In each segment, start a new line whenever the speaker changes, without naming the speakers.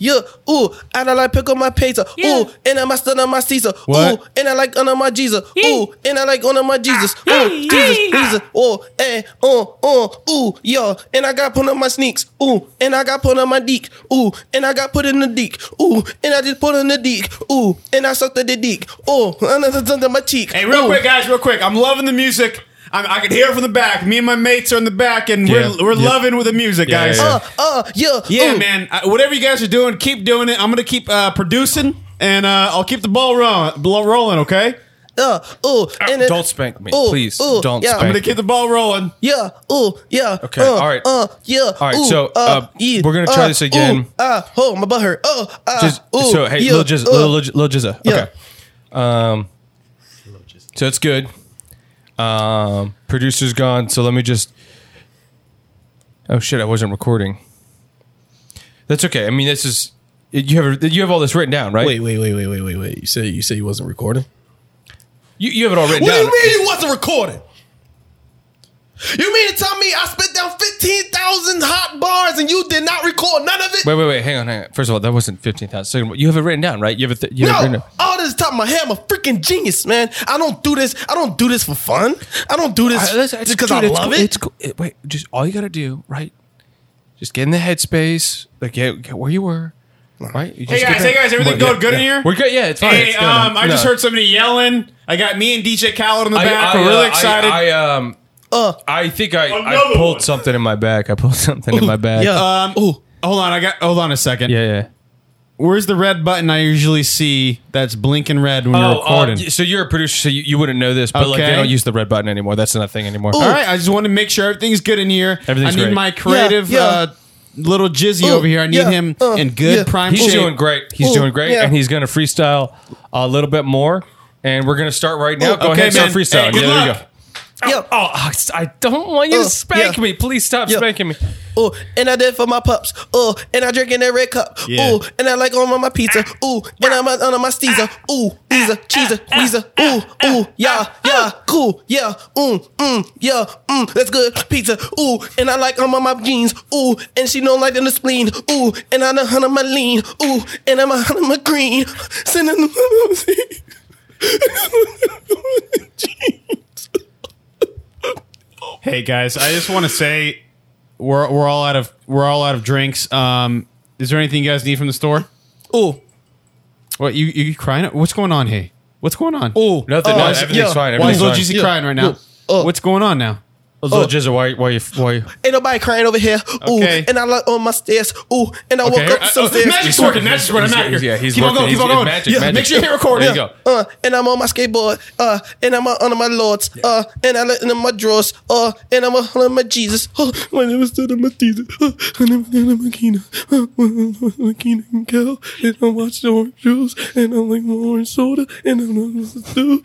yeah, ooh, and I like pick up my pizza,
Yeah.
ooh, and I must under my Caesar,
What?
ooh, and I like under my Jesus,
Yeah.
ooh, and I like under my Jesus,
Ah,
ooh,
yeah,
Jesus,
yeah.
Jesus, ooh, and uh, uh, ooh, yeah, and I got put on my sneaks, ooh, and I got put on my deek, ooh, and I got put in the deek, ooh, and I just put in the deek, ooh, and I sucked at the deek, ooh, and it's under my cheek.
Hey, real
ooh.
quick, guys, real quick. I'm loving the music. I'm, I can hear it from the back. Me and my mates are in the back, and
Yeah.
we're, we're
Yeah.
loving with the music,
Yeah,
guys.
yeah,
Uh, uh, yeah,
Yeah,
ooh.
man. I, whatever you guys are doing, keep doing it. I'm gonna keep uh, producing, and uh, I'll keep the ball rolling. rolling, okay?
Uh, ooh, and it-
don't spank me,
ooh,
please.
ooh,
Don't
yeah,
I'm
spank
gonna keep the ball rolling.
Yeah. Ooh. Yeah.
Okay,
Uh,
all right.
Uh. Yeah. All
right, so, uh, we're gonna try this again.
Uh. Oh, my butt hurt. Oh. Uh,
Just,
ooh,
so hey,
yeah,
little jizz,
uh,
little, little, little jizz.
yeah.
Okay. Um, so it's good. Um, producer's gone. So let me just. Oh shit! I wasn't recording. That's okay. I mean, this is you have you have all this written down, right?
Wait, wait, wait, wait, wait, wait, wait. You say you say you wasn't recording?
You, you have it all written
What do
down.
you mean you wasn't recording?
You mean to tell me I spit down fifteen thousand hot bars and you did not record none of it?
Wait, wait, wait. Hang on, hang on. First of all, that wasn't fifteen thousand. Second, of all, you have it written down, right? You have it. Th- you have it written
No,
down.
all this top of my head. I'm a freaking genius, man. I don't do this. I don't do this for fun. I don't do
I-
this
that's-
just because
dude,
I
it's
love
cool.
it.
It's cool. It- Wait, just all you gotta do, right? Just get in the headspace, like get, get where you were, right? You
Hey
just get
guys,
there.
hey guys, everything
Well,
going good
yeah,
in
yeah.
here?
We're good. Yeah, it's fine.
Hey,
it's good.
um, I just
No.
heard somebody yelling. I got me and DJ Khaled on the
I-
back.
I,
We're
uh,
really
I-
excited.
I, um,
Uh.
I think I, I
Another
pulled
one.
something in my back. I pulled something in my back.
Yeah.
um, hold on. I got. Hold on a second.
yeah, yeah.
Where's the red button I usually see that's blinking red when you're
Oh, uh,
recording?
so you're a producer, so you, you wouldn't know this, but like they
Okay.
don't use the red button anymore. That's not a thing anymore.
All right, I just want to make sure everything's good in here.
Everything's
I need
great.
my creative
oh. Yeah, yeah.
Uh, little jizzy
Ooh,
over here. I need
yeah,
him
uh,
in good
yeah.
prime
He's
shape.
doing great. He's
Ooh,
doing great,
yeah.
and he's going to freestyle a little bit more. And we're going to start right now.
Ooh,
Go
okay,
ahead, and
man.
start freestyling.
Hey, good
yeah, there you
luck.
go.
yeah.
Oh, I I don't want you
Uh,
to spank
yeah.
me. Please stop
Yeah.
spanking me.
Ooh, and I did for my pups. Ooh, and I drink in that red cup.
Yeah.
Ooh, and I like on my, my pizza. Ooh, and I'm on on my Uh, Caesar. Ooh, Caesar, cheeser, Weezer. Ooh, ooh, uh, yeah, yeah, cool, yeah, mm, mm, yeah, mm, that's good pizza. Ooh, and I like on my, my jeans. Ooh, and she don't like in the spleen. Ooh, and I done hunt on my lean. Ooh, and I'm a hunt on my green. Sending them.
Hey guys, I just want to say we're we're all out of we're all out of drinks. Um, is there anything you guys need from the store?
Ooh,
What you you crying? What's going on here? What's going on?
ooh,
Nothing.
uh,
no, everything's
yeah.
fine.
why is
Everything's
little
fine.
Jizzy
Yeah.
crying right now?
Yeah. Uh,
What's going on now?
Little Jizzy, why, why, you- why? you-
ain't nobody crying over here. Ooh,
Okay.
and I like on my stairs. Ooh, and I
Okay,
woke up
uh,
to some
uh,
stairs.
Magic's
He's
working.
working.
Magic's working. I'm
He's-
out here.
yeah, he's
keep
working.
on going. Keep
He's-
on going.
magic,
yeah,
magic.
Make sure you hit record.
There you go.
Uh, and I'm on my skateboard. Uh, and I'm on my lords. Uh, and I let in my drawers. Uh, and I'm on my Jesus. Uh, my name is stood on my Jesus. Uh, and I'm on my Kina. Uh, my Kina and Cal. And I watch the orange juice. And I'm like my orange soda. And I'm on my stew.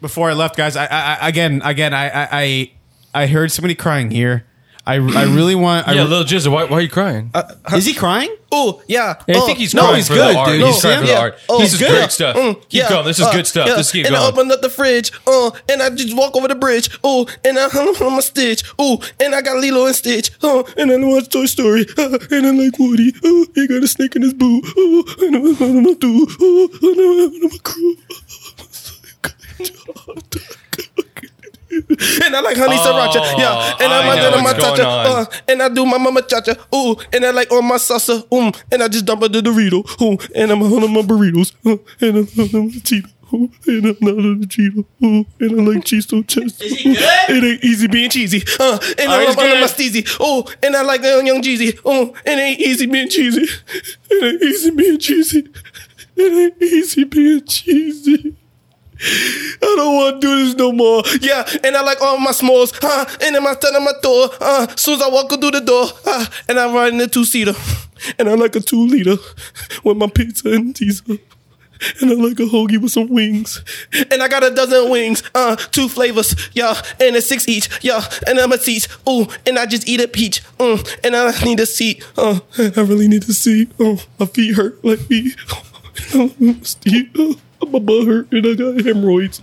Before I left, guys, I, I I- again again I I I, I heard somebody crying here. I, I really want. I,
Yeah,
re-
little Jizzy, why, why are you crying?
is he crying?
Oh, yeah.
I
uh,
think he's
no,
crying
he's
for
good,
the art.
dude.
He's
No,
crying for the
yeah.
art.
Oh,
this is
good.
great stuff.
Mm,
keep
yeah,
going. This is
uh,
good stuff.
yeah.
Just keep
and I
going.
opened up the fridge, uh, and I just walk over the bridge, oh, and I hung on my Stitch, oh, and I got Lilo and Stitch, oh, and I watch Toy Story, uh, and I like Woody, oh, he got a snake in his boot, oh, and I'm on my dude, oh, and I'm on my crew. And I like honey sriracha, yeah. And
Oh, I
I'm
know
under my
what's going
cha
on.
uh, and I do my mama cha-cha, ooh, and I like on my salsa, um, and I just dump out the Dorito, ooh, and I'm on my burritos, uh, and I'm on my Cheeto, ooh, and I'm not on the Cheeto, ooh, and I like cheese so chest. Is he good? It ain't easy being cheesy, uh, and
Oh,
I'm on
he's
my
good.
steezy, ooh, and I like the young Jeezy, ooh, it ain't easy being cheesy, it ain't easy being cheesy, it ain't easy being cheesy. I don't want to do this no more. Yeah, and I like all my smalls, huh? And then I stand on my door, uh, soon as I walk through the door, uh, and I'm riding a two seater, and I like a two liter with my pizza and diesel. And I like a hoagie with some wings. And I got a dozen wings, uh, two flavors, yeah, and it's six each, yeah, and I'm a seat, ooh, and I just eat a peach, mm, and I need a seat, uh, I really need a seat, oh, my feet hurt like me. Oh, Steve, uh, my butt hurt and I got hemorrhoids.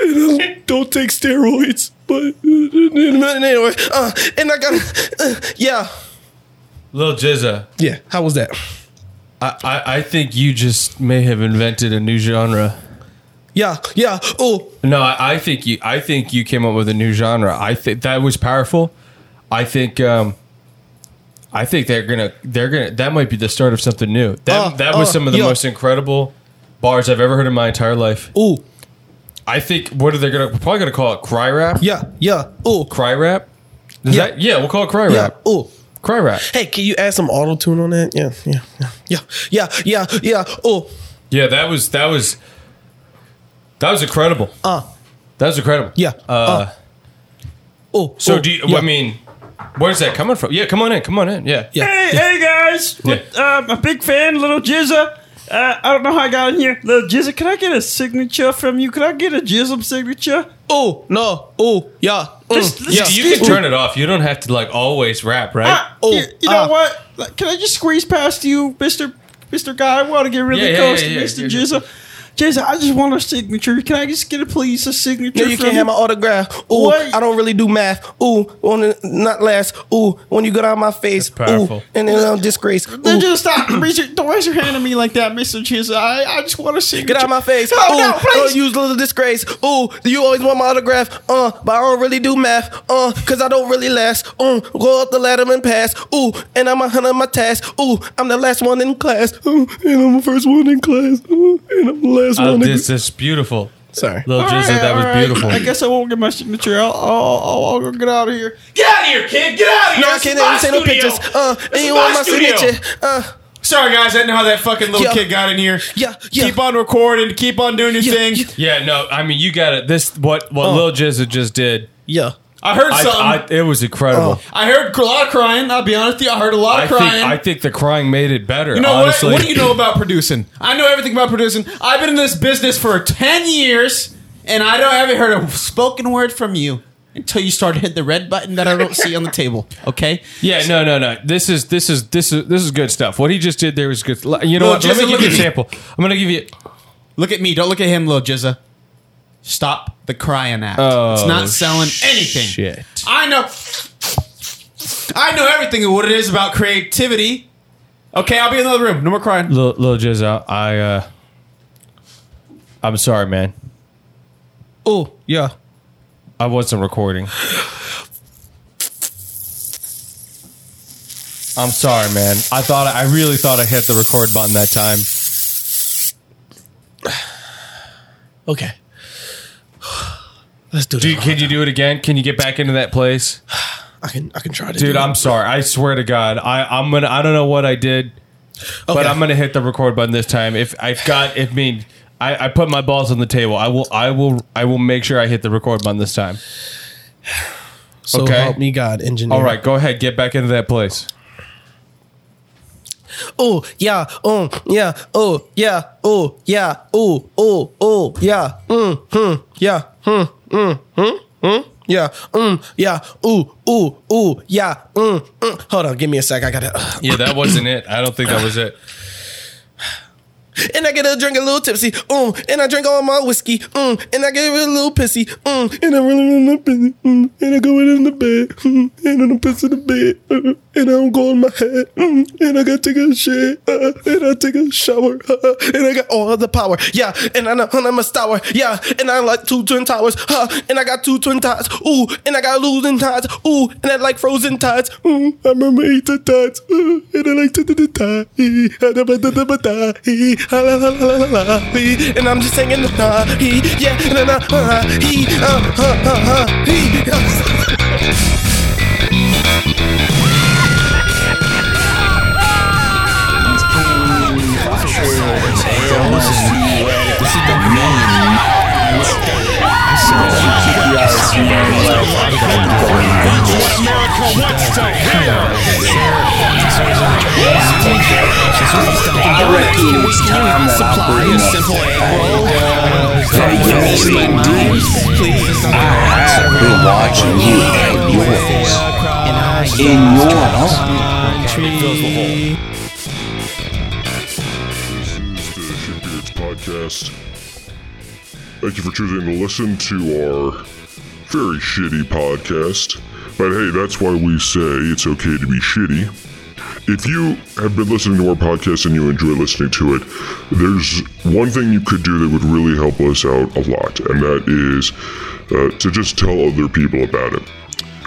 And I don't take steroids, but anyway, uh, and I got, uh, yeah.
Lil Jizza,
Yeah. How was that?
I, I, I think you just may have invented a new genre.
Yeah. Yeah. Oh.
No, I, I think you. I think you came up with a new genre. I think that was powerful. I think. Um, I think they're gonna. They're gonna. That might be the start of something new. That
Uh,
that was
uh,
some of the
yeah.
most incredible bars I've ever heard in my entire life.
Oh.
I think. What are they gonna? We're probably gonna call it cry rap.
Yeah. Yeah. Oh.
Cry rap. Is
Yeah.
That, yeah, we'll call it cry
Yeah.
rap.
Oh.
Cry rap.
Hey, can you add some auto tune on that? Yeah. Yeah. Yeah. Yeah. Yeah. Yeah. yeah. Oh.
Yeah, that was that was that was incredible.
Uh.
That was incredible.
Yeah.
Uh,
Uh. Oh.
so
oh,
do you,
yeah.
I mean, where's that coming from? Yeah, come on in. Come on in. Yeah.
Yeah.
Hey, hey guys!
Yeah.
What, um, a big fan, little Jizza. Uh, I don't know how I got in here. Little Jizza, can I get a signature from you? Can I get a Jizzum signature?
Oh no. Oh. Yeah. Mm,
Just- just-
yeah.
You can turn it off. You don't have to like always rap, right?
Ah,
Oh,
you, you know
ah.
what? Like, can I just squeeze past you, Mister Mister Guy? I want to get really
Yeah, yeah,
close
yeah,
to
yeah,
Mister
yeah, yeah.
Jizza. Jizza, I just want a signature. Can I just get a please a signature?
No, you
from
can't have my autograph. Ooh,
What?
I don't really do math. Ooh, on the, not last. Ooh, when you get out of my face.
powerful.
Ooh, and then um, disgrace.
Then
Ooh,
just stop. Raise your- don't raise your hand at me like that, Mister Jizza. I, I just want a signature.
get out of my face.
Oh
ooh,
no,
I
please.
don't use little disgrace. Ooh, you always want my autograph. Uh, but I don't really do math. Uh, cause I don't really last. Uh, go up the ladder and pass. Ooh, and I'm a hundred my task. Ooh, I'm the last one in class. Ooh, and I'm the first one in class. Ooh, and I'm the last
Oh,
one in
this is beautiful.
Sorry.
Little
All
Jizza,
right,
that was
all right.
beautiful.
I guess I won't get my signature. I'll, I'll, I'll, I'll go get out of here. Get out of here, kid. Get out of here.
No, I
This
can't
is my
even say no
studio.
pictures. Uh,
This
and
is
you want my
studio.
signature. Uh,
Sorry, guys. I didn't know how that fucking little
Yeah.
kid got in here.
Yeah, yeah.
Keep on recording. Keep on doing your
Yeah,
thing.
yeah.
yeah, no, I mean you got it. This what what Lil Jizza just did.
Uh. yeah. Uh.
I heard something. I,
I, I, it was incredible.
heard a lot of crying. I'll be honest with you. I heard a lot
I
of
think
crying.
I think the crying made it better.
you know
honestly,
what? What do you know about producing? I know everything about producing. I've been in this business for ten years, and I don't haven't heard a spoken word from you until you started hitting the red button that I don't see on the table. Okay.
Yeah, no, no, no. This is this is this is this is good stuff. What he just did there was good. You know
Lil
what? Let
Jizza,
me give
look
you an
at me.
example. I'm gonna give you.
Look at me. Don't look at him, little Jizza. Stop the crying act. it's
Oh,
not selling anything.
shit.
I know. I know everything of what it is about creativity. Okay, I'll be in the other room. No more crying.
Lil, Lil Jizz, I, uh, I'm sorry, man.
Oh, yeah.
I wasn't recording. I'm sorry, man. I thought I really thought I hit the record button that time.
Okay. Let's do this.
Dude, can you do it again? Can you get back into that place,
I can I can try to
dude?
do
I'm sorry. I swear to God, I I'm gonna. I don't know what I did, but
Okay.
I'm gonna hit the record button this time. If I've got, if mean, I, I put my balls on the table. I will. I will. I will make sure I hit the record button this time.
so
okay.
help me God, engineer.
All right, go ahead. Get back into that place.
Oh yeah. Oh yeah. Oh yeah. Oh yeah. Oh oh oh yeah. Mm hmm. Yeah. Hmm. Mm hmm. Hmm. Yeah. Mm. Yeah. Ooh. Ooh. Ooh. Yeah. Mm. mm. Hold on. Give me a sec. I gotta.
Yeah, that wasn't it. I don't think that was it.
And I get a drink a little tipsy. Mm. And I drink all my whiskey. Mm. And I get a little pissy. Mm. And I really really pissy. Mm. And I go in the bed. Mm. And I'm piss in the bed. Uh, and I'm going my head. Mm. And I gotta take a shit. Uh, and I take a shower. Uh, and I got all of the power. Yeah. And I'm a hundred tower. Yeah. And I like two twin towers. Huh. And I got two twin tides. Ooh. And I got losing tides. Ooh. And I like frozen tides. Mm. I remember eight the tides. Uh, and I like to the tide. And I'm just singing the uh, he, yeah, and then uh, uh, he, uh, uh, uh, uh, he. uh.
I reckon it was time that I bring a simple Take your CDs. I have been watching you and yours. In yours.
This is the Shitbeards Podcast. Thank you for choosing to listen to our very shitty podcast. But hey, that's why we say it's okay to be shitty. If you have been listening to our podcast and you enjoy listening to it, there's one thing you could do that would really help us out a lot, and that is uh, to just tell other people about it.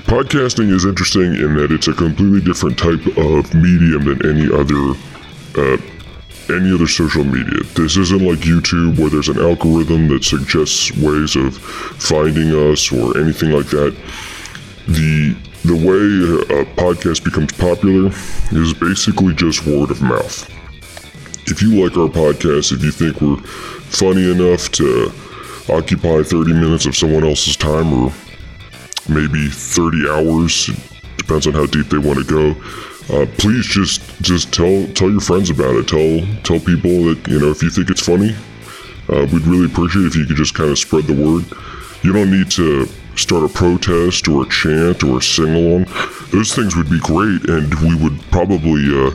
Podcasting is interesting in that it's a completely different type of medium than any other uh, any other social media. This isn't like YouTube where there's an algorithm that suggests ways of finding us or anything like that. The the way a podcast becomes popular is basically just word of mouth. If you like our podcast, if you think we're funny enough to occupy 30 minutes of someone else's time or maybe 30 hours depends on how deep they want to go uh, please just just tell tell your friends about it tell tell people that you know if you think it's funny uh, we'd really appreciate if you could just kind of spread the word you don't need to start a protest or a chant or a sing-along those things would be great and we would probably uh,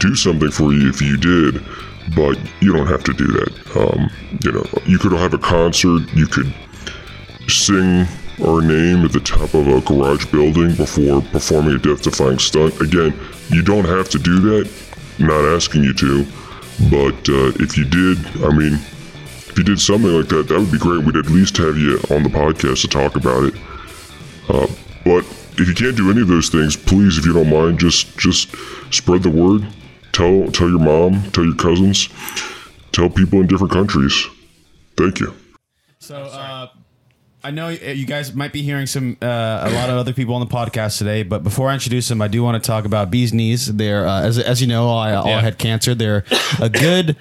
do something for you if you did but you don't have to do that um, you know you could have a concert you could sing our name at the top of a garage building before performing a death defying stunt. Again, you don't have to do that, not asking you to, but uh, if you did, I mean, if you did something like that, that would be great. We'd at least have you on the podcast to talk about it. Uh, but if you can't do any of those things, please, if you don't mind, just just spread the word. Tell tell your mom, tell your cousins, tell people in different countries. Thank you.
So uh, I know uh, you guys might be hearing some uh, a lot of other people on the podcast today, but before I introduce them, I do want to talk about bees knees. They're uh, as as you know, I all
Yeah.
had cancer. They're a good.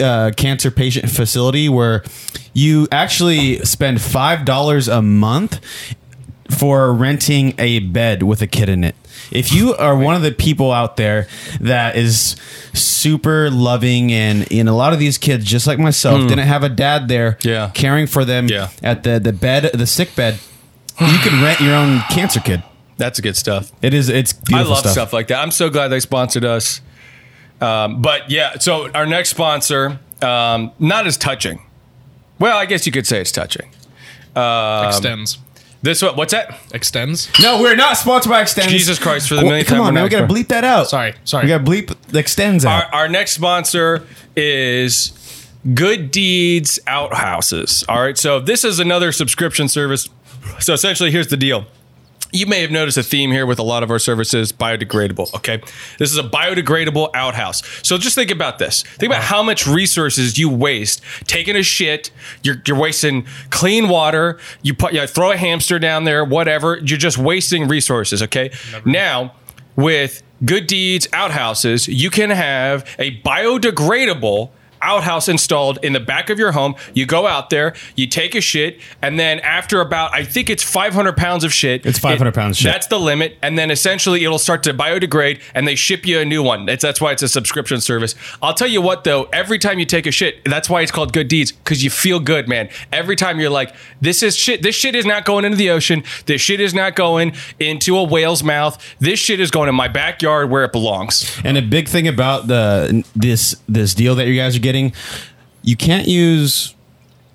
Uh, cancer patient facility where you actually spend five dollars a month for renting a bed with a kid in it. If you are one of the people out there that is super loving and and a lot of these kids, just like myself, didn't have a dad there
Yeah.
caring for them
Yeah.
at the, the bed the sick bed, you can rent your own cancer kid.
That's good stuff.
It is it's
I
beautiful
love stuff.
stuff.
like that. I'm so glad they sponsored us. Um, but yeah, so our next sponsor, um, not as touching. Well, I guess you could say it's touching. Um,
extends.
This one, what's that?
Extends.
No, we're not sponsored by Extends.
Jesus Christ, for the
Well,
millionth
Come on,
time, we're
man, we
not
gotta bleep that out.
Sorry, sorry.
we gotta bleep Extends out.
Our, our next sponsor is Good Deeds Outhouses. All right, so this is another subscription service. So essentially, here's the deal. You may have noticed a theme here with a lot of our services biodegradable. Okay. This is a biodegradable outhouse. So just think about this. Think about how much resources you waste taking a shit. You're, you're wasting clean water. You put, you throw a hamster down there, whatever. You're just wasting resources. Okay. now, with Good Deeds Outhouses, you can have a biodegradable outhouse installed in the back of your home. You go out there, you take a shit, and then after about, I think it's 500 pounds of shit.
It's 500
it-
pounds of shit.
That's the limit. And then essentially it'll start to biodegrade and they ship you a new one. It's, that's why it's a subscription service. I'll tell you what, though, every time you take a shit, that's why it's called Good Deeds because you feel good, man. Every time you're like, this is shit. This shit is not going into the ocean. This shit is not going into a whale's mouth. This shit is going in my backyard where it belongs.
And a big thing about the this this deal that you guys are getting, you can't use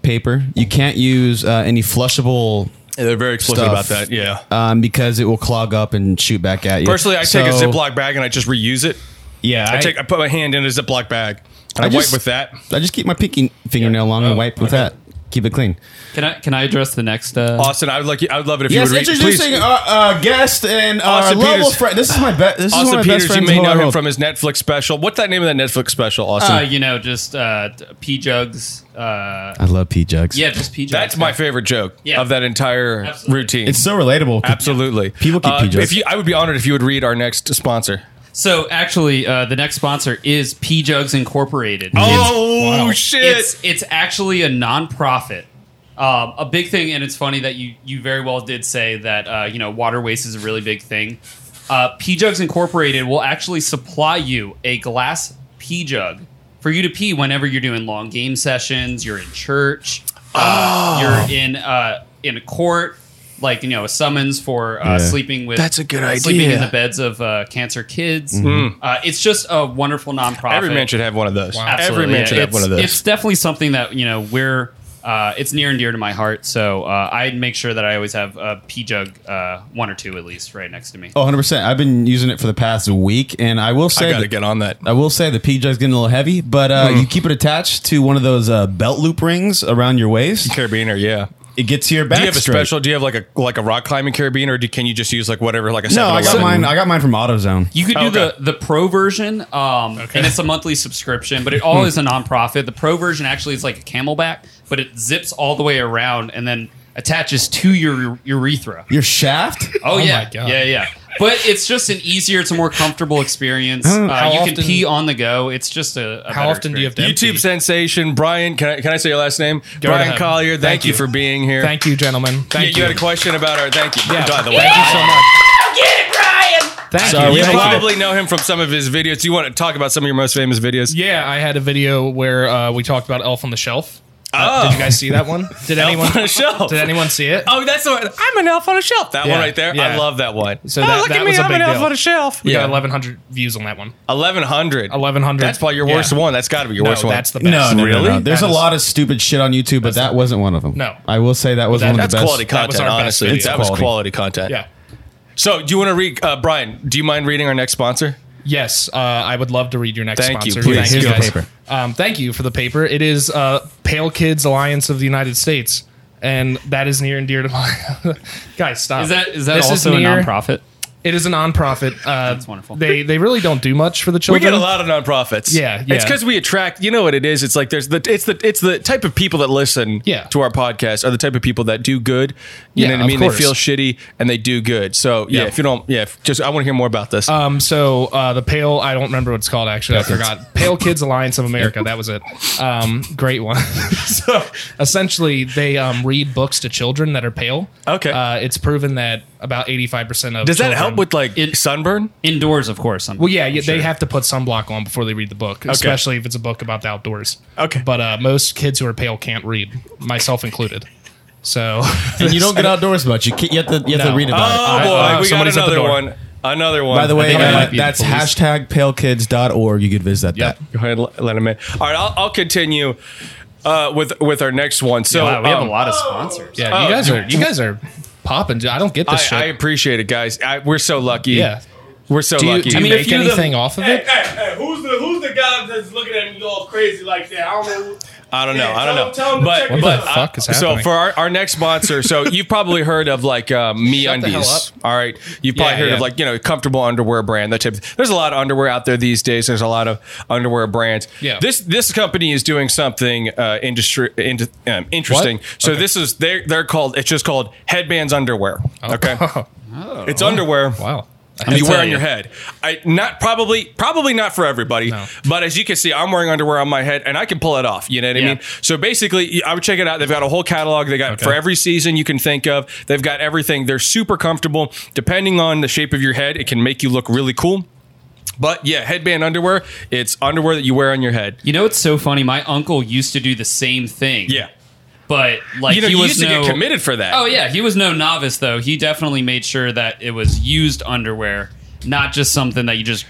paper. You can't use uh, any flushable
they're very explicit
Stuff.
about that. Yeah.
um, because it will clog up and shoot back at you.
Personally, I take a
So,
Ziploc bag and I just reuse it.
Yeah,
I, take I put my hand in a Ziploc bag. And
I
I, wipe
just-
with that.
I just keep my pinky fingernail long
Oh,
and wipe with that. Uh, Keep it clean.
Can I can I address the next? Uh,
Austin, I would like you, I would love it if
Yes,
you would read-
introducing
please-
our uh, guest and our
Austin
lovable
Peters.
friend. This is my best. This is one
Austin
of my best
Peters, you
friends. in
may
the
know
whole
him
world.
from his Netflix special. What's that name of that Netflix special, Austin?
uh, you know, just uh, t- pee jugs. Uh,
I love P jugs.
yeah, just pee jugs.
That's my favorite joke
Yeah.
of that entire
Absolutely.
routine.
it's so relatable.
Absolutely.
People keep
uh,
PJs.
if you, I would be honored if you would read our next sponsor.
So actually, uh, the next sponsor is Pee Jugs Incorporated.
Oh, shit.
it's it's actually a nonprofit. Um, a big thing, and it's funny that you you very well did say that uh, you know water waste is a really big thing. Uh, pee Jugs Incorporated will actually supply you a glass pee jug for you to pee whenever you're doing long game sessions, you're in church, uh, you're in uh, in a court, like you know a summons for uh, sleeping with that's a good idea sleeping in the beds of uh, cancer kids. Uh, it's just a wonderful nonprofit.
Every man should have one of those.
Absolutely.
Every man should
Yeah,
have one of
it's-
those.
It's definitely something that you know we're uh, Uh, it's near and dear to my heart, so uh, I make sure that I always have a pea jug, uh, one or two at least, right next to me.
Oh, 100%. I've been using it for the past week, and I will say
I gotta
that-
get on that. Hmm.
I will say the P jug's getting a little heavy, but uh, you keep it attached to one of those uh, belt loop rings around your waist.
Carabiner, yeah.
It gets to your back.
Do you have a
straight.
special? Do you have like a like a rock climbing carabiner, or do, can you just use like whatever, like a
No, I got
7-Eleven?
mine. I got mine from AutoZone.
You could do
Oh, okay.
the, the pro version, um, and it's a monthly subscription, but it all is a nonprofit. The pro version actually is like a camelback, but it zips all the way around and then attaches to your urethra.
Your shaft?
Oh, yeah,
my God.
yeah, yeah. But it's just an easier, it's a more comfortable experience. Uh, you
How
can
often-
pee on the go. It's just a, a
How
better
often do you have
experience.
to empty?
YouTube sensation Brian. Can I, can I say your last name?
Go
Brian
ahead.
Collier. Thank,
Thank
you
you.
for being here.
Thank you, gentlemen.
Yeah,
Thank
you
you.
had a question about our thank you.
Yeah.
By the way,
Thank you so much. Thank
So
you.
you
Thank you.
probably know him from some of his videos. Do you want to talk about some of your most famous videos?
Yeah, I had a video where uh, we talked about Elf on the Shelf. Uh,
Oh.
Did you guys see that one? Did anyone?
on a shelf.
Did anyone see it?
Oh, that's the one. I'm an elf on a shelf. That one
Yeah,
right there. I
yeah.
love that one. Oh,
So that- that was a big deal.
shelf.
We
yeah,
got 1,100 views on that one.
1100.
1,100.
That's probably your
Yeah.
worst one. That's got to be your
No,
worst one.
that's the best.
No, no, really?
Really?
There's
That
a
is-
lot of stupid shit on YouTube, but that wasn't one of them.
No.
I will say that was
That-
one of
That's
the best.
quality
That was
content,
our best
honestly.
video.
that was
Quality.
quality content.
Yeah.
So, do you want to read, uh, Brian? Do you mind reading our next sponsor?
Yes, uh, I would love to read your next
Thank you.
sponsor.
Please,
Thank
here's
you
the
guys.
paper.
Um, thank you for the paper. It is uh, Pale Kids Alliance of the United States, and that is near and dear to my guys. Stop.
Is that, is that
This
also a
near-
nonprofit?
It is a nonprofit. Uh, That's
wonderful.
They they really don't do much for the
We
children.
get a lot of nonprofits.
Yeah, yeah.
It's because we attract. You know what it is? It's like there's the it's the it's the type of people that listen
Yeah.
to our podcast are the type of people that do good. You
Yeah,
know what I
of
mean?
course.
They feel shitty and they do good. So yeah,
Yeah.
if you don't, yeah, if- just I want to hear more about this.
Um, so uh, the Pale, I don't remember what it's called actually. I forgot. Pale Kids Alliance of America. That was it. Um, great one. so essentially, they um, read books to children that are pale.
Okay.
Uh, it's proven that about eighty-five percent of
Does that
children-
help with like
It-
sunburn?
Indoors, of course. I'm,
Well, yeah,
I'm
yeah
sure.
they have to put sunblock on before they read the book, especially if it's a book about the outdoors.
Okay.
But uh, most kids who are pale can't read, myself included. So
And you don't get outdoors much. You, ca- you have to, you have
No.
to read about it.
Oh
I-
boy,
uh,
we got
somebody's at the
another
door.
one. Another one.
By the way,
think I
uh,
might be the
that's
police.
hashtag palekids.org. You could visit that.
Yep.
Go ahead, let him in. All right, I'll, I'll continue uh, with with our next one. So
Wow, we have
um,
a lot of sponsors.
yeah,
Oh,
you guys are you guys are popping. I don't get
I,
this shit.
I appreciate it, guys. I, we're so lucky.
yeah.
we're so
Do you,
lucky.
do you
I mean, if
make
you the-
anything off of it?
Hey, who's the who's the guy that's looking at me all crazy like that? I don't know.
I don't know.
Yeah,
I don't
tell
know.
him- tell him to
but
check
but
it
What the
uh,
fuck is
So
happening?
for our, our next sponsor, so you've probably heard of like uh, Me
Shut the hell
Undies. All right, you've probably
Yeah,
heard of
yeah.
like you know comfortable underwear brand. That type. Of, there's a lot of underwear out there these days. There's a lot of underwear brands.
Yeah.
This this company is doing something uh, industry in, um, interesting. So this is they they're called it's just called headbands underwear. Okay.
Oh.
Oh.
It's underwear.
wow.
you wear
tell
on
you.
your head. I not probably probably not for everybody,
No.
but as you can see, I'm wearing underwear on my head and I can pull it off. You know what I
Yeah.
mean? So basically, I would check it out. They've got a whole catalog. They got for every season you can think of. They've got everything. They're super comfortable. Depending on the shape of your head, it can make you look really cool. But yeah, headband underwear. It's underwear that you wear on your head.
You know, it's so funny. My uncle used to do the same thing.
Yeah.
But like
You know,
he
you
was
used to
no,
get committed for that.
Oh yeah, he was no novice though. He definitely made sure that it was used underwear, not just something that you just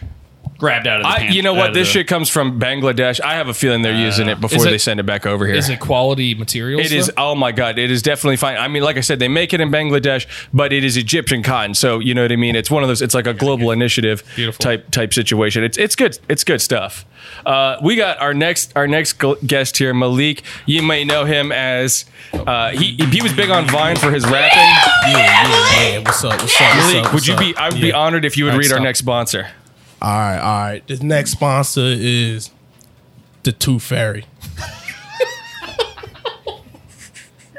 grabbed out of the
I,
pant-
you know
out
what?
of
This
the-
shit comes from Bangladesh. I have a feeling they're using it before
Is it-
they send it back over here.
Is it quality materials?
It is.
though?
Oh my god! It is definitely fine. I mean, like I said, they make it in Bangladesh, but it is Egyptian cotton. So you know what I mean. It's one of those. It's like a global initiative
Beautiful.
type type situation. It's it's good. It's good stuff. Uh, we got our next our next gu- guest here, Malik. You may know him as uh, he he was big on Vine for his rapping.
Hey, what's up? What's up?
Malik, would you be? I would be honored if you would
Alright,
read our
stop.
next sponsor.
All right, all right. The next sponsor is the Tooth Fairy.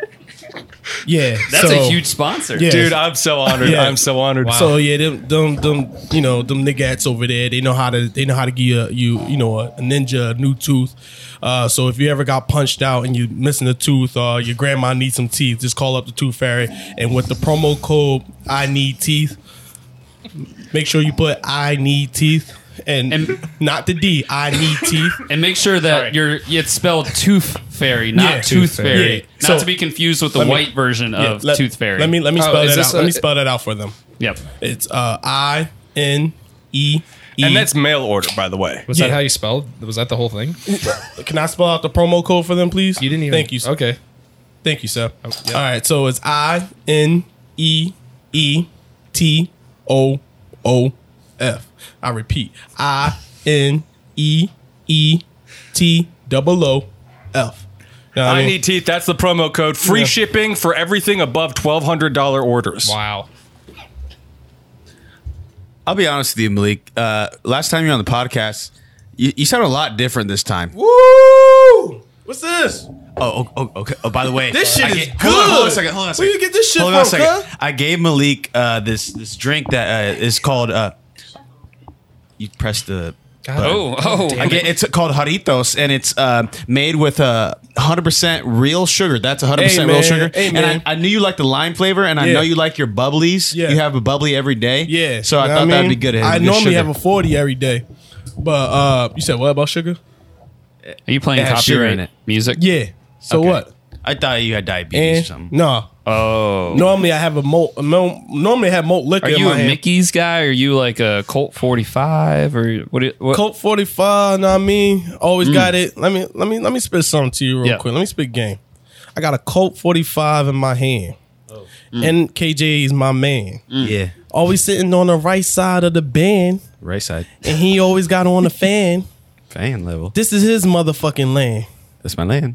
yeah,
That's
so-
a huge sponsor.
Yeah,
Dude, I'm so honored.
Yeah.
I'm so honored.
So yeah, them, them, them, you know, them niggas over there, they know how to, they know how to give you, a, you, you know, a ninja a new tooth. Uh, so if you ever got punched out and you missing a tooth, or your grandma needs some teeth, just call up the Tooth Fairy, and with the promo code I need teeth, make sure you put I need teeth and,
And-
not the D, I need teeth.
And make sure that you're it's spelled tooth fairy, not
Yeah.
tooth
Tooth Fairy.
fairy.
Yeah.
Not
So-
to be confused with the
me-
white version
Yeah,
of
let-
tooth fairy.
Let me let me spell
Oh, is
that
this
out. let
a-
me spell that out for them.
Yep.
It's uh, I N E E.
and that's mail order, by the way.
Was that
Yeah.
how you spelled? Was that the whole thing?
Can I spell out the promo code for them, please?
You didn't even.
Thank you.
Okay. Oh,
Thank you, sir. All right, so it's I N E E T O O F. I repeat, I N E E T double O F. You know what
I
mean?
need teeth. That's the promo code. Free
Yeah.
shipping for everything above twelve hundred dollar orders.
Wow.
I'll be honest with you, Malik. Uh, last time you were on the podcast, you, you sound a lot different this time. Oh,
Woo! What's this?
oh, oh, okay. Oh, by the way,
This shit
I
is
ga-
good.
Hold on, hold on a second. Hold on a second.
Where you get this shit
hold on a
from,
second. I gave Malik uh, this this drink that uh, is called. Uh, you press the. button.
Oh, oh.
I get, it's called Jaritos, and it's uh, made with uh, 100% real sugar. That's 100% real
Amen.
sugar.
Amen.
And I, I knew you like the lime flavor, and I
Yeah.
know you like your bubblies.
Yeah.
You have a bubbly every day.
Yeah.
So I
you know
thought
what
that'd be
mean?
good. It has
I
good
normally
sugar.
have a 40 every day. But uh you said what about sugar?
Are you playing
It has sugar in it.
copyright music?
Yeah. So
Okay.
what?
I thought you had diabetes or
And
something.
no.
Oh.
Normally I have a malt a malt- normally I have malt liquor
Are
in
you
my
a
hand.
Mickey's guy? Are you like a Colt 45 or what? do you- what?
Colt 45, know what I mean? Always got it. Let me let me let me spit something to you real
Mm. Yeah.
quick. Let me spit game. I got a Colt 45 in my hand.
Oh. Mm.
And KJ is my man.
Yeah.
Always sitting on the right side of the band,
Right side.
and he always got on the fan.
Fan level.
This is his motherfucking land.
That's my land.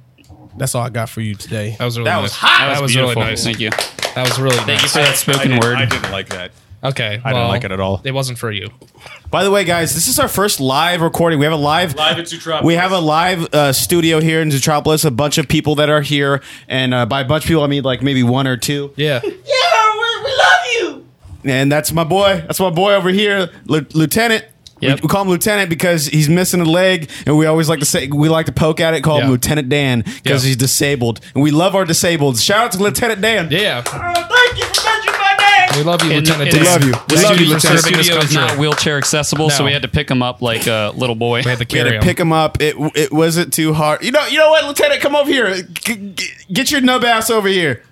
That's all I got for you today.
That was really
That
nice.
was hot.
That was really
beautiful.
nice.
Thank you.
That was really nice.
Thank you for that spoken word.
didn't like that.
Okay. I
don't like it at all.
It wasn't for you.
By the way, guys, this is our first live recording. We have a live
Live at Zootropolis.
We have a live uh, studio here in Zootropolis. A bunch of people that are here, and uh, by a bunch of people, I mean like maybe one or two.
Yeah.
And that's my boy. That's my boy over here, Lu- Lieutenant.
Yep.
We, we call him Lieutenant because he's missing a leg, and we always like to say we like to poke at it, call him
Yeah.
Lieutenant Dan because
Yeah.
he's disabled, and we love our disabled. Shout out to Lieutenant Dan.
Yeah. We love you, Lieutenant
And-
Dan.
We love you.
The
Thank
studio,
you for
the
serving
studio is
this country.
not wheelchair accessible, so
No.
we had to pick him up like a little boy.
We had to
We had
carry
to
him.
pick him up. It it wasn't too hard. You know, you know what, Lieutenant, come over here. G- g- get your nub ass over here.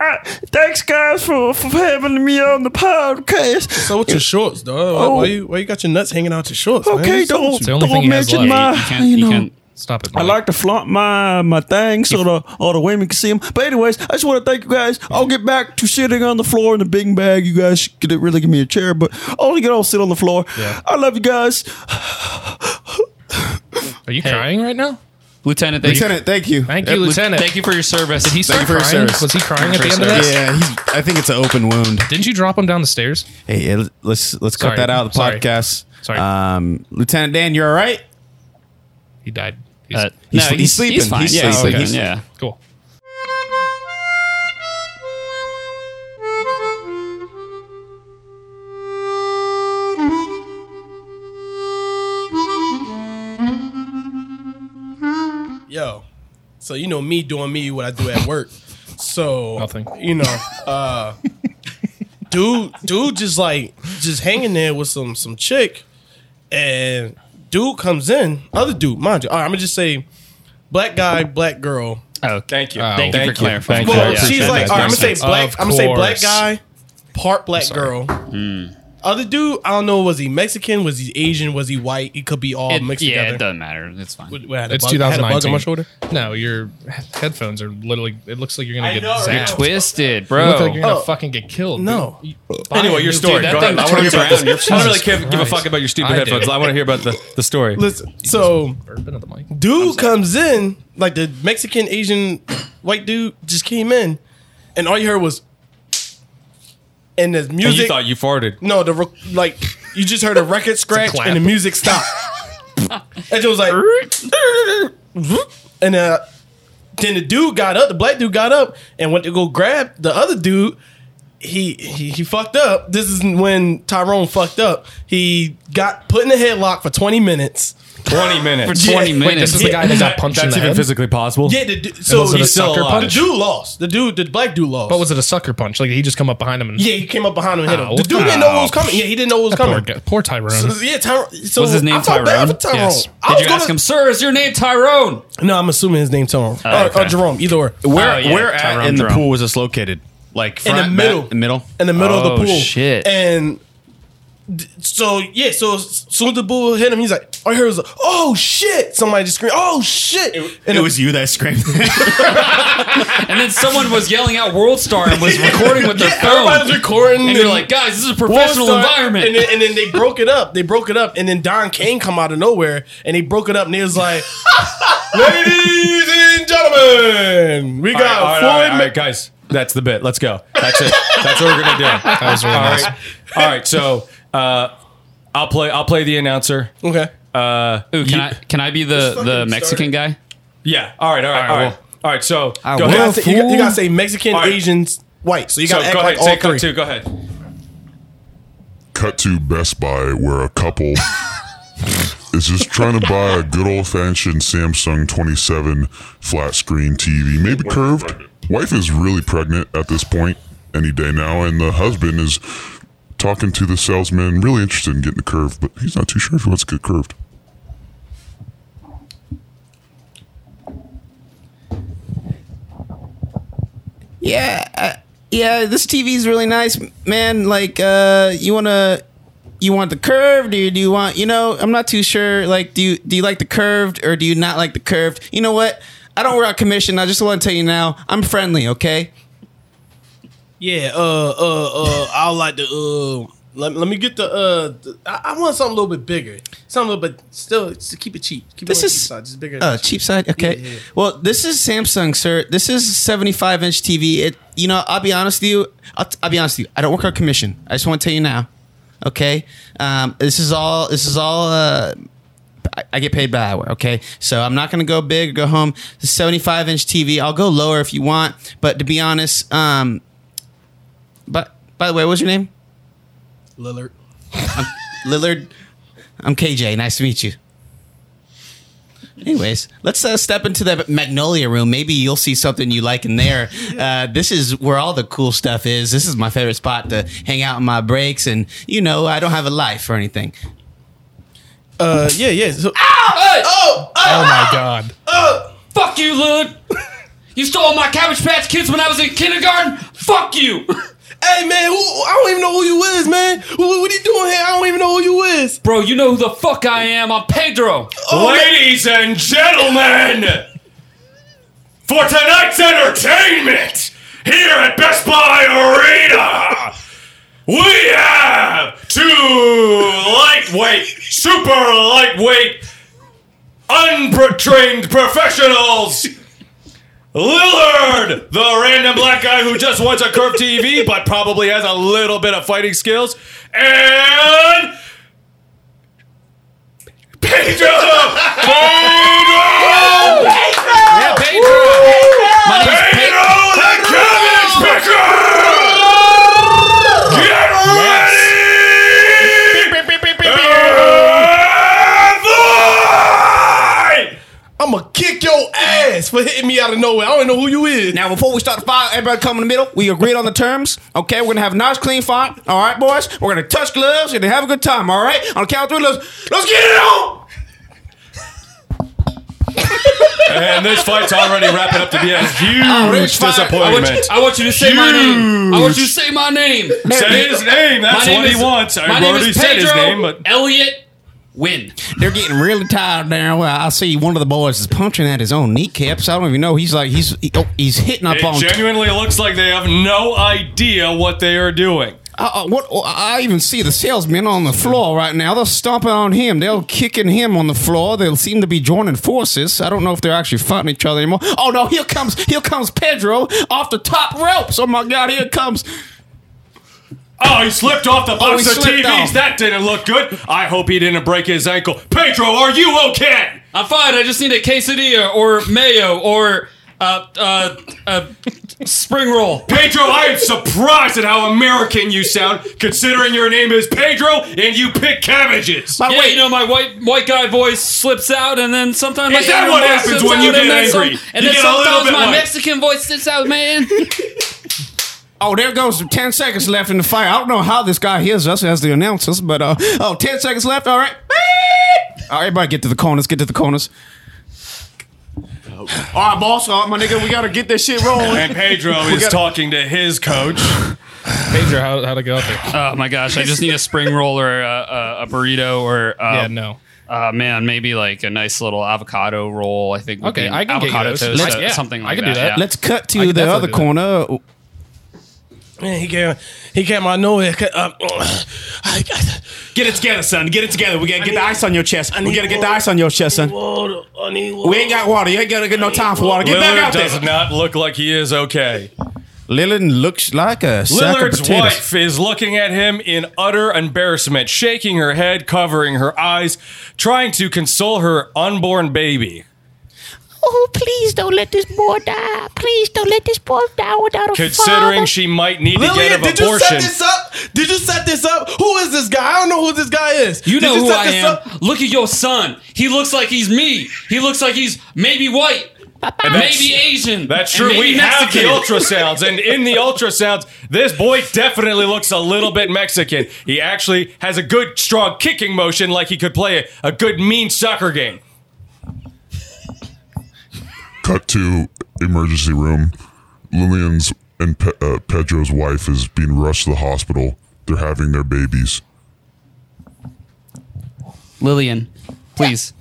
Ah, Thanks, guys, for, for having me on the podcast.
So what's your shorts, dog?
Oh.
Why, why you, why you got your nuts hanging out your shorts? man?
Okay,
What's up with
don't
you?
the only thing
don't
he has
mention
left.
my,
you can't,
you
you
know.
can't.
Stop it.
I
Mike.
like to flaunt my my thing so the all the women can see them. But anyways, I just want to thank you guys. I'll get back to sitting on the floor in the big bag. You guys could really give me a chair, but I only get all sit on the floor. I love you guys.
Are you crying right now?
Lieutenant, thank you.
Lieutenant, thank you.
Thank you,
Lieu-
Lieutenant.
Thank you for your service.
Did he start
you for your
crying?
service.
Was he crying at the
Thank
end
you
of
for your
that?
Yeah, he's, I think it's an open wound.
Didn't you drop him down the stairs?
Hey, eh, let's let's
Sorry.
cut that out of the
Sorry.
podcast.
Sorry.
Um, Lieutenant Dan, you're all right.
He died. He's,
Uh,
He's-
no,
he's sleeping.
He's fine.
He's
yeah,
sleeping. He's-
He's sleeping. Yeah.
cool.
Yo, so you know me doing me what I do at work. So
Nothing.
You know, uh, dude, dude, just like just hanging there with some some chick, and dude comes in. Other dude, mind you. All right, I'm gonna just say, black guy, black girl.
Oh, thank you. thank,
Uh, Thank
you for clarifying.
Thank you.
Well,
Yeah,
she's
appreciate
like,
that.
all right, I'm gonna say
Thanks, man.
black.
Of
I'm gonna say black
course.
guy, part black girl.
Hmm.
Other dude, I don't know. Was he Mexican? Was he Asian? Was he white? It could be all
It-
mixed
yeah, it
together.
doesn't matter. It's fine.
What- what, I had a
It's
bug- I had a bug on my
2019.
shoulder.
No, your headphones are literally. It looks like you're gonna get
You're
zapped.
twisted,
You
bro.
look like you're gonna fucking get killed.
No.
Oh. Anyway, your story.
that
Go
thing
ahead. I want to hear
turns
about
around.
this. I don't really
Jesus
care, give a
Christ.
fuck about your stupid
I do.
headphones. I want to hear about the, the story.
Listen, so
dude. Burping at the mic.
dude comes in, like the Mexican Asian white dude just came in, and all you heard was, and the
and you
music.
thought you farted.
no, the rec- like you just heard a record scratch
clap.
and the music stopped. and it was like, and uh, then the dude got up, the black dude got up and went to go grab the other dude. He, he he fucked up. This is when Tyrone fucked up. He got put in a headlock for twenty minutes.
20 minutes.
For 20
Yeah.
minutes.
This is the guy that got punched in the head.
physically possible?
Yeah, the, du- so
was it a
he's still
sucker
alive.
punch?
The dude lost. The dude, the black dude lost.
But was it a sucker punch? Like he just come up behind him and
yeah, he came up behind him and hit him.
Ow.
The dude didn't know what was coming. Yeah, he didn't know what was
poor,
coming.
guy- poor Tyrone.
So, yeah, Tyrone. So
Was his name
I felt bad
Tyrone?
for Tyrone.
Yes.
I
Did
was
you
gonna,
ask him, sir, is your name Tyrone? Oh,
No, I'm assuming his name Tyrone or,
okay.
or Jerome. Either or.
Where
Oh, yeah,
where at
Tyrone
in the
Jerome.
pool was this located? Like
In the
front, back,
middle.
the middle.
in the middle of
Oh,
the pool.
shit.
And so yeah, so as soon as the bull hit him, he's like, all I heard was, like, "Oh shit!" Somebody just screamed, "Oh shit!" and
it was you that screamed.
And then someone was yelling out "World Star" and was recording with their phone.
everybody was recording,
and you're like, guys, this is a professional
World Star,
environment.
And then, and then they broke it up. They broke it up, and then Don Kane come out of nowhere, and they broke it up, and they was like, "Ladies and gentlemen, we got
all right,
Floyd."
all right, all
Ma-
right, guys. That's the bit. Let's go. That's it. That's what we're gonna do. That was really nice. All right. So uh, I'll play. I'll play the announcer.
Okay.
Uh,
Ooh, can I can I be the
fucking
the Mexican guy?
yeah. All right. All right. All right. all right. So go
You
ahead.
gotta, say, you, got- you gotta say Mexican,
All right.
Asians, white. So you
So
gotta act
go ahead.
like all
Take
three.
cut two. Go ahead.
Cut to Best Buy, where a couple is just trying to buy a good old fashioned Samsung 27 flat screen TV, maybe curved. Wife is really pregnant at this point, any day now, and the husband is talking to the salesman, really interested in getting the curve, but he's not too sure if he wants to get curved.
yeah, uh, yeah. This TV's really nice, man. Like, uh, you wanna, you want the curved, or do you want? You know, I'm not too sure. Like, do you do you like the curved, or do you not like the curved? You know what? I don't work out commission. I just want to tell you now, I'm friendly. Okay.
Yeah, uh, uh, uh, I would like to, uh, let, let me get the, uh, the, I, I want something a little bit bigger. Something a little bit, still, just keep it cheap. Keep
This
it on the
is-
cheap side, just bigger.
Uh, cheap side. Okay.
Yeah, yeah.
Well, this is Samsung, sir. This is 75 inch TV. It. You know, I'll be honest with you. I'll, I'll be honest with you. I don't work out commission. I just want to tell you now. Okay. Um, this is all. This is all. Uh, I, I get paid by hour. Okay. So I'm not gonna go big or go home. The 75 inch TV. I'll go lower if you want. But to be honest, um, but by the way, what's your name?
Lillard.
Lillard. I'm KJ. Nice to meet you. Anyways, let's uh, step into the Magnolia room. Maybe you'll see something you like in there. Uh, this is where all the cool stuff is. This is my favorite spot to hang out in my breaks, and you know I don't have a life or anything.
Uh, yeah, yeah. So,
Oh my god.
uh, Fuck you, Lillard. you stole my Cabbage Patch Kids when I was in kindergarten. Fuck you.
hey, man, who, I don't even know who you is, man. What, what are you doing here? I don't even know who you is. Oh,
Bro, you know who the fuck I am. I'm Pedro.
Ladies and gentlemen, for tonight's entertainment here at Best Buy Arena, we have two lightweight, super lightweight, untrained professionals. Lillard, the random black guy who just wants a curved TV but probably has a little bit of fighting skills, and Pedro! Pedro!
Yeah, Pedro. My name's Pedro.
Pedro the cabbage picker! Get ready!
I'ma kick your ass for hitting me out of nowhere. I don't even know who you is.
Now, before we start the fire, everybody come in the middle. We agreed on the terms. Okay, we're gonna have a nice, clean fight. All right, boys. We're gonna touch gloves and have a good time. All right, on the count of three, let's let's get it on.
And this fight's already wrapping up to be a huge
Oh, I want, you,
disappointment.
I want you to say my name. I want you to say my name.
Say his name. That's what he wants. I
my name
already
is
said his
Pedro
name, but
Elliot Win.
They're getting really tired now. Well, I see one of the boys is punching at his own kneecaps. I don't even know. He's like he's he- oh, he's hitting up
it
on.
genuinely looks like they have no idea what they are doing.
Uh, uh, what oh, I even see the salesman on the floor right now. They're stomping on him. They're kicking him on the floor. They seem to be joining forces. I don't know if they're actually fighting each other anymore. Oh no! Here comes here comes Pedro off the top ropes. Oh my God! Here comes.
Oh, he slipped off the box
he
of
slipped
TVs.
off.
That didn't look good. I hope he didn't break his ankle. Pedro, are you okay?
I'm fine. I just need a quesadilla or mayo or uh, uh, uh, spring roll.
Pedro, I am surprised at how American you sound, considering your name is Pedro and you pick cabbages.
yeah, you know my white white guy voice slips out, and then sometimes
Is
my
that
Aryan
what
voice
happens
slips
when
out,
you
and
get
then some-
angry?
and
You
then
get a little
sometimes
bit
my
white.
Mexican voice slips out, man.
Oh, there goes 10 seconds left in the fire. I don't know how this guy hears us as the announcers, but uh, oh, 10 seconds left. All right. Beep. All right, everybody get to the corners. Get to the corners. All
uh,
right, boss. All right, my nigga, we got to get this shit rolling.
And Pedro is talking to his coach.
Pedro, how, how to go out there?
Oh my gosh, I just need a spring roll or a, a, a burrito or um,
yeah, no.
Uh, man, maybe like a nice little avocado roll. I think. would
Okay,
be-
I can get you
avocado
those.
toast,
Let's-
uh,
yeah,
something
I
like
can do that.
yeah.
Let's cut
I
to
can
the
definitely
other
do that.
corner.
Man, he came, he came out of nowhere. Uh, I got,
Get it together, son. Get it together. We gotta get the ice on your chest. We gotta get the ice on your chest, son.
water, I need water.
We ain't got water. You ain't gonna get no time for water. Get back
Lillard
out
does
there.
not look like he is okay.
Lillard looks like a sack of
Lillard's
potatoes.
wife is looking at him in utter embarrassment, shaking her head, covering her eyes, trying to console her unborn baby.
Oh, please don't let this boy die. Please don't let this boy die without a
Considering
father.
she might need to get
Lillian,
an
did you set
abortion.
this up? Did you set this up? Who is this guy? I don't know who this guy is.
You
Did
know who
set
I am.
this up?
Look at your son. He looks like he's me. He looks like he's maybe white,
that's-
maybe Asian.
That's
and
true.
maybe
We have the
Mexican.
ultrasounds, and in the ultrasounds, this boy definitely looks a little bit Mexican. He actually has a good, strong kicking motion, like he could play a, a good, mean soccer game.
Cut to emergency room. Lillian's and Pe- uh, Pedro's wife is being rushed to the hospital. They're having their babies.
Lillian, please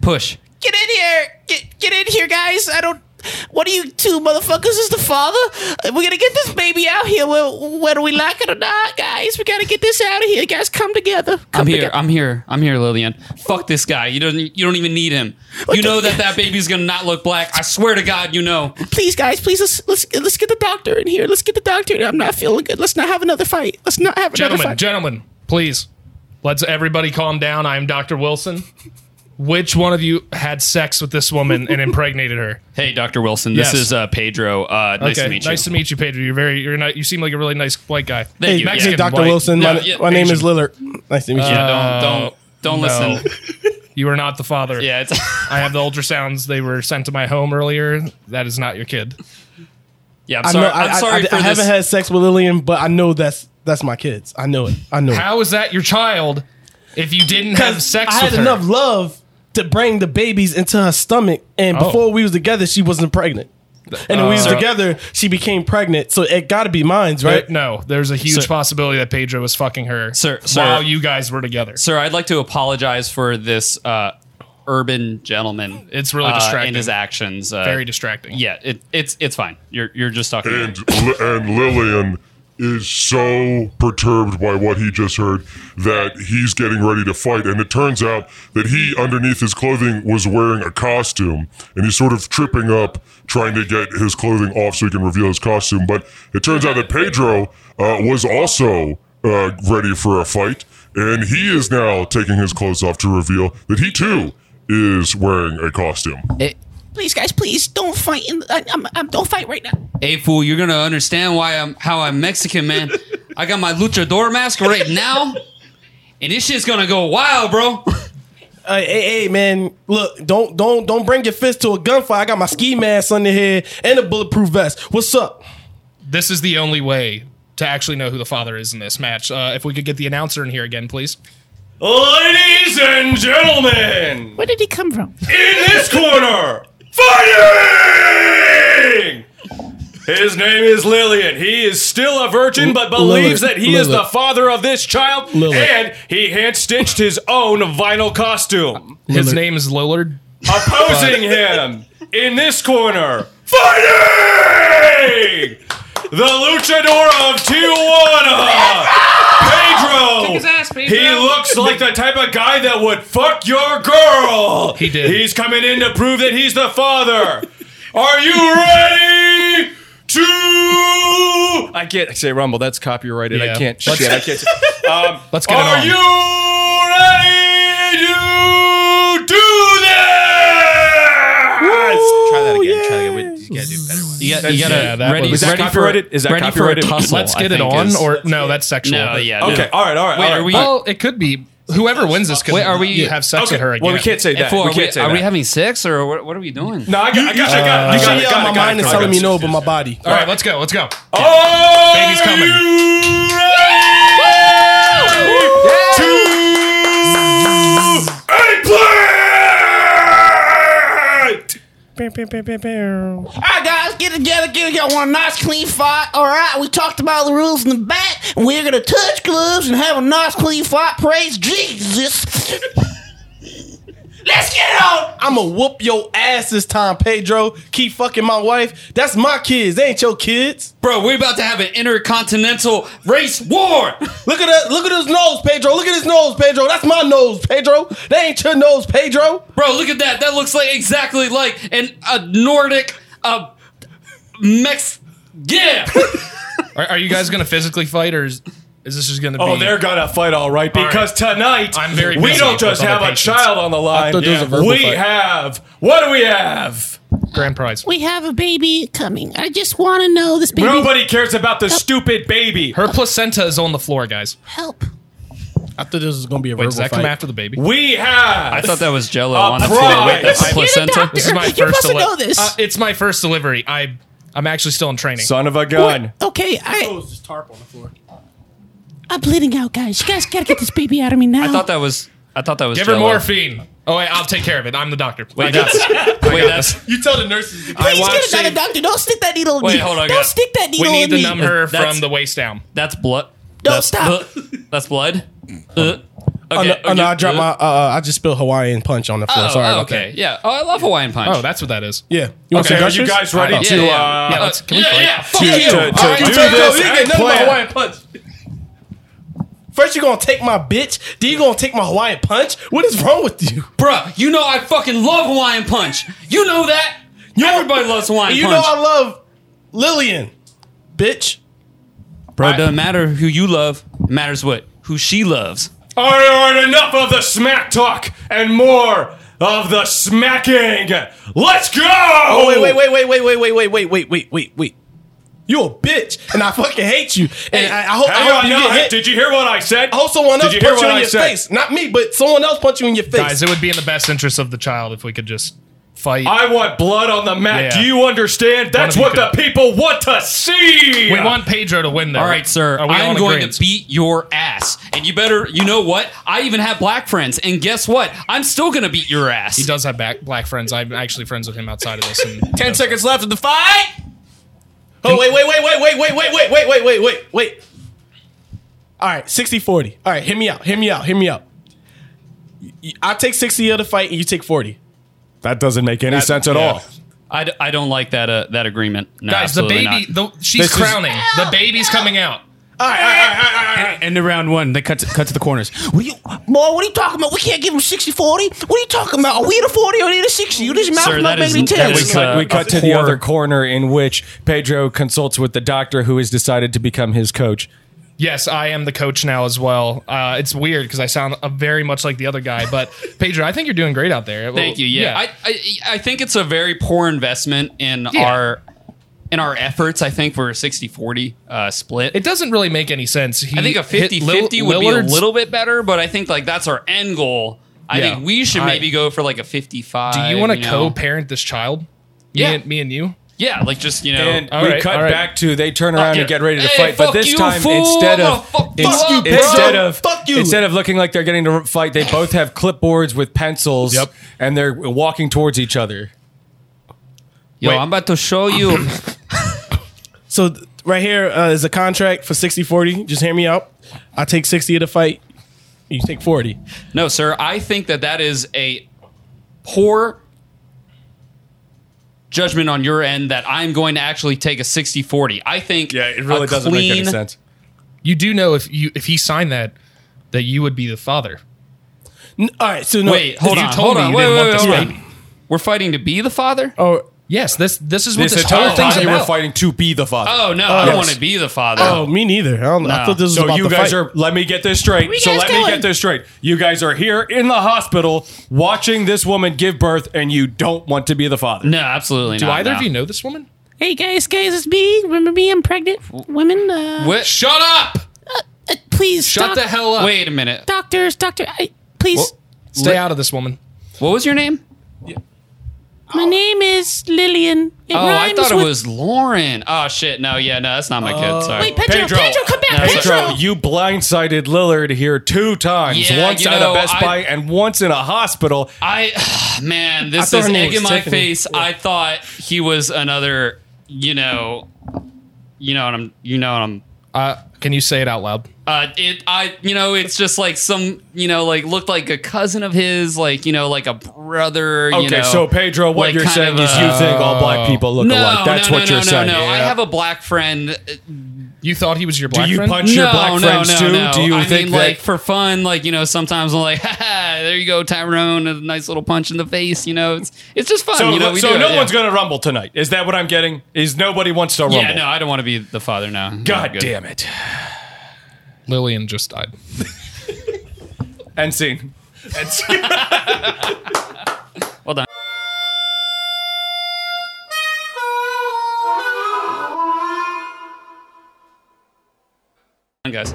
push.
Get in here. Get, get in here, guys. I don't. What are you two motherfuckers? Is the father? We're gonna get this baby out here, whe- whether we like it or not, guys. We gotta get this out of here, guys. Come together. Come
I'm here.
together.
I'm here. I'm here, Lillian. Fuck this guy. You don't. You don't even need him. You know that that baby's gonna not look black. I swear to God, you know.
please, guys. Please, let's, let's let's get the doctor in here. Let's get the doctor in here. I'm not feeling good. Let's not have another fight. Let's not have another
Gentlemen,
fight.
gentlemen, please. Let's everybody calm down. I am Dr. Wilson. Which one of you had sex with this woman and impregnated her?
Hey, Doctor Wilson. This
Yes.
is uh, Pedro. Uh, nice to meet you.
nice to meet you, Pedro. You're very, you're not, you seem like a really nice white guy.
Thank you.
Mexican
Yeah.
Dr.
white.
Wilson, my,
No, yeah,
my name
Asian.
is Lillard. Nice to meet you.
Uh,
Yeah, don't don't don't
No.
listen.
You are not the father.
Yeah, it's
I have the ultrasounds. They were sent to my home earlier. That is not your kid.
yeah. I'm
I know,
sorry.
I,
I'm sorry
I, I,
for
I
this.
haven't had sex with Lillian, but I know that's that's my kids. I know it. I know it.
How is that your child if you didn't have sex
I had
with her?
enough love to bring the babies into her stomach, and
Oh.
before we was together, she wasn't pregnant. And when we was
Uh,
together, she became pregnant. So it got to be mine, right?
But no, there's a huge possibility that Pedro was fucking her
Sir- sir.
while you guys were together.
Sir, I'd like to apologize for this uh, urban gentleman.
It's really distracting.
and his actions. Uh,
Very distracting.
Yeah, it, it's it's fine. You're you're just talking. to
And
me.
Li- and Lillian is so perturbed by what he just heard that he's getting ready to fight. And it turns out that he, underneath his clothing, was wearing a costume, and he's sort of tripping up trying to get his clothing off so he can reveal his costume. But it turns out that Pedro uh, was also uh, ready for a fight, and he is now taking his clothes off to reveal that he too is wearing a costume.
Please, guys. Please don't fight. In, I, I'm, I'm don't fight right now.
Hey fool, you're gonna understand why I'm how I'm Mexican, man. I got my luchador mask right now, and this shit's gonna go wild, bro.
Uh, hey, hey, man, look, don't don't don't bring your fist to a gunfight. I got my ski mask under here and a bulletproof vest. What's up?
This is the only way to actually know who the father is in this match. Uh, if we could get the announcer in here again, please.
Oh, Ladies and gentlemen,
Where did he come from?
in this corner, fighting! His name is Lillian. He is still a virgin, but believes that he is the father of this child, and he hand stitched his own vinyl costume.
His name is Lillard.
opposing him in this corner, fighting the luchador of Tijuana, Pedro. He looks like the type of guy that would fuck your girl.
He did.
He's coming in to prove that he's the father. Are you ready? To I can't say rumble. That's copyrighted.
Yeah.
I can't.
Let's-
Shit, I can't. Um,
Let's get
Are
it on.
you ready to do this?
Try that again. Try that again. Wait, you gotta do a better one.
You, got, you gotta
Yeah, that
ready,
was- Is that
ready
copyrighted?
For,
Is that
ready
copyrighted?
For a tussle,
Let's get
I
it
think
on,
is-
or no, that's sexual.
no,
but-
yeah. no.
Okay. All right. All right.
Wait,
all right.
are we?
Well, it could be whoever wins this. Could
Wait, are we-
you have sex with her again?
Well, we can't say
Hey,
that.
fool,
we
are
can't
we,
say
are
that.
we having sex, or what, what are we doing?
no, I got. I
Uh,
got. I got.
You
I got.
see,
it, got it,
yeah, my
got
mind
it,
is
got
telling
it.
me no, but my body.
All right, let's go. Let's go.
Are
Baby's coming.
you ready
All
to
right, guys, get together, get together. Want a nice, clean fight? All right, we talked about the rules in the back. We're gonna touch gloves and have a nice, clean fight. Praise Jesus. Let's get it on.
I'ma whoop your ass this time, Pedro. Keep fucking my wife. That's my kids. They ain't your kids.
Bro, we about to have an intercontinental race war.
Look at that. Look at his nose, Pedro. Look at his nose, Pedro. That's my nose, Pedro. They ain't your nose, Pedro.
Bro, look at that. That looks like exactly like an a Nordic uh Mex Yeah.
Are, are you guys going to physically fight, or is, is this just going to be?
Oh, they're gonna fight all right because tonight
I'm very
we
busy
don't just
with
have
other
a
patients.
child on the line.
thought there was a verbal
We
fight.
have what do we have?
grand prize.
We have a baby coming. I just want to know this baby.
Nobody cares about the stupid baby.
Her placenta is on the floor, guys.
Help.
I thought this was gonna be a
Wait,
verbal
does that
fight.
come after the baby?
We have.
I thought that was Jello.
A
Honestly, wait, that's
prize.
placenta.
This is my
You're
first
supposed to
deli-
know this.
Uh, it's my first delivery. I I'm actually still in training.
Son of a gun.
Okay, I,
was just tarp on the floor.
I'm bleeding out, guys. You guys gotta get this baby out of me now.
I thought that was. I thought that was.
Give her
Jell-O.
morphine. Oh wait, I'll take care of it. I'm the doctor.
Wait, that's. wait, that's.
You tell the nurses. To
Please
I watched
get another
it.
doctor. Don't stick that needle in
Wait,
me.
hold on,
Don't
guys.
stick that needle
we need
in
to
me.
numb her
That's-
from the waist down.
That's blood.
Don't
that's,
stop.
that's blood. Uh, okay.
Oh, no, I dropped
uh,
my. Uh, I just spilled Hawaiian punch on the floor.
Oh,
Sorry
oh,
about
okay. Yeah. Oh, I love Hawaiian punch.
Oh, that's what that is.
that. Yeah. You want
Okay,
some
are you
gushers?
guys ready
yeah,
to
yeah,
uh,
Yeah, let's, can we
yeah,
fight?
yeah, fuck
to,
you.
to, to
All right,
do
you take
this
those. You
as
get nothing but Hawaiian
planned?
punch.
First you gonna take my bitch. Then you gonna take my Hawaiian punch. What is wrong with you?
Bruh, you know I fucking love Hawaiian punch. You know that. Everybody loves Hawaiian
You know
punch.
I love Lillian, bitch.
Bro, it doesn't matter who you love. Matters what who she loves.
All right, enough of the smack talk and more of the smacking. Let's go. Oh,
Wait, wait, wait, wait, wait, wait, wait, wait, wait, wait, wait, wait, wait. You a bitch, and I fucking hate you. And I, I hope, I
Hang
hope
on,
you
no,
get
hey,
hit.
did you hear what I said?
I hope someone
Did
else
you
punch
hear
you
what
in
I
your
said?
face. Not me, but someone else punch you in your face.
Guys, it would be in the best interest of the child if we could just fight.
I want blood on the mat.
Yeah.
Do you understand? That's
of you
what the
could-
people want to see.
we want Pedro to win, though.
All right, sir.
Are we
I'm
all
going
agreed?
to beat your ass. And you better, you know what? I even have black friends. And guess what? I'm still going to beat your ass.
He does have back, black friends. I'm actually friends with him outside of this. And,
Ten seconds left of the fight.
Oh, wait, wait, wait, wait, wait, wait, wait, wait, wait, wait, wait, wait, wait. All right, 60 40. All right, hear me out, hear me out, hear me out. Y- y- I take 60 of the fight and you take 40.
That doesn't make any sense at
yeah.
all.
I, d- I don't like that uh, that agreement. No,
guys, the
absolutely
baby,
not.
the, she's crowning. the baby's coming out.
End of round one. They cut to, cut to the corners.
What are you, boy, what are you talking about? We can't give him 60 40. What are you talking about? Are we at a 40 or are we at a 60? You just mouth
Sir,
my
that is-
baby
that
tails.
is-
we cut,
uh,
we cut
a
to the
poor-
other corner in which Pedro consults with the doctor who has decided to become his coach.
Yes, I am the coach now as well. Uh, it's weird because I sound uh, very much like the other guy, but Pedro, I think you're doing great out there.
Thank you. Yeah, I, I I think it's a very poor investment in
Yeah.
our in our efforts. I think for a 60-40 uh, split.
it doesn't really make any sense. He
I think a
hit
50
Lil-
50 would be
Lillard's-
a little bit better, but I think like that's our end goal. I
Yeah.
think we should
I-
maybe go for like a 55.
Do you want to
know?
co-parent this child?
Yeah.
me and, me and you.
Yeah, like just, you know.
And
all
we
right,
cut
all right.
back to they turn around
yeah.
and get ready to
Hey,
fight, but
fuck
this
you,
time
fool.
instead
I'm gonna
of
fuck
ins-
you up, bro.
instead of
Fuck you.
instead of looking like they're getting to fight, they both have clipboards with pencils,
Yep.
and they're walking towards each other.
Yo,
Wait.
I'm about to show you.
So, th- right here uh, is a contract for 60 40. Just hear me out. I take 60 of the fight, you take 40.
no, sir. I think that that is a poor judgment on your end that I'm going to actually take a 60 40. I think. a clean-
You do know if you if he signed that, that you would be the father.
N- All right, so no.
Wait, hold
you
on. Hold
told me
on.
you
Wait,
didn't
wait,
want
wait,
this
wait.
baby.
We're fighting to be the father? Oh,
Oh,
Yes, this this is what
This
this,
entire
whole thing's
time we're
about.
fighting to be the father.
Oh, no. I don't
yes.
want to be the father.
oh, me neither. I, don't, I thought this was
So
about
you
the
guys
fight.
are. Let me get this straight.
you
So
guys
let me
going?
get this straight. You guys are here in the hospital watching this woman give birth, and you don't want to be the father.
No, absolutely
Do
not.
either
no.
of you know this woman?
Hey, guys, guys, it's me. Remember me? I'm pregnant. Women, uh,
What?
Shut up!
uh, please.
Shut
doc-
the hell up!
Wait a minute.
Doctors, doctor, I, please.
stay out of this woman.
What was your name?
My name is Lillian. It
oh, I
rhymes
thought it
with- Uh,
was Lauren. Oh shit, no, yeah, no, that's not my kid. Sorry.
Wait, Pedro, Pedro, come back,
No,
Pedro.
sorry.
you blindsided Lillard here two times.
Yeah,
once
you
at
know,
a Best
I-
Buy and once in a hospital.
I man, this
I thought
is
her name
egg
was
in my
Tiffany.
face. I thought he was another, you know, you know what I'm, you know what I'm.
Uh, can you say it out loud?
Uh, it, I, you know, it's just like some, you know, like looked like a cousin of his, like you know, like a brother. you
Okay,
know,
so, Pedro, what
like
you're
kind
saying
of
is
a-
you think all black people look
no,
alike. That's
no,
what
no,
you're
no,
saying.
No, no, I
Oh. Yeah.
have a black friend.
You thought he was your
black you friend? punch your black friends too? Do you
I
think
mean,
that-
like for fun? Like you know, sometimes I'm like, "Ha, ha, there you go, Tyrone, a nice little punch in the face. You know, it's it's just fun.
So,
you know, we
so
do
no
it, yeah.
one's going to rumble tonight. Is that what I'm getting? Is nobody wants to rumble?
Yeah, no, I don't want to be the father now.
God
Good.
damn it.
Lillian just died.
End scene.
well done. guys.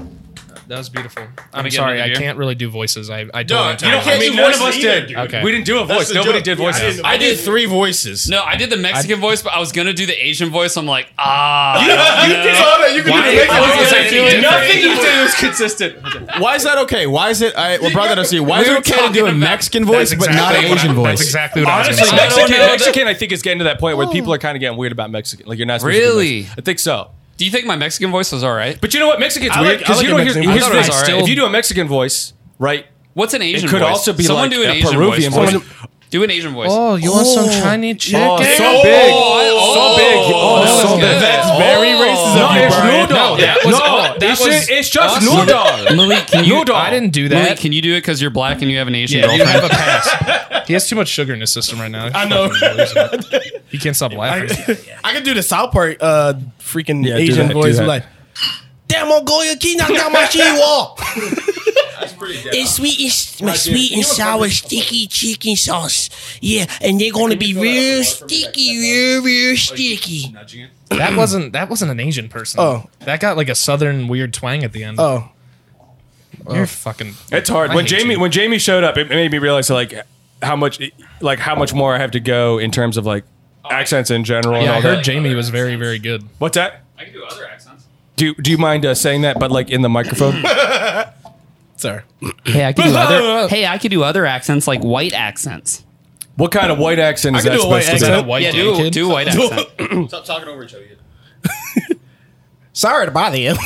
That was beautiful.
me
I'm
get
sorry, I
another beer.
can't really do voices. I, I
No,
don't.
you don't- I mean, one of us did.
Okay.
We didn't do a
That's
voice.
the
Nobody
joke.
did
Yeah, I
voices.
didn't- I
did three voices.
No, I did the Mexican voice, but I was gonna do the Asian voice. I'm like, ah.
You did all that. You could do
Why-
the Mexican
I was gonna
voice.
say
Nothing
different.
you did
was consistent.
Why is that okay? Why is it? I well, brought that up to you. Why is it
We were
okay to do a Mexican voice but not an Asian voice?
Honestly, Mexican,
know.
Mexican, I think is getting to that point where people are kind of getting weird about Mexican. Like you're not supposed to do
Really?
Mexican. I think so.
Do you think my Mexican voice was all right?
But you know what? Mexican's
I like-
weird
I
because
like
you don't
a
hear.
Mexican
Here's
voice.
the thing.
I still-
if you do a Mexican voice, right?
What's an Asian
It could
voice?
also be
Someone
like
do an
a
Asian
Peruvian
voice.
voice.
Someone- Do an Asian voice.
Oh, you want some Chinese chicken?
Oh, it's so big. so big. Oh,
that
so
was
big.
good.
That's very
Oh.
racist.
of
No,
you,
it's
Brian.
noodle.
No, that was-
no,
that
it's,
was
just, it's just
us.
noodle.
Malik, can you?
Noodle.
I didn't do that.
Malik, can you do it because you're black and you have an Asian
yeah, you
girlfriend?
have a pass. he has too much sugar in his system right now. I
know.
he can't stop laughing.
I could do the South Park uh, freaking
Yeah, do
Asian
that, do
voice.
that.
Like, damn Mongolia, key knock down my key wall.
It's sweet and, my sweet and sour sticky chicken sauce. Yeah, and they're gonna be real sticky, real, real sticky.
that wasn't that wasn't an Asian person.
Oh.
that got like a southern weird twang at the end.
Oh,
you're fucking.
It's hard
I
when
hate
Jamie when Jamie showed up. It made me realize like how much like how much more I have to go in terms of like accents in general. and
Yeah,
all
I heard
that.
Jamie was very very good.
What's that?
I can do other accents.
Do Do you mind uh, saying that? But like in the microphone.
Sir.
Hey, I can do other. Hey, I could do other accents like white accents.
What kind of white accent is
I can
that
do a white
supposed to be?
accent. Yeah, do- do a white accent.
Stop talking over each other.
Sorry to bother you.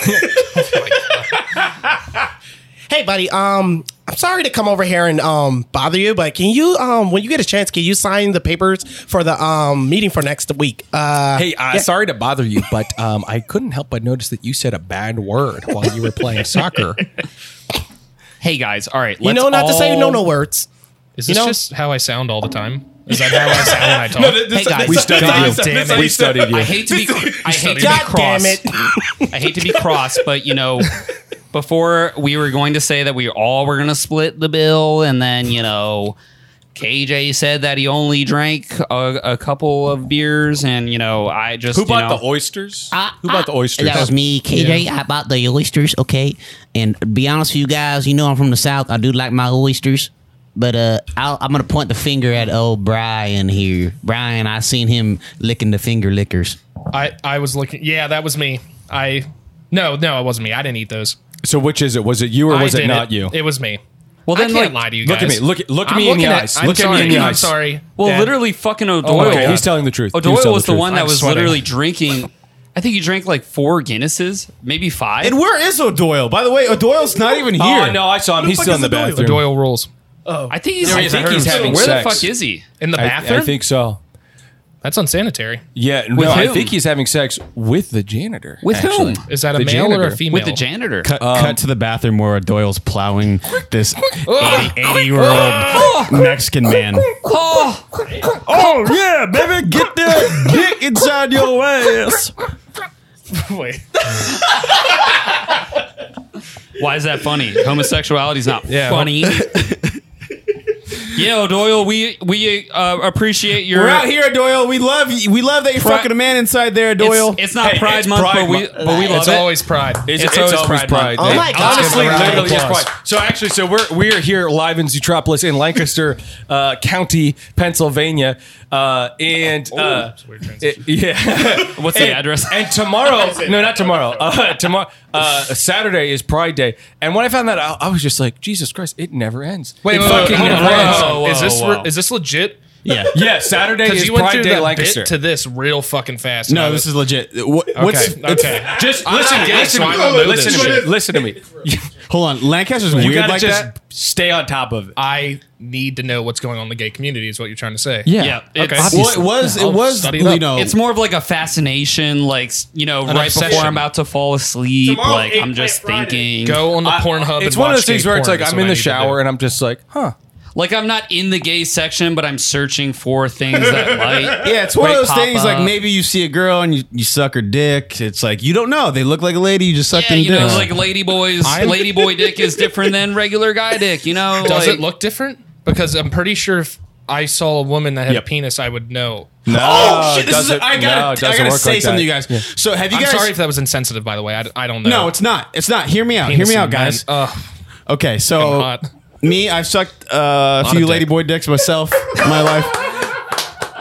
hey, buddy. Um, I'm sorry to come over here and um bother you, but can you um when you get a chance, can you sign the papers for the um meeting for next week? Uh,
Hey, uh,
yeah.
sorry to bother you, but um, I couldn't help but notice that you said a bad word while you were playing soccer.
Hey guys, all right.
You know not to say no no words.
Is
You
this
know-
just how I sound all the time? Is that how I sound when I talk?
Hey guys,
We studied
God
you.
damn it.
We studied you.
I hate to be. I hate to be
God damn
cross.
it!
I hate to be cross, but you know, before we were going to say that we all were going to split the bill, and then you know, KJ said that he only drank a, a couple of beers, and you know, I just
Who
you
bought
know-
the oysters?
Ah,
Who bought the oysters?
That was me, KJ. I bought the oysters, okay? And to be honest with you guys, you know I'm from the South. I do like my oysters. But uh, I'll, I'm going to point the finger at old Brian here. Brian, I seen him licking the finger lickers.
I I was looking. Yeah, that was me. I no no, it wasn't me. I didn't eat those.
So which is it? Was it you or was
I
it
did
not you?
It was me.
Well,
I
then,
can't
like,
lie to you guys.
look at me. Look at- look at
I'm
me in the
looking
eyes.
I'm
Look at me in
sorry.
the
I'm
eyes.
sorry.
Well,
Dad. Oh,
literally, fucking O'Doyle.
Okay, he's telling the truth. He
O'Doyle was,
was telling the
the,
truth.
one that
I'm
was
sweating.
literally drinking. I think he drank like four Guinnesses, maybe five.
And where is O'Doyle? By the way, O'Doyle's not even here.
Oh no, I saw him. He's still in the bathroom.
Doyle rules
I think he's.
There he
I
is. I
think
heard
he's
him
having.
having
Where the
sex.
fuck is he?
in the
I,
bathroom.
I think so.
that's unsanitary.
Yeah, no, I
whom?
think he's having sex with the janitor.
With
actually.
whom?
Is that a
The
male or a
janitor.
female?
With the janitor.
Cut,
Um,
cut to the bathroom where O'Doyle's plowing this 80 year old Mexican man.
Oh,
Oh yeah, baby, get that dick inside your ass.
Wait.
why is that funny? Homosexuality is not
Yeah.
funny. Yeah, O'Doyle, we we uh, appreciate your.
We're out here, Doyle. We love you. We love that you're
Pri-
fucking a man inside there, Doyle.
It's, it's not Pride Month, but we but we love
It's
it.
always
Pride.
It's, it's always, Pride. Pride.
Oh my
It-
God.
Honestly,
Let's give it a round of
literally, it's
applause.
Pride. So actually, so we're we're here live in Zootropolis in Lancaster uh, County, Pennsylvania, uh, and
Oh,
uh, it- yeah,
What's the
And-
address?
And tomorrow, no, not tomorrow. Uh, tomorrow, uh, Saturday is Pride Day, and when I found that out, I was just like, Jesus Christ, it never ends.
Wait,
it
wait, wait,
fucking
hold on,
never
hold on,
ends.
hold on. is this re- is this legit?
Yeah. Yeah, Saturday
'Cause
is
you went
Pride
through
Day
that
Lancaster.
bit to this real fucking fast.
No, this is legit. What, What's
okay. okay.
Just
I'm
listen,
not gay,
listen,
so I'm not
to me.
moving
listen to me.
shit.
Listen to me.
Hold on, Lancaster's
You
weird
gotta
like
just
that.
stay on top of it.
I need to know what's going on in the gay community. Is what you're trying to say?
Yeah.
Yeah,
Okay.
it's-
Well, it was. It was.
study it
You
up.
know.
It's more of like a fascination, like s- you know,
An
right
obsession.
before I'm about to fall asleep,
Tomorrow,
like
eight
I'm
Black
just
Friday.
thinking.
Go on the Pornhub. and
It's one of
watch
those things
gay
where it's
porn
like
is
I'm
what
in
I
the
need to do.
shower and I'm just like, huh.
Like I'm not in the gay section, but I'm searching for things that like.
Yeah, it's one
might
of those
pop
things like
up.
maybe you see a girl and you, you suck her dick. It's like you don't know. They look like a lady. You just sucked
Yeah,
in
you know,
dick.
like lady boys, lady boy dick is different than regular guy dick. You know,
Does
like,
it look different? Because I'm pretty sure if I saw a woman that had
Yep.
a penis, I would know.
no,
No,
oh shit! This is.
doesn't-
I
no, it
gotta. I
doesn't
gotta
work
say
like
something,
that.
to you guys.
Yeah.
So have you
I'm
guys?
sorry if that was insensitive, by the way. I, I don't know.
no, it's not. It's not. Hear me out.
Penis
Hear me out,
and men.
guys.
Ugh.
Okay,
I'm
so
hot.
me, I've sucked uh, a few
of
lady
dick.
boy dicks myself in my life.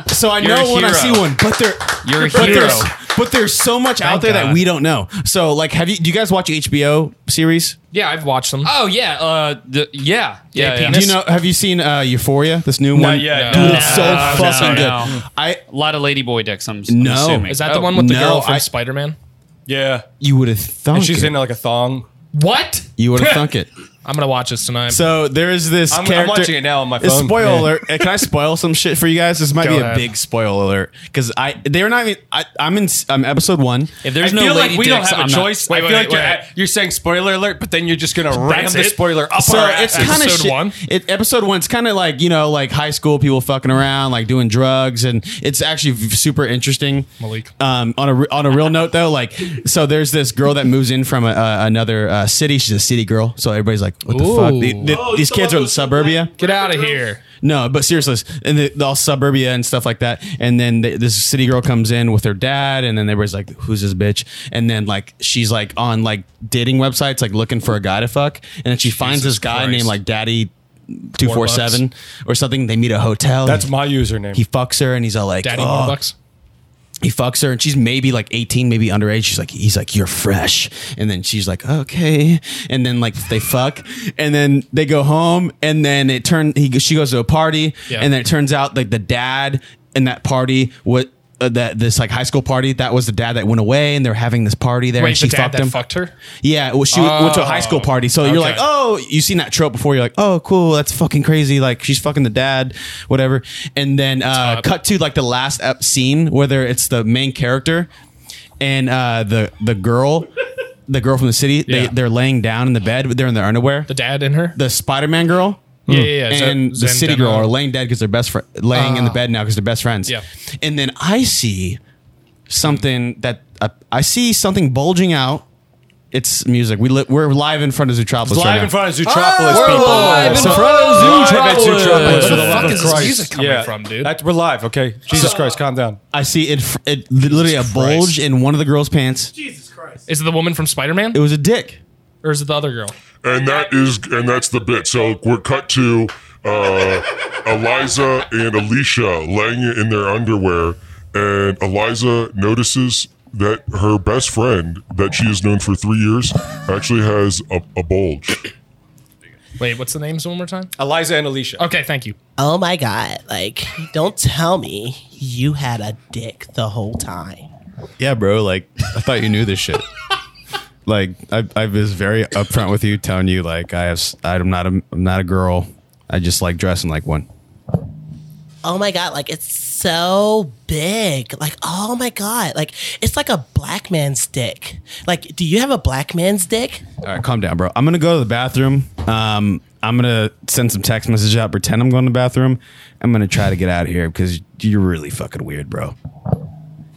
So I
You're
know
a
when I
hero.
see one, but they're
You're a
but
hero.
There's, but there's so much out there that
God.
we don't know. So like, have you? Do you guys watch HBO series?
Yeah, I've watched them.
Oh yeah, uh, the, yeah, yeah, yeah.
Do you know? Have you seen uh, Euphoria? This new one.
yet.
dude,
No.
it's so
No, no,
fucking
no.
good. I
A lot of ladyboy dicks. I'm, I'm
No.
assuming. Oh,
Is that the one with the
no,
girl from
I-
Spider Man?
Yeah.
you would have thunk
And she's
it.
in like a thong.
What?
you would have thunk it.
I'm gonna watch this tonight.
So there is this
I'm- I'm
character.
watching it now on my
It's
phone.
Spoiler
Yeah.
alert! Can I spoil some shit for you guys? This might
Go
be
ahead.
a big spoiler alert because I they're not even. I, I'm in. I'm episode one.
If there's
I
no
feel
lady
like we
dicks,
don't have
I'm
a
not-
choice.
Wait,
I
wait,
feel like
wait.
You're, you're saying spoiler alert, but then you're just gonna ram the
it?
spoiler up
so
our
it's
asses.
kind of
Episode
shit.
one?
It, episode one. It's kind of like you know, like high school people fucking around, like doing drugs, and it's actually v- super interesting.
Malik.
Um, on a re- on a real note though, like so, there's this girl that moves in from a, a, another uh, city. She's a city girl, so everybody's like, "What the fuck?"
Ooh.
The- the- these
Oh,
kids are in suburbia.
Get out of here.
No, but seriously, and the, all suburbia and stuff like that. And then th this city girl comes in with her dad, and then everybody's like, "Who's this bitch?" And then like she's like on like dating websites, like looking for a guy to fuck, and then she finds this guy
Christ.
named like Daddy Two Four Seven or something. They meet at a hotel.
That's
He-
my username.
He fucks her, and he's all like,
Daddy
"Oh."
oh. bucks.
he fucks her and she's maybe like 18 maybe underage she's like he's like you're fresh and then she's like okay and then like they fuck and then they go home and then it turn he she goes to a party
Yeah.
and then it turns out like the dad in that party what uh, that this like high school party that was the dad that went away and they're having this party there
Wait,
and she
the dad
fucked
that
him
fucked her. Oh.
yeah, well, she went to a high school party, so you're
okay.
like, oh, you seen that trope before? You're like, oh, cool, that's fucking crazy. Like she's fucking the dad, whatever. And then uh, cut to like the last ep- scene, whether it's the main character and uh, the the girl, the girl from the city, they,
Yeah.
they're laying down in the bed, but they're in their underwear.
The
The,
dad in her.
Spider Man girl.
yeah, yeah, yeah.
And
Zan-
the city
Zandemo.
girl are laying dead because they're best friend, laying in the bed now because they're best friends.
Ah. Yeah.
And then I see something that uh, I see something bulging out. It's music. We li- we're live in front of Zootropolis.
It's
right
live
now.
in front of
Ah,
Zootropolis,
we're
people.
live in
So-
front of
Live at
Zootropolis.
for
Where the
love
fuck
of
is this
Christ.
music coming from, dude?
That, we're live, okay? Jesus Christ, calm down.
I see it. fr- It literally a bulge
Christ.
in one of the girl's pants.
Is it the woman from Spider Man
It was a dick.
or is it the other girl?
and that is and that's the bit. So we're cut to uh, Eliza and Alicia laying in their underwear, and Eliza notices that her best friend that she has known for three years actually has a, a bulge.
Wait, what's the names one more time?
Eliza and Alicia.
Okay, thank you.
Oh my god! Like, don't tell me you had a dick the whole time.
Yeah, bro. Like I thought you knew this shit. like I, I was very upfront with you, telling you like I have. s- I'm not a. I'm not a girl. I just like dressing like one.
oh my god like it's so big like oh my god like it's like a black man's dick like do you have a black man's dick
All right, calm down, bro. I'm gonna go to the bathroom. Um, I'm gonna send some text messages out. Pretend I'm going to the bathroom. I'm gonna try to get out of here because you're really fucking weird, bro.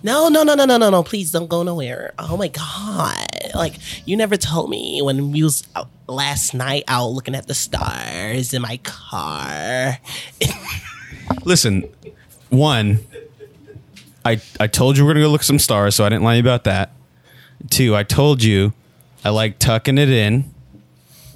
no no no no no no no please don't go nowhere oh my god like you never told me when we was out last night out looking at the stars in my car.
Listen, one, I I told you we're gonna go look at some stars, so I didn't lie about that. Two, I told you I like tucking it in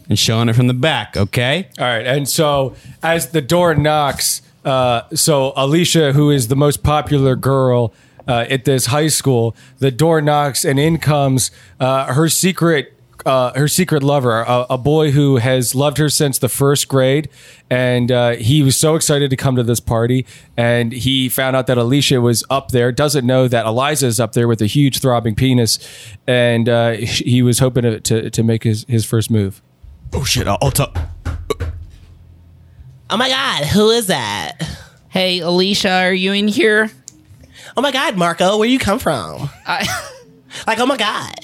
and showing it from the back. Okay.
All right, and so as the door knocks, uh, so Alicia, who is the most popular girl uh, at this high school, the door knocks, and in comes uh, her secret. Uh, her secret lover, a, a boy who has loved her since the first grade, and uh, he was so excited to come to this party. And he found out that Alicia was up there. Doesn't know that Eliza is up there with a huge throbbing penis, and uh, he was hoping to, to to make his his first move.
Oh shit! I'll, I'll tuck.
Oh my god, who is that?
Hey, Alicia, are you in here?
Oh my god, Marco, where you come from?
I,
like, oh my god.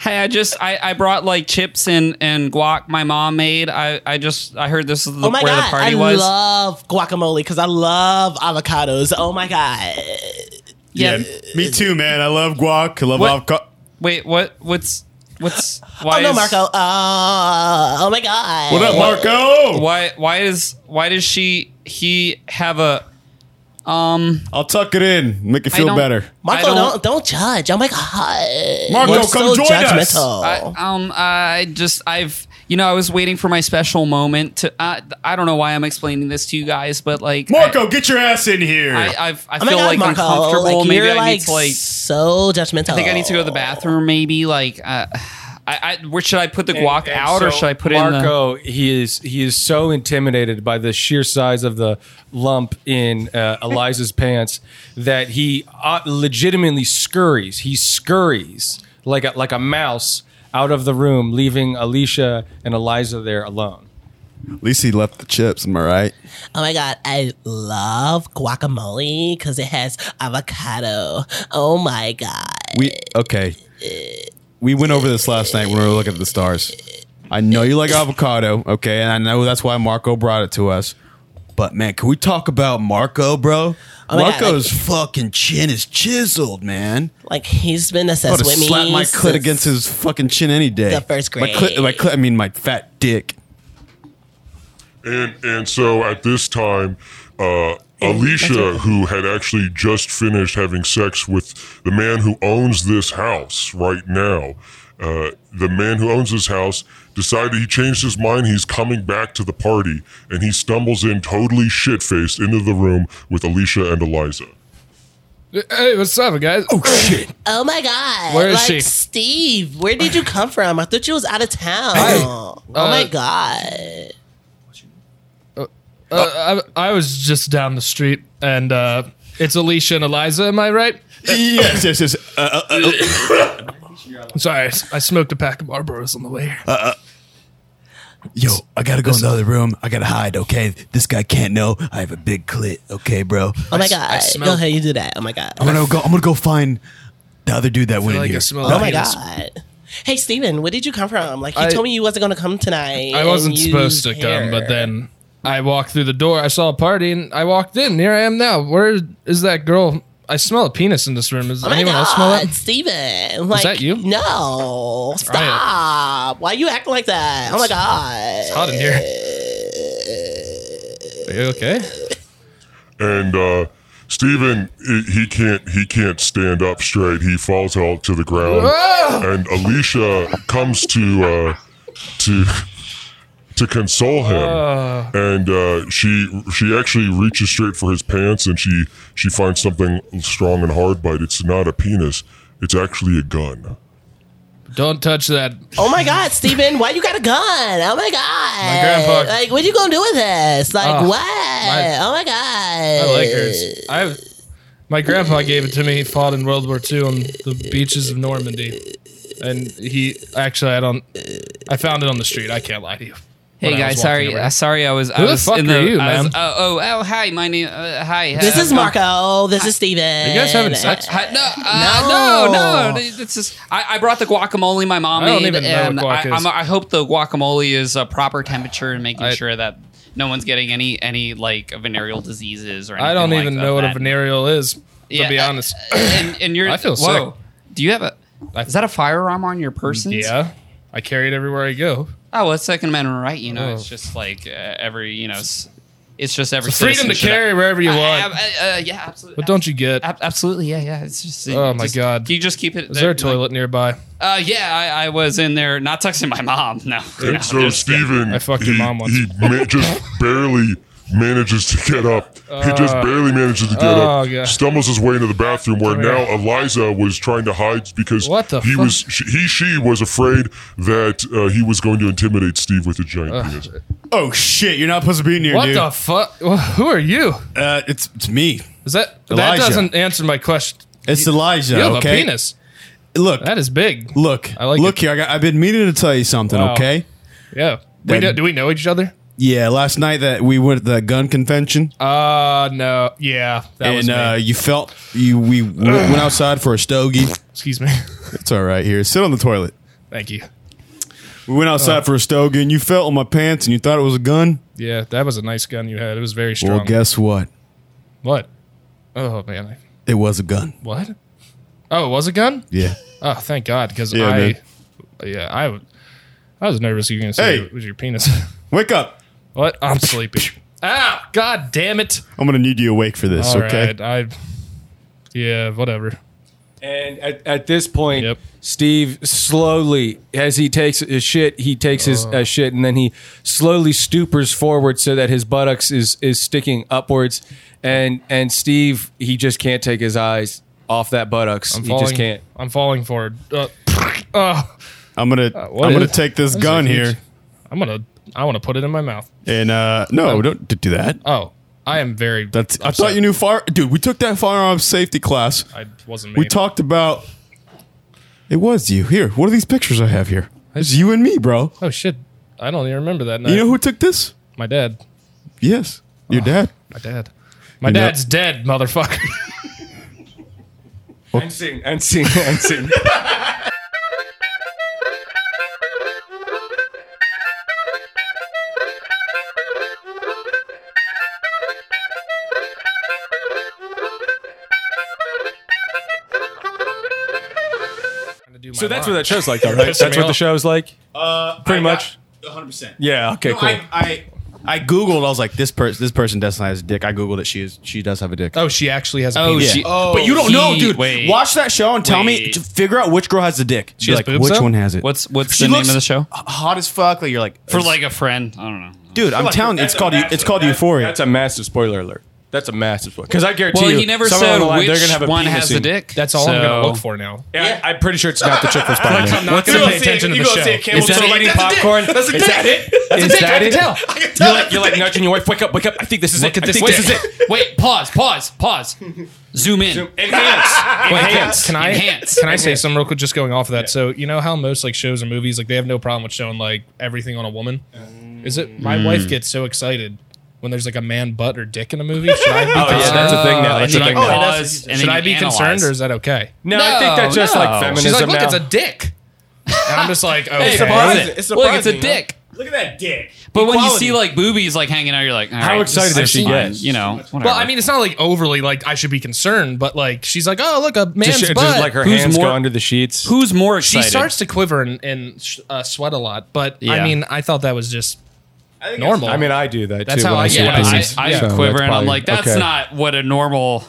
Hey, I just I, I brought like chips and and guac my mom made. I I just I heard this is the,
oh my
where
god,
the party
I
was.
love guacamole because I love avocados. Oh my god.
Yeah. me too, man. I love guac. I love
What?
avocado.
Wait, what? What's what's why?
oh no,
is-
Marco. Uh, oh my god.
Marco?
Uh, Why why is why does she he have a um?
I'll tuck it in. Make it
I
feel
don't-
better.
Marco,
I don't-
don't, don't judge. Oh my god.
Marco,
You're
come
so
join us.
judgmental.
I, um, I just, I've, you know, I was waiting for my special moment to. Uh, I don't know why I'm explaining this to you guys, but like,
Marco, get your ass in here.
I, I, I've, I
Oh my
feel
God,
like
Marco,
uncomfortable.
like,
Maybe
you're,
I
like,
need to like.
so judgmental.
I think I need to go to the bathroom. Maybe like, uh, I, I, where should I put the guac
And
out, or
so
should I put it in the?
Marco, he is he is so intimidated by the sheer size of the lump in uh, Eliza's pants that he uh, legitimately scurries. He scurries like a, like a mouse out of the room, leaving Alicia and Eliza there alone.
At least he left the chips. Am I right?
Oh my god, I love guacamole because it has avocado. Oh my god.
We okay. We went over this last night when we were looking at the stars. I know you like avocado, okay, and I know that's why Marco brought it to us. But man, can we talk about Marco, bro?
Oh my God,
Marco's fucking chin is chiseled, man.
Like he's been
I would
obsessed
have
with me.
slapped my clit
since-
against his fucking chin any day.
The first
My clit, my clit, I mean my fat dick.
And and so at this time, uh, Alicia, who had actually just finished having sex with the man who owns this house right now, uh, the man who owns this house decided he changed his mind. He's coming back to the party, and he stumbles in totally shit faced into the room with Alicia and Eliza.
Hey, what's up, guys? Oh shit!
Oh my god.
Where is
like,
she?
Steve, where did you come from? I thought you was out of town. oh
Uh,
my god.
Uh, I, I was just down the street, and uh, it's Alicia and Eliza. Am I right?
yes, yes, yes. Uh, uh, uh,
Sorry, I s- I smoked a pack of Marlboros on the way here.
Uh,
Yo, I gotta go in the other room. I gotta hide, okay? This guy can't know I have a big clit, okay, bro?
Oh my god. Go ahead, you do that. Oh my god.
I'm gonna go. I'm gonna go find the other dude that went in
like I
here.
smell
Oh my
penis.
god. Hey Steven, where did you come from? Like you
I-
told me you wasn't gonna come tonight.
I
and
wasn't
you
supposed to come, but then I walked through the door. I saw a party, and I walked in. Here I am now. Where is that girl? I smell a penis in this room. Is
Oh my
anyone
God,
else smell it?
Steven. Like,
that you?
No. Stop. Why you acting like that? Oh my God.
It's hot in here. Are you okay?
and uh, Steven, i- he can't he can't stand up straight. He falls out to the ground, and Alicia comes to uh, to to console him, and uh, she she actually reaches straight for his pants, and she she finds something strong and hard, but it's not a penis. It's actually a gun.
Don't touch that.
Oh my God, Steven. Why you got a gun? Oh my God.
My grandpa-
Like, what you going to do with this? Like,
Ah,
what?
my-
oh my God.
I like hers. I my grandpa gave it to me. He fought in World War II on the beaches of Normandy, and he actually I don't. I found it on the street. I can't lie to you.
Hey
When I was
guys,
walking
sorry,
around.
uh, sorry, I was. I
Who the
was
fuck
in
are
the,
you,
I was-
man?
oh, oh, oh, hi, my name. Uh, hi.
This
uh,
is
I'm-
Marco. This is Steven.
You guys having sex?
Hi, no, uh, no, no, This is I, I brought the guacamole my mom
I Oh. don't
made,
even know
and
what guac
I, I'm,
is.
I hope the guacamole is a proper temperature and making
I-
sure that no one's getting any any like venereal diseases or anything
I don't
like
even
that.
know what a
That-
venereal is. To
Yeah,
be
I-
honest,
and, and you're
I feel
whoa.
sick.
Do you have a Is that a firearm on your person?
Yeah. I carry it everywhere I go.
Oh, well, it's Second Amendment right. You know,
Oh.
it's just like uh, every you know, it's, it's just every
It's the freedom
citizen
to
should-
carry wherever you
I-
want.
I- I- uh, yeah, absolutely.
What don't you get?
absolutely, yeah, yeah. It's just.
oh my
just-
god!
You just keep it.
Is there a toilet nearby?
Uh, yeah, I, I was in there not texting my mom. No.
And
No,
so
just kidding.
Steven, he,
once.
he ma- just barely manages to get up. he just
Uh,
barely manages to get
oh,
up.
God.
Stumbles his way into the bathroom where
Come here.
now Eliza was trying to hide because
What the
he
fuck?
was she, he she was afraid that uh, he was going to intimidate Steve with a giant
Ugh.
penis.
Oh shit! You're not supposed to be in here,
what
dude.
the fuck? Well, who are you?
Uh, it's it's me.
Is that that
Elijah.
doesn't answer my question?
It's Elijah.
You have
okay?
a penis.
Look,
that is big.
Look,
I like.
look
it.
here. I got, I've been meaning to tell you something.
Wow.
Okay.
Yeah. We
That-
do, do we know each other?
Yeah, last night that we went to the gun convention,
Uh no. Yeah. That was
and
me.
uh, you felt you we w- went outside for a stogie.
Excuse me.
It's all right here. Sit on the toilet.
Thank you.
We went outside
Oh.
for a stogie, and you felt in my pants, and you thought it was a gun.
Yeah, that was a nice gun you had. It was very strong.
Well, guess what?
what? Oh man. I-
It was a gun.
What? Oh, it was a gun?
Yeah.
Oh, thank God, because
Yeah,
I,
man.
yeah, I, w- I was nervous you were going to say
Hey.
it was your penis.
Wake up!
What? I'm sleepy. Ah, God damn it!
I'm gonna need you awake for this.
All
okay.
right, I, yeah, whatever.
And at, at this point, Steve slowly, as he takes his shit, he takes his
Oh.
uh, shit, and then he slowly stupors forward so that his buttocks is is sticking upwards, and and Steve, he just can't take his eyes off that buttocks.
I'm
he
falling.
just can't.
I'm falling forward. Uh, uh,
I'm gonna
what
I'm gonna
is-
take this
that is a
gun
huge-
here,
I'm gonna. I want to put it in my mouth.
and uh no, don't d- do that.
Um, Oh, I am very.
That's. I
upset.
thought you knew fire, dude. We took that firearm safety class.
I wasn't.
We
made.
talked about. It was you. Here, what are these pictures I have here? It's you and me, bro.
Oh shit! I Uh, don't even remember that night.
You know who took this?
My dad.
Yes, your dad.
My dad. My
You know-
dad's dead, motherfucker.
And sing, and sing, and sing. So that's what that show's like, though, right?
Pissing
That's
me
what the
off.
show's like.
Uh,
Pretty much.
100. percent
Yeah. Okay. cool.
I, I I googled. I was like, this person this person doesn't have a dick. I googled it. She is she does have a dick.
Oh, she actually has. A
Oh,
penis.
she- but you don't know, dude. Watch that show and tell me
wait.
to figure out which girl has the dick.
She
Be
has
like,
boobs,
which
though?
one has it?
What's- what's the name of the show?
Hot as fuck. Like you're like
for like a friend. I don't know.
dude. I'm
Like,
telling you,
that's
it's called
a
eu-
massive-
it's called
that-
euphoria.
That's a massive spoiler alert. That's a massive spoiler. Because I guarantee
Well,
you,
he never
somewhere
said
along the line, they're
which
gonna have a
one
penis
has the
scene.
dick.
That's all I'm gonna
So-
look for now.
Yeah, I, I'm pretty sure it's not the chick from Spider
I'm
Man.
not
What's the
gonna
pay
pay attention
attention
to
to
the show.
Is that
It's
eating
a dick.
popcorn?
That's a
Is that
dick.
it?
That's a
Is
dick.
that
I can
it?
tell. I can tell.
You're like, you're like nudging your wife. Wake up! Wake up! I think this is
Look at
it. I
this.
think
dick.
this is it.
Wait, pause, pause, pause. Zoom in.
Enhance.
Wait, hey,
Enhance.
can I
Enhance.
can I say something real quick? Just going off of that. So you know how most like shows or movies like they have no problem with showing like everything on a woman. Is it my
Mm.
wife gets so excited when there's like a man butt or dick in a movie? Should I be
Oh, yeah, that's a thing now. That's
should
a
I-
thing now.
oh,
Pause,
should
and then
I
you
be
analyze.
concerned or is that okay?
No, I think that's just like feminism
She's like, look,
now.
it's a dick. And I'm just like, okay.
Hey, pause it. Look, it's a dick.
Look at that dick.
But when you see like boobies like hanging out, you're like, all
How
right,
excited
this
does she
is fine,
get?
You know, whatever.
Well, I mean, it's not like overly like I should be concerned, but like she's like, oh, look, a man's
Just,
butt.
just like her
Who's
hands
more-
go under the sheets.
who's more excited?
She starts to quiver and, and sh- uh, sweat a lot, but I
Yeah.
mean, I thought that was just normal.
I mean, I do that
That's
too.
how
when
I
see
get
yeah, I,
penises.
I
So that's
quiver and I'm
probably-
like, that's
okay.
not what a normal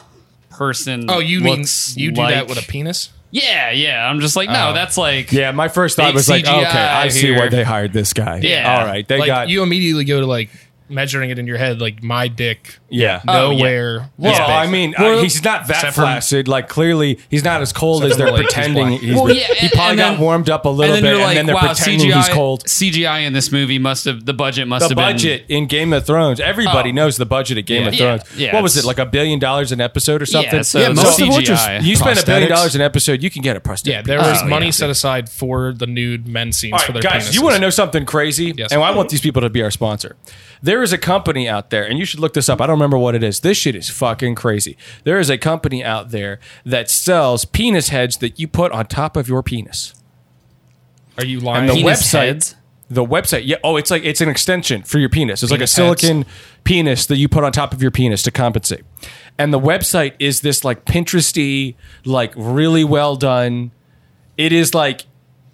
person.
Oh, you mean
looks
you do that
like."
with a penis?
Yeah, yeah. I'm just like, no,
Oh.
that's like
Yeah, my first thought
Big
was like, okay,
CGI
I see
here.
why they hired this guy.
Yeah.
All right, they
like,
got.
you immediately go to like measuring it in your head, like my dick.
Yeah.
Oh, yeah.
nowhere.
Well,
is big.
I mean, uh, he's not that
Except for-
flaccid. Like, clearly, he's not as cold as
Except
they're
for, like, he's
pretending.
black.
He's,
Well, yeah,
he
and-
probably
and
got
then-
warmed up a little
and then
bit,
you're like,
and then they're
wow,
pretending
CGI,
he's cold.
CGI in this movie must have the budget must
the
have been
budget in Game of Thrones. Everybody
Oh.
knows the budget at Game
Yeah.
of Thrones.
Yeah. Yeah,
what was
it's-
it like a billion dollars an episode or something?
Yeah, so Yeah, it's most all of what you're- CGI.
You spend a billion
prosthetics.
dollars an episode, you can get a prosthetic.
yeah, there was
Oh,
money
yeah.
set aside for the nude men scenes
All
for
right,
their
guys,
penises.
you want to know something crazy?
Yes.
And I want these people to be our sponsor. There is a company out there, and you should look this up. I don't remember what it is. This shit is fucking crazy. There is a company out there that sells penis heads that you put on top of your penis.
Are you
And
lying?
the
Penis
website.
heads?
The website, yeah. Oh, it's like it's an extension for your penis. It's like a
Penis
silicon penis that you put on top of your penis to compensate. And the website is this like Pinteresty, like really well done it is like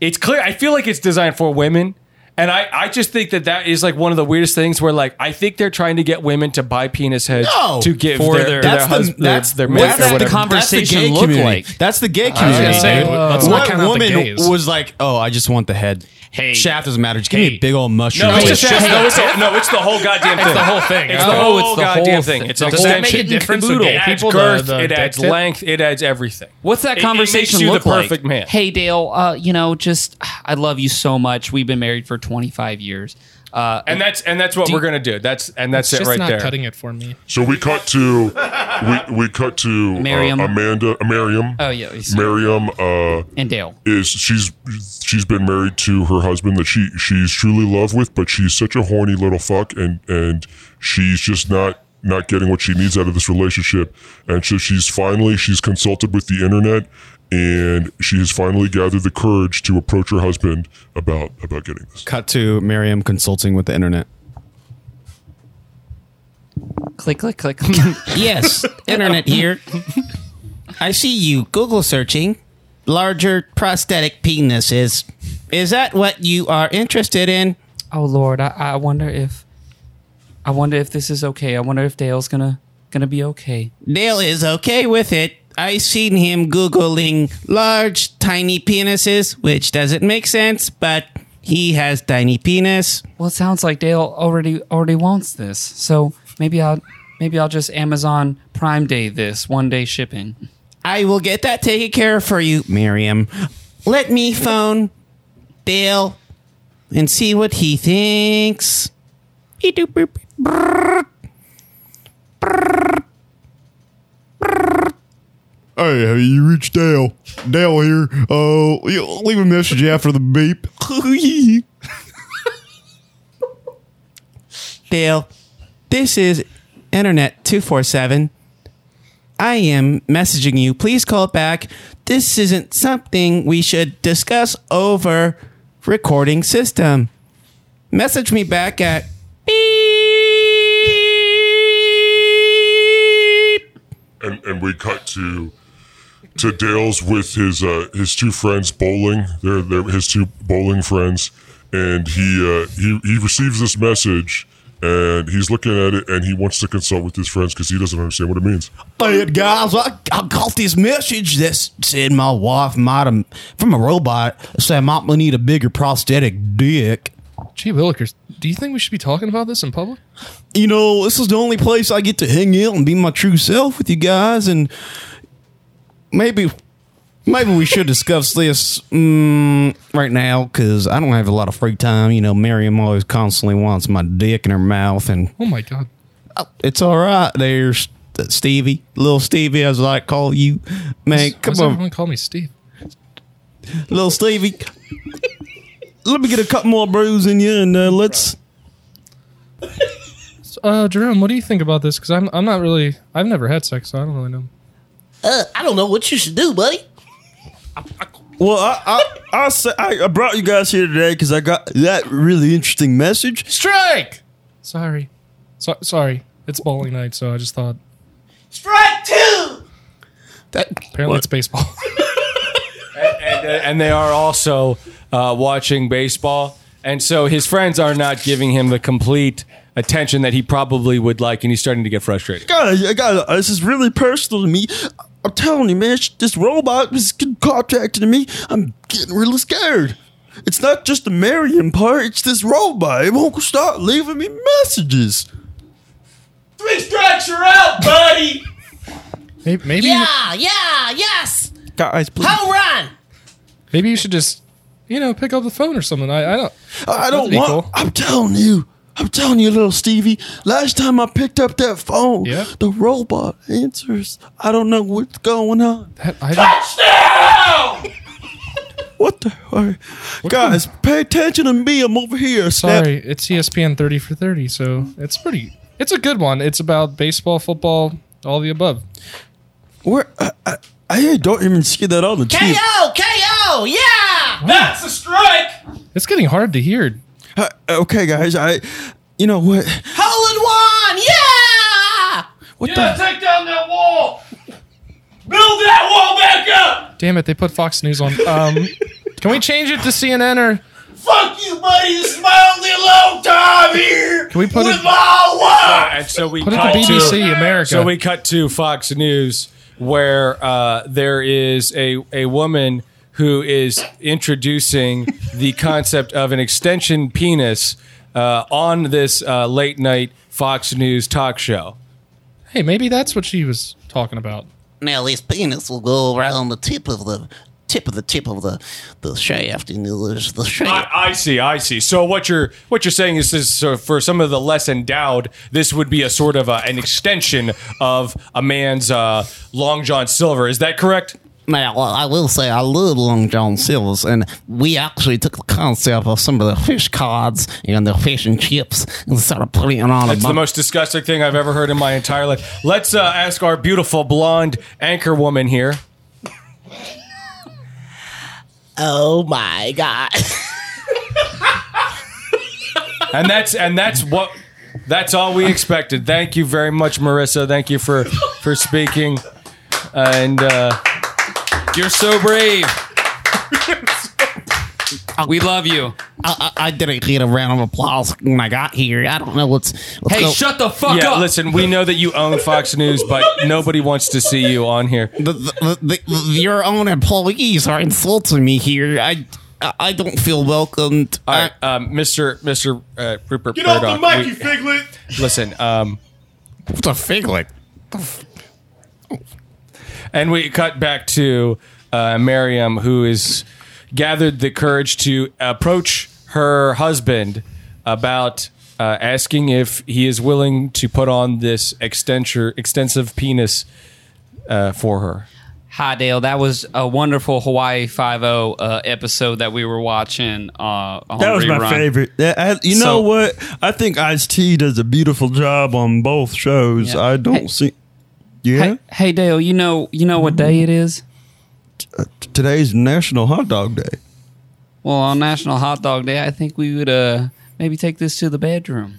it's clear. I feel like it's designed for women, and I I just think that that is like one of the weirdest things where like I think they're trying to get women to buy penis heads
No!
to give
For
their,
their-
their,
That's the-
husband
that's-
their
what's
mate or
that- the
whatever.
conversation That's the gay look community. like? That's the gay
I was gonna
community.
say, let's not
what
count the
woman
gays.
was like, oh, I just want the head.
Hey.
Shaft doesn't matter. Just give me a big old mushroom.
No, it's
dick.
just, no, it's the, no, it's the whole goddamn
It's
thing.
the whole thing.
It's
Oh,
the whole
it's the
goddamn
whole
thing.
thing.
It's an
Does that make
extension.
a difference to
It
gay
adds
people, the-
girth.
the
it adds
dick tip?
length. It adds everything.
What's that
It- it makes
conversation
you
look
the
like?
perfect man.
Hey Dale, uh, you know, just I love you so much. We've been married for 25 years. Uh,
and that's and that's what we're gonna do. That's and that's
It's
it
just
right
not
there.
cutting it for me.
So we cut to we we cut to uh,
Miriam.
Amanda uh, Miriam.
Oh, yeah, you see.
Miriam uh,
and Dale
is she's she's been married to her husband that she she's truly loved with, but she's such a horny little fuck, and and she's just not not getting what she needs out of this relationship, and so she's finally she's consulted with the internet. And she has finally gathered the courage to approach her husband about about getting this.
Cut to Miriam consulting with the internet.
click, click, click.
yes, internet here. I see you Google searching larger prosthetic penises. Is that what you are interested in?
Oh Lord, I, I wonder if I wonder if this is okay. I wonder if Dale's gonna gonna be okay.
Dale is okay with it. I seen him googling large tiny penises, which doesn't make sense, but he has tiny penis.
Well, it sounds like Dale already already wants this, so maybe I'll maybe I'll just Amazon Prime Day this one day shipping.
I will get that taken care of for you, Miriam. Let me phone Dale and see what he thinks. Beep-doop, boop, brrr.
Hey, have you reached Dale? Dale here. Uh, you- leave a message after the beep.
Dale, this is Internet 247. I am messaging you. Please call back. This isn't something we should discuss over recording system. Message me back at
and and we cut to to Dale's with his uh, his two friends bowling. They're they're his two bowling friends, and he uh, he he receives this message. And he's looking at it, and he wants to consult with his friends because he doesn't understand what it means.
Hey, guys, I, I got this message that said my wife might have, from a robot, said I might need a bigger prosthetic dick.
Gee Willikers, do you think we should be talking about this in public?
You know, this is the only place I get to hang out and be my true self with you guys, and maybe, maybe we should discuss this mm, right now because I don't have a lot of free time. You know, Miriam always constantly wants my dick in her mouth, and
Oh my god.
it's all right. There's Stevie, little Stevie, as I call you, man.
Why
Come
does
on,
everyone call me Steve?
little Stevie. Let me get a couple more brews in you, and uh, let's.
Uh, Jerome, what do you think about this? Because I'm I'm not really I've never had sex, so I don't really know.
Uh, I don't know what you should do, buddy.
Well, I I I, sa- I, I brought you guys here today because I got that really interesting message.
Strike! Sorry. So, sorry. It's bowling night, so I just thought
Strike two.
apparently it's baseball.
and, uh, and they are also uh, watching baseball. And so his friends are not giving him the complete attention that he probably would like, and he's starting to get frustrated.
God, I got uh, this is really personal to me. I'm telling you, man, sh- this robot is getting contacted to me. I'm getting really scared. It's not just the Marion part; it's this robot. It won't start leaving me messages.
Three strikes are out, buddy.
Maybe, maybe
yeah, yeah, yes.
guys, please.
Home run.
maybe you should just you know pick up the phone or something. I, I don't.
I don't
That'd be
want.
cool.
I'm telling you. I'm telling you, little Stevie. Last time I picked up that phone, the robot answers. I don't know what's going on. What the? all right. Guys, pay attention to me. I'm over here. Snap.
Sorry, it's E ESPN thirty for thirty, so it's pretty. It's a good one. It's about baseball, football, all the above.
Where I, I, uh, I don't even see that on the TV.
KO, KO, yeah. That's a strike.
It's getting hard to hear.
Uh, okay, guys. I, you know what?
Hole in one, yeah.
What
yeah, take down that wall. Build that wall back up.
Damn it, they put Fox News on. Um, can we change it to CNN or
Fuck you, buddy. This is my only long time here.
Can we put
with
it-
my wife?
and so we
Put it to
cut
BBC America.
So we cut to Fox News, where uh, there is a a woman who is introducing the concept of an extension penis uh, on this uh, late night Fox News talk show.
Hey, maybe that's what she was talking about.
Now this penis will go around the tip of the tip of the tip of the the shaft and the, the shaft.
I, I see, I see. So what you're what you're saying is this: so for some of the less endowed, this would be a sort of a, an extension of a man's uh, Long John Silver. Is that correct?
Now, well, I will say I love Long John Silver's, and we actually took the concept of some of the fish cards and the fish and chips and started putting it on
That's
a
the
bun-
most disgusting thing I've ever heard in my entire life. Let's uh, ask our beautiful blonde anchor woman here.
Oh my god!
and that's and that's what that's all we expected. Thank you very much, Marissa. Thank you for for speaking, and uh, you're so brave.
We love you.
I, I, I didn't get a round of applause when I got here. I don't know what's. what's
Hey,
go-
shut the fuck
yeah,
up.
listen, we know that you own Fox News, but nobody wants to see you on here.
the, the, the, your own employees are insulting me here. I I- I don't feel welcomed.
All right, um, Mr. Mr. Uh, Rupert
Get off the
Murdoch,
mic,
we-
you figlet.
Listen, um,
what's a figlet?
And we cut back to uh, Miriam, who is gathered the courage to approach her husband about uh, asking if he is willing to put on this extensure, extensive penis uh, for her.
Hi, Dale. That was a wonderful Hawaii Five O uh, episode that we were watching. Uh, on
That was my
rerun.
favorite. That- I- you know
So-
what? I think Ice T does a beautiful job on both shows.
Yeah.
I don't
Hey-
see. Yeah,
Hey, hey, Dale. You know, you know what day it is?
uh, today's National Hot Dog Day.
Well, on National Hot Dog Day, I think we would uh maybe take this to the bedroom.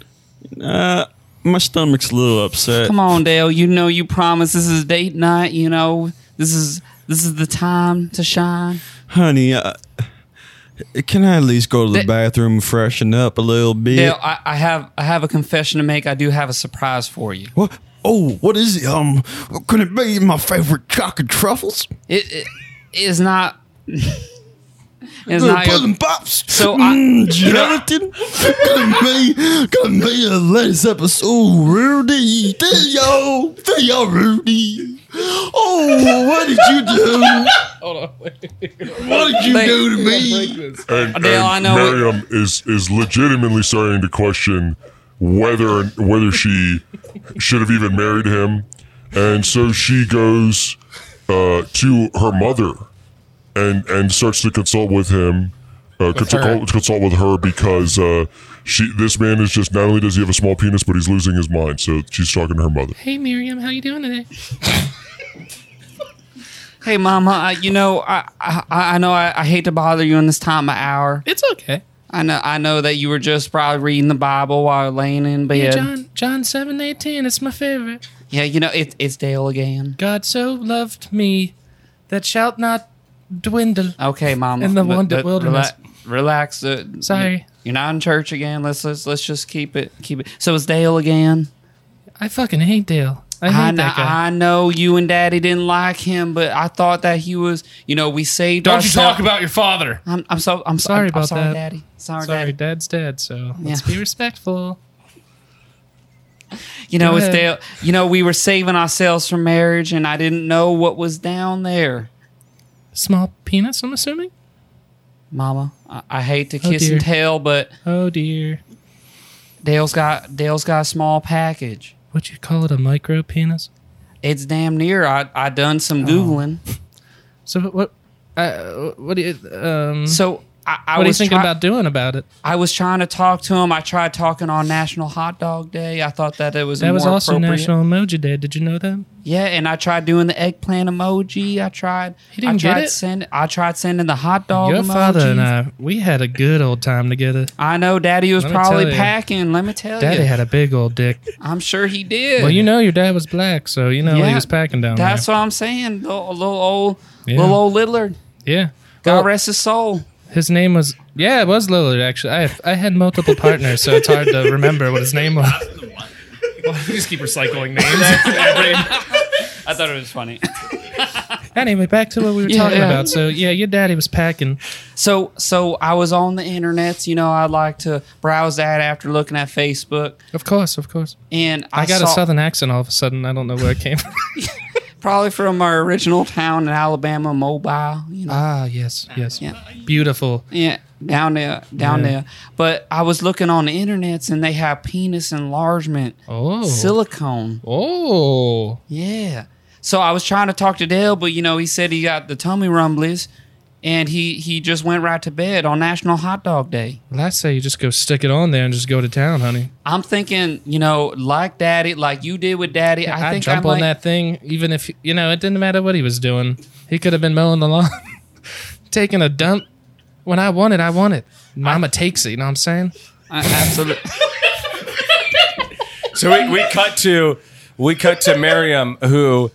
Uh, my stomach's a little upset.
Come on, Dale. You know you promised this is date night. You know this is this is the time to shine.
honey. I, can I at least go to the
Th-
bathroom and freshen up a little bit?
Dale, I, I have I have a confession to make. I do have a surprise for you.
What? Oh, what is it? Um, could it be my favorite chocolate truffles?
It, it is not. it's
Little
not your-
pudding pops.
So I-
mm,
you know-
Jonathan, gonna be gonna be a latest episode, Rudy. There y'all, there y'all, Rudy. Oh, what did you do? What did you
They-
do to me?
And, and
Dale, I know it-
Miriam is is legitimately starting to question whether whether she should have even married him, and so she goes uh, to her mother and and starts to consult with him, uh, consult, consult with her because uh, she this man is just not only does he have a small penis but he's losing his mind. So she's talking to her mother.
Hey Miriam, how you doing today?
Hey, Mama. I, you know I I, I know I, I hate to bother you in this time of hour.
It's okay.
I know I know that you were just probably reading the Bible while laying in bed.
Yeah, John John seven eighteen. It's my favorite.
Yeah, you know it, it's Dale again.
God so loved me that shalt not dwindle.
Okay, Mama.
In the
but-
wonder-
but
wilderness.
rela- relax. uh,
Sorry.
you're not in church again. Let's let's let's just keep it keep it. So it's Dale again.
I fucking hate Dale. I hate
I, kn-
that guy.
I know you and Daddy didn't like him, but I thought that he was. You know, we saved.
Don't you
ourselves.
talk about your father.
I'm, I'm so I'm
Sorry about
sorry,
that.
Daddy. Sorry,
Sorry,
Daddy.
Dad's dead. So let's
Yeah.
be respectful.
You know,
Go
it's Dale.
ahead.
You know, we were saving ourselves from marriage, and I didn't know what was down there,
Small penis. I'm assuming.
Mama. I, I hate to
Oh,
kiss
dear.
and tell, but
Oh dear.
Dale's got Dale's got a small package.
Would you call it a micro penis?
It's damn near. I
Oh.
I done some googling.
So what? Uh, what do you? Um,
So I, I
what are you
was
thinking
try-
about doing about it?
I was trying to talk to him. I tried talking on National Hot Dog Day. I thought that it was
That was
more
also
appropriate.
National Emoji Day. Did you know that?
Yeah, and I tried doing the eggplant emoji. I tried. He
didn't
I
get
tried
it?
Send, I tried sending the hot dog.
Your
emojis.
father and I, we had a good old time together.
I know Daddy was
Let me
probably
tell ya.
packing. Let me tell
Daddy
you,
had a big old dick.
I'm sure he did.
Well, you know your dad was black, so you know what
Yeah,
he was packing down
That's
there.
what I'm saying. Little, little old,
Yeah.
little old Littler.
yeah.
God rest his soul.
His name was yeah, it was Lillard actually. I I had multiple partners, so it's hard to remember what his name was.
we just keep recycling names. I thought it was funny.
Anyway, back to what we were
Yeah,
talking
yeah.
about. So yeah, your daddy was packing.
So so I was on the internet. You know, I like to browse that after looking at Facebook.
Of course, of course.
And I,
I, got
saw,
a southern accent all of a sudden. I don't know where it came from.
probably from our original town in Alabama, Mobile. You know.
ah, yes, yes.
Yeah.
Beautiful.
Yeah, down there, down
Yeah.
there. But I was looking on the internets and they have penis enlargement
Oh.
silicone.
Oh.
Yeah. So I was trying to talk to Dale, but you know, he said he got the tummy rumblies and he he just went right to bed on National Hot Dog Day.
Well, I say you just go stick it on there and just go to town, honey.
I'm thinking, you know, like daddy, like you did with daddy, I
I,
think I
jump
might
on that thing, even if you know it didn't matter what he was doing. He could have been mowing the lawn, taking a dump. When I want it, I want it. Mama takes it. You know what I'm saying?
absolutely.
So we, we cut to we cut to Miriam who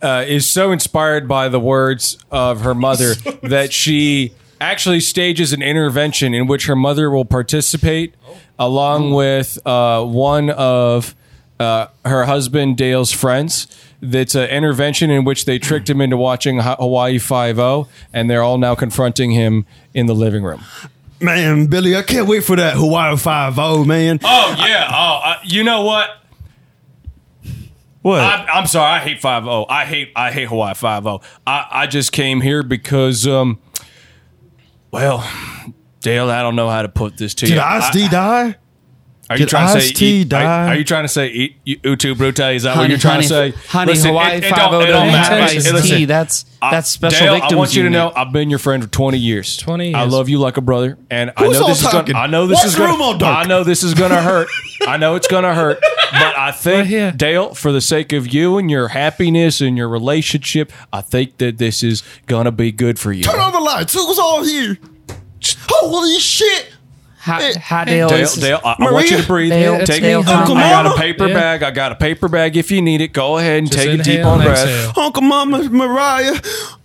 uh, is so inspired by the words of her mother that she actually stages an intervention in which her mother will participate along with uh, one of uh, her husband Dale's friends. That's an intervention in which they tricked him into watching Ha- Hawaii Five O, and they're all now confronting him in the living room.
Man, Billy, I can't wait for that Hawaii Five O, man.
Oh yeah. Oh, uh, you know what?
What?
I, I'm sorry. I hate five zero. I hate I hate Hawaii five zero. I I just came here because um, well, Dale, I don't know how to put this to
Did
you.
Ice
I-
D die?
Are you
did
trying to say
Ice-T
eat- are-
die?
Are, you trying to say eat, you- Utu Brute? Is that what
Honey,
you're trying
honey,
to say?
honey, Hawaii
it, it don't,
5-0
it don't
doesn't
matter.
have
Hey, listen,
Ice-T. That's-
I-
that's special
Dale, I
victims
want you to
unit.
know I've been your friend for 20 years. 20 I
years.
love you like a brother, and
Who's
I know
all
this is
talking?
gonna, I know this
What's
is gonna,
room all dark?
I know this is gonna hurt. I know it's gonna hurt, but I think Dale, for the sake of you and your happiness and your relationship, I think that this is gonna be good for you.
Turn on the lights. Who's all here? Holy shit!
Hi, hi
Dale.
Dale.
Dale,
This is-
Dale, I, I want you to breathe.
Dale, it's
take
Dale
I
time.
got a
Mama.
paper
Yeah.
bag. I got a paper bag if you need it. Go ahead and
Just
take a deep
inhale
on
and
breath.
exhale.
Uncle Mama Mariah.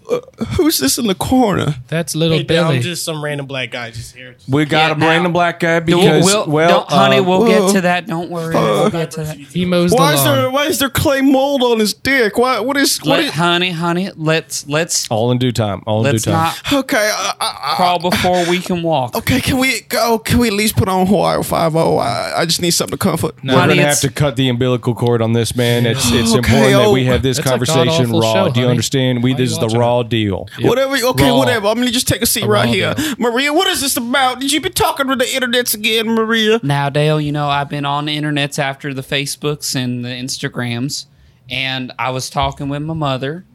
Uh, who's this in the corner?
That's little
Hey, Dale, I'm just some random black guy just here.
We got
Yeah,
a
now-
random black guy
Dude,
because
we'll-
well,
don't- honey,
uh,
we'll
We'll
Whoa.
get to that. Don't worry. we'll get to that.
He mows
Why is there why is there clay mold on his dick? Why what is what
Let,
is
honey, honey, let's let's
all in due time. All in due
let's
time.
not
Okay, uh, uh,
crawl before we can walk.
okay, can we go can we at least put on Hawaii five oh? I, I just need something to comfort.
We're
honey,
gonna have
it's-
to cut the umbilical cord on this man. It's it's
Okay,
important that we
oh.
have this
That's a
conversation
god-awful
raw.
show,
Do you
honey.
understand? We this is the raw deal.
Whatever okay,
Raw.
whatever. I'm gonna just take a seat
Oh,
right here. Maria, what is this about? Did you be talking to the internets again, Maria?
Now, Dale, you know, I've been on the internets after the Facebooks and the Instagrams, and I was talking with my mother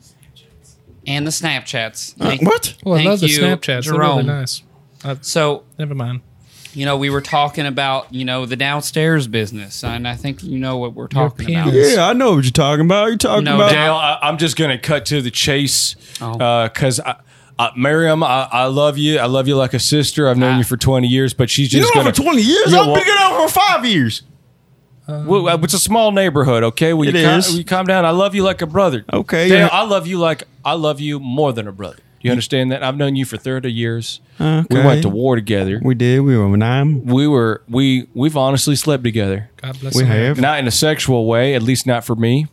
and the Snapchats.
Uh, what? Oh, I love the Snapchats. They're really Uh,
nice. so,
never mind.
You know, we were talking about, you know, the downstairs business, and I think you know what we're talking about.
Yeah, I know what you're talking about. You're talking
No,
about
Dale, I, I'm just gonna cut to the chase
Oh.
because I, I, Miriam, I, I love you. I love you like a sister. I've
Ah.
known you for 20 years, but she's
You
just
know
gonna,
for twenty years?
Yeah,
I've
well-
been out for five years.
Well, uh, it's a small neighborhood, okay? Will you,
It
cal-
is.
will you calm down? I love you like a brother.
Okay,
Dale,
yeah. Mm.
I love you like I love you more than a brother. Do you understand that? I've known you for 30 years. We
Okay.
went to war together.
We did. We were nine.
We were we we've honestly slept together.
God
bless We America. have.
Not in a sexual way, at least not for me.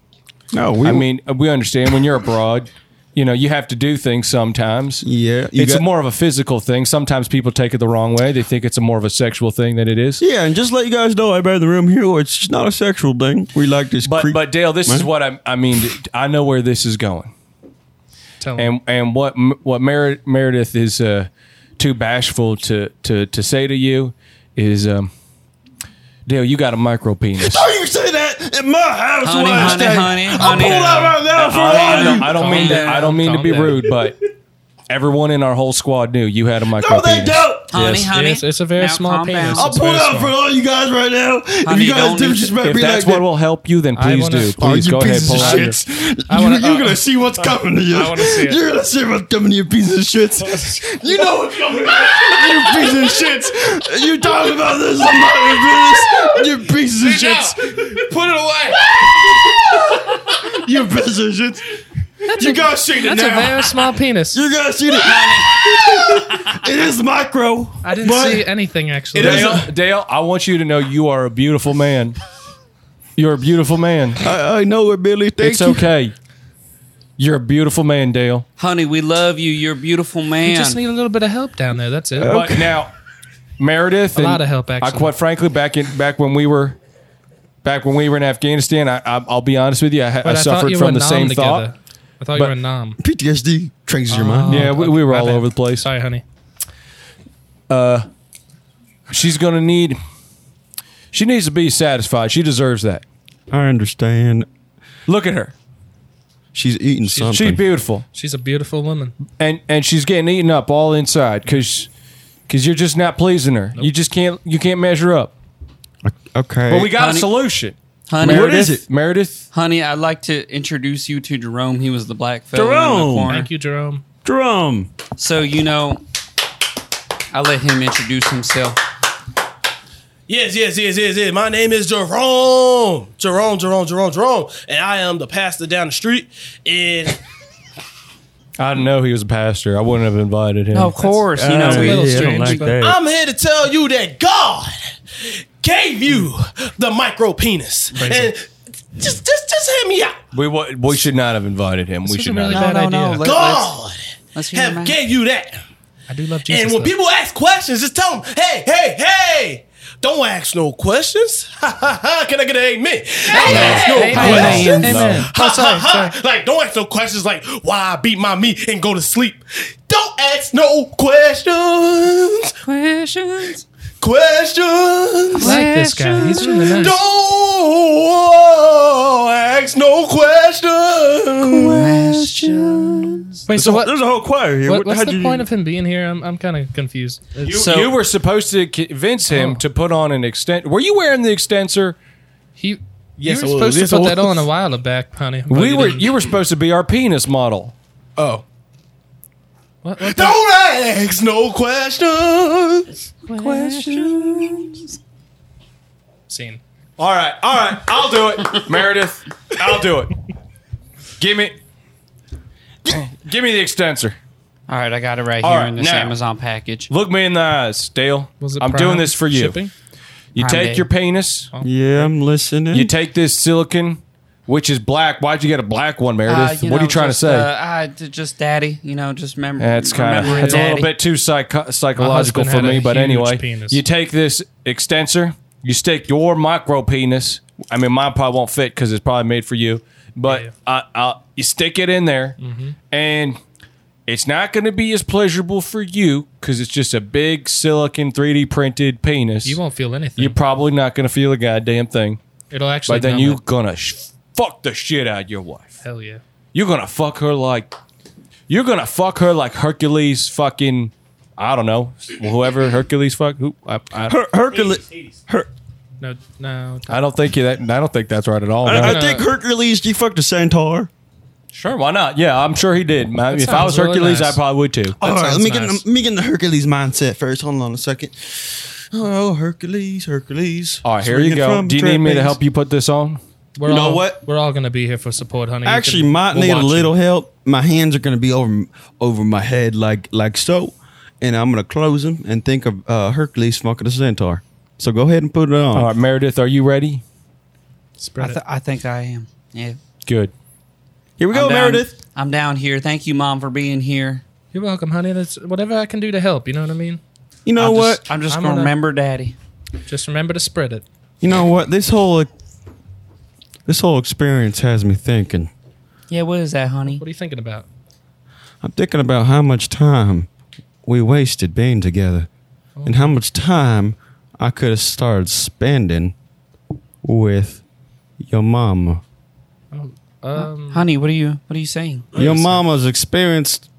No, we
I
were-
mean, uh, we understand when you're abroad, you know, you have to do things sometimes.
Yeah. you
It's
got-
more of a physical thing. Sometimes people take it the wrong way. They think it's a more of a sexual thing than it is.
Yeah, and just let you guys know, everybody in the room here, it's not a sexual thing. We like this.
But
creep-
but Dale, this is
Right?
what I I mean. I know where this is going,
Tell
and and what what Mer- Meredith is uh, too bashful to to to say to you is, um, Dale, you got a micro penis.
Don't Oh, you say that in my house,
Honey,
Wednesday.
honey, honey,
I'll
honey.
pull out right now for all
I
of
don't,
you.
I don't mean to, I don't mean to be rude, but Everyone in our whole squad knew you had a micro
they
penis.
don't! Honey,
Yes.
honey, Yes, it's a very now small calm penis. down. It's I'll a pull very it out small- for
all you guys right now.
Honey, don't- if that's what will help you, then
I
please
wanna-
do.
Oh,
Please
you
go ahead,
pieces
pull
of
out your-
shits.
I
You-
wanna-
you're
uh,
gonna see what's coming to you.
I wanna see it.
You're gonna see what's coming to you, pieces of shits. You know what's coming. you pieces of shits. You talking about this? I'm not even this. You pieces of shits.
Put it away.
You pieces of shits. you gotta shoot it
That's
now.
a very small penis.
You gotta shoot it. it is micro.
I didn't
but-
see anything actually.
Dale, Dale, I want you to know you are a beautiful man. You're a beautiful man.
I, I know it, Billy.
Thank
it's
you.
okay. You're a beautiful man, Dale.
Honey, we love you. You're a beautiful man.
You just need a little bit of help down there. That's it.
But now, Meredith,
A
and
lot of help,
I,
actually.
quite frankly, back in back when we were back when we were in Afghanistan, I, I, I'll be honest with you, I, ha-
But
I
thought
suffered
you were
from the
nom
same
together.
thought.
I thought you
But-
were a nom.
PTSD trains your mind.
yeah, we, we were
My
all
bad.
over the place.
Sorry, honey.
Uh, she's gonna need. She needs to be satisfied. She deserves that.
I understand.
Look at her.
She's eating something.
She's beautiful.
She's a beautiful woman.
and and she's getting eaten up all inside because you're just not pleasing her. You just can't you can't measure up.
Okay,
but we got
Honey-
a solution.
Honey,
Meredith, Meredith?
Honey, I'd like to introduce you to Jerome. He was the black fellow in the
Jerome!
corner.
Thank you, Jerome.
Jerome.
So you know, I let him introduce himself.
Yes, yes, yes, yes, yes. My name is Jerome. Jerome, Jerome, Jerome, Jerome. And I am the pastor down the street. And
I didn't know he was a pastor. I wouldn't have invited him. Ah!
Of course, you know,
Uh,
we-
yeah, I don't like that.
I'm here to tell you that God gave you the micro penis. And just, just, just hear me out.
we wa- we should not have invited him. we should not. have.
God
hear him
have
out.
gave you that.
I do love
and when people ask questions, just tell them, hey, hey, hey. Don't ask no questions. Ha ha ha. Can I get an amen? Don't ask no
Amen.
questions.
Amen.
Ha ha ha. Like, don't ask no questions like why I beat my meat and go to sleep. Don't ask no questions.
Questions.
Questions. I
like this guy. He's really nice.
Don't ask no questions.
Wait, so what?
There's a whole choir here.
What, what's the point of him being here? I'm, I'm kind of confused.
You, you were supposed to convince
Oh.
him to put on an extent. Were you wearing the extensor?
He.
Yes,
you
I
were
was.
supposed
Yes,
to
I
put that
was.
on a while back, honey. but
We
you
were.
didn't.
You were supposed to be our penis model.
Oh.
What, what
Don't ask no questions.
Questions. Scene.
All right, all right, I'll do it, Meredith. I'll do it. Give me, give me the extensor.
All right, I got it right
All
here
right,
in this
now.
Amazon package.
Look me in the eyes, Dale.
Was it
I'm
Prime
doing this for you.
shipping? Oh.
You
Prime
take
Day.
your penis.
Yeah, I'm listening.
You take this silicon, which is black. Why'd you get a black one,
Uh,
Meredith?
you
what are
know,
you trying
just,
to say?
Uh, I, d- just daddy, you know, just remember.
That's kind of
remember
that's a little
daddy.
bit too psycho- psychological
husband
for
had
me,
a
but
huge
anyway,
penis.
you take this extensor, you stick your micro penis. I mean, mine probably won't fit because it's probably made for you, but I, I, you stick it in there,
Mm-hmm.
and it's not going to be as pleasurable for you because it's just a big silicon 3D printed penis.
You won't feel anything.
You're probably not going to feel a goddamn thing.
It'll actually
But then
numb
you're
it.
gonna sh- fuck the shit out of your wife.
Hell yeah.
You're gonna fuck her like you're gonna fuck her like Hercules fucking I don't know whoever Hercules fuck who I, I,
Her- Hercules? Her-
No, no.
I don't think you that I don't think that's right at all.
I,
no.
I think Hercules. You fucked a centaur.
sure why not yeah I'm sure he did My-
That
if I was
sounds really
Hercules
nice.
I probably would too
All right, let me get in, let me get in the Hercules mindset first. Hold on a second. Oh, Hercules, Hercules.
all right here you
Swinging
go
from
do you need me to
trapeze.
help you put this on
We're
You know
all,
what?
We're all gonna be here for support, honey. You
Actually,
can-
might
we'll
need a
watch you.
little help. My hands are gonna be over over my head like like so, and I'm gonna close them and think of uh, Hercules fucking a centaur. So go ahead and put it on.
All right, Meredith, are you ready?
I, th- I think I am. Yeah.
good here we
I'm
go
down-
Meredith
I'm down here. Thank you, mom, for being here.
You're welcome, honey. That's whatever I can do to help. You know what I mean?
You know
I'm
what?
Just, I'm just gonna, remember daddy.
Just remember to spread it.
You know what? This whole this whole experience has me thinking.
Yeah, what is that, honey?
What are you thinking about?
I'm thinking about how much time we wasted being together and how much time I could have started spending with your mama.
Um,
honey, what are you what are you saying?
Your mama's experienced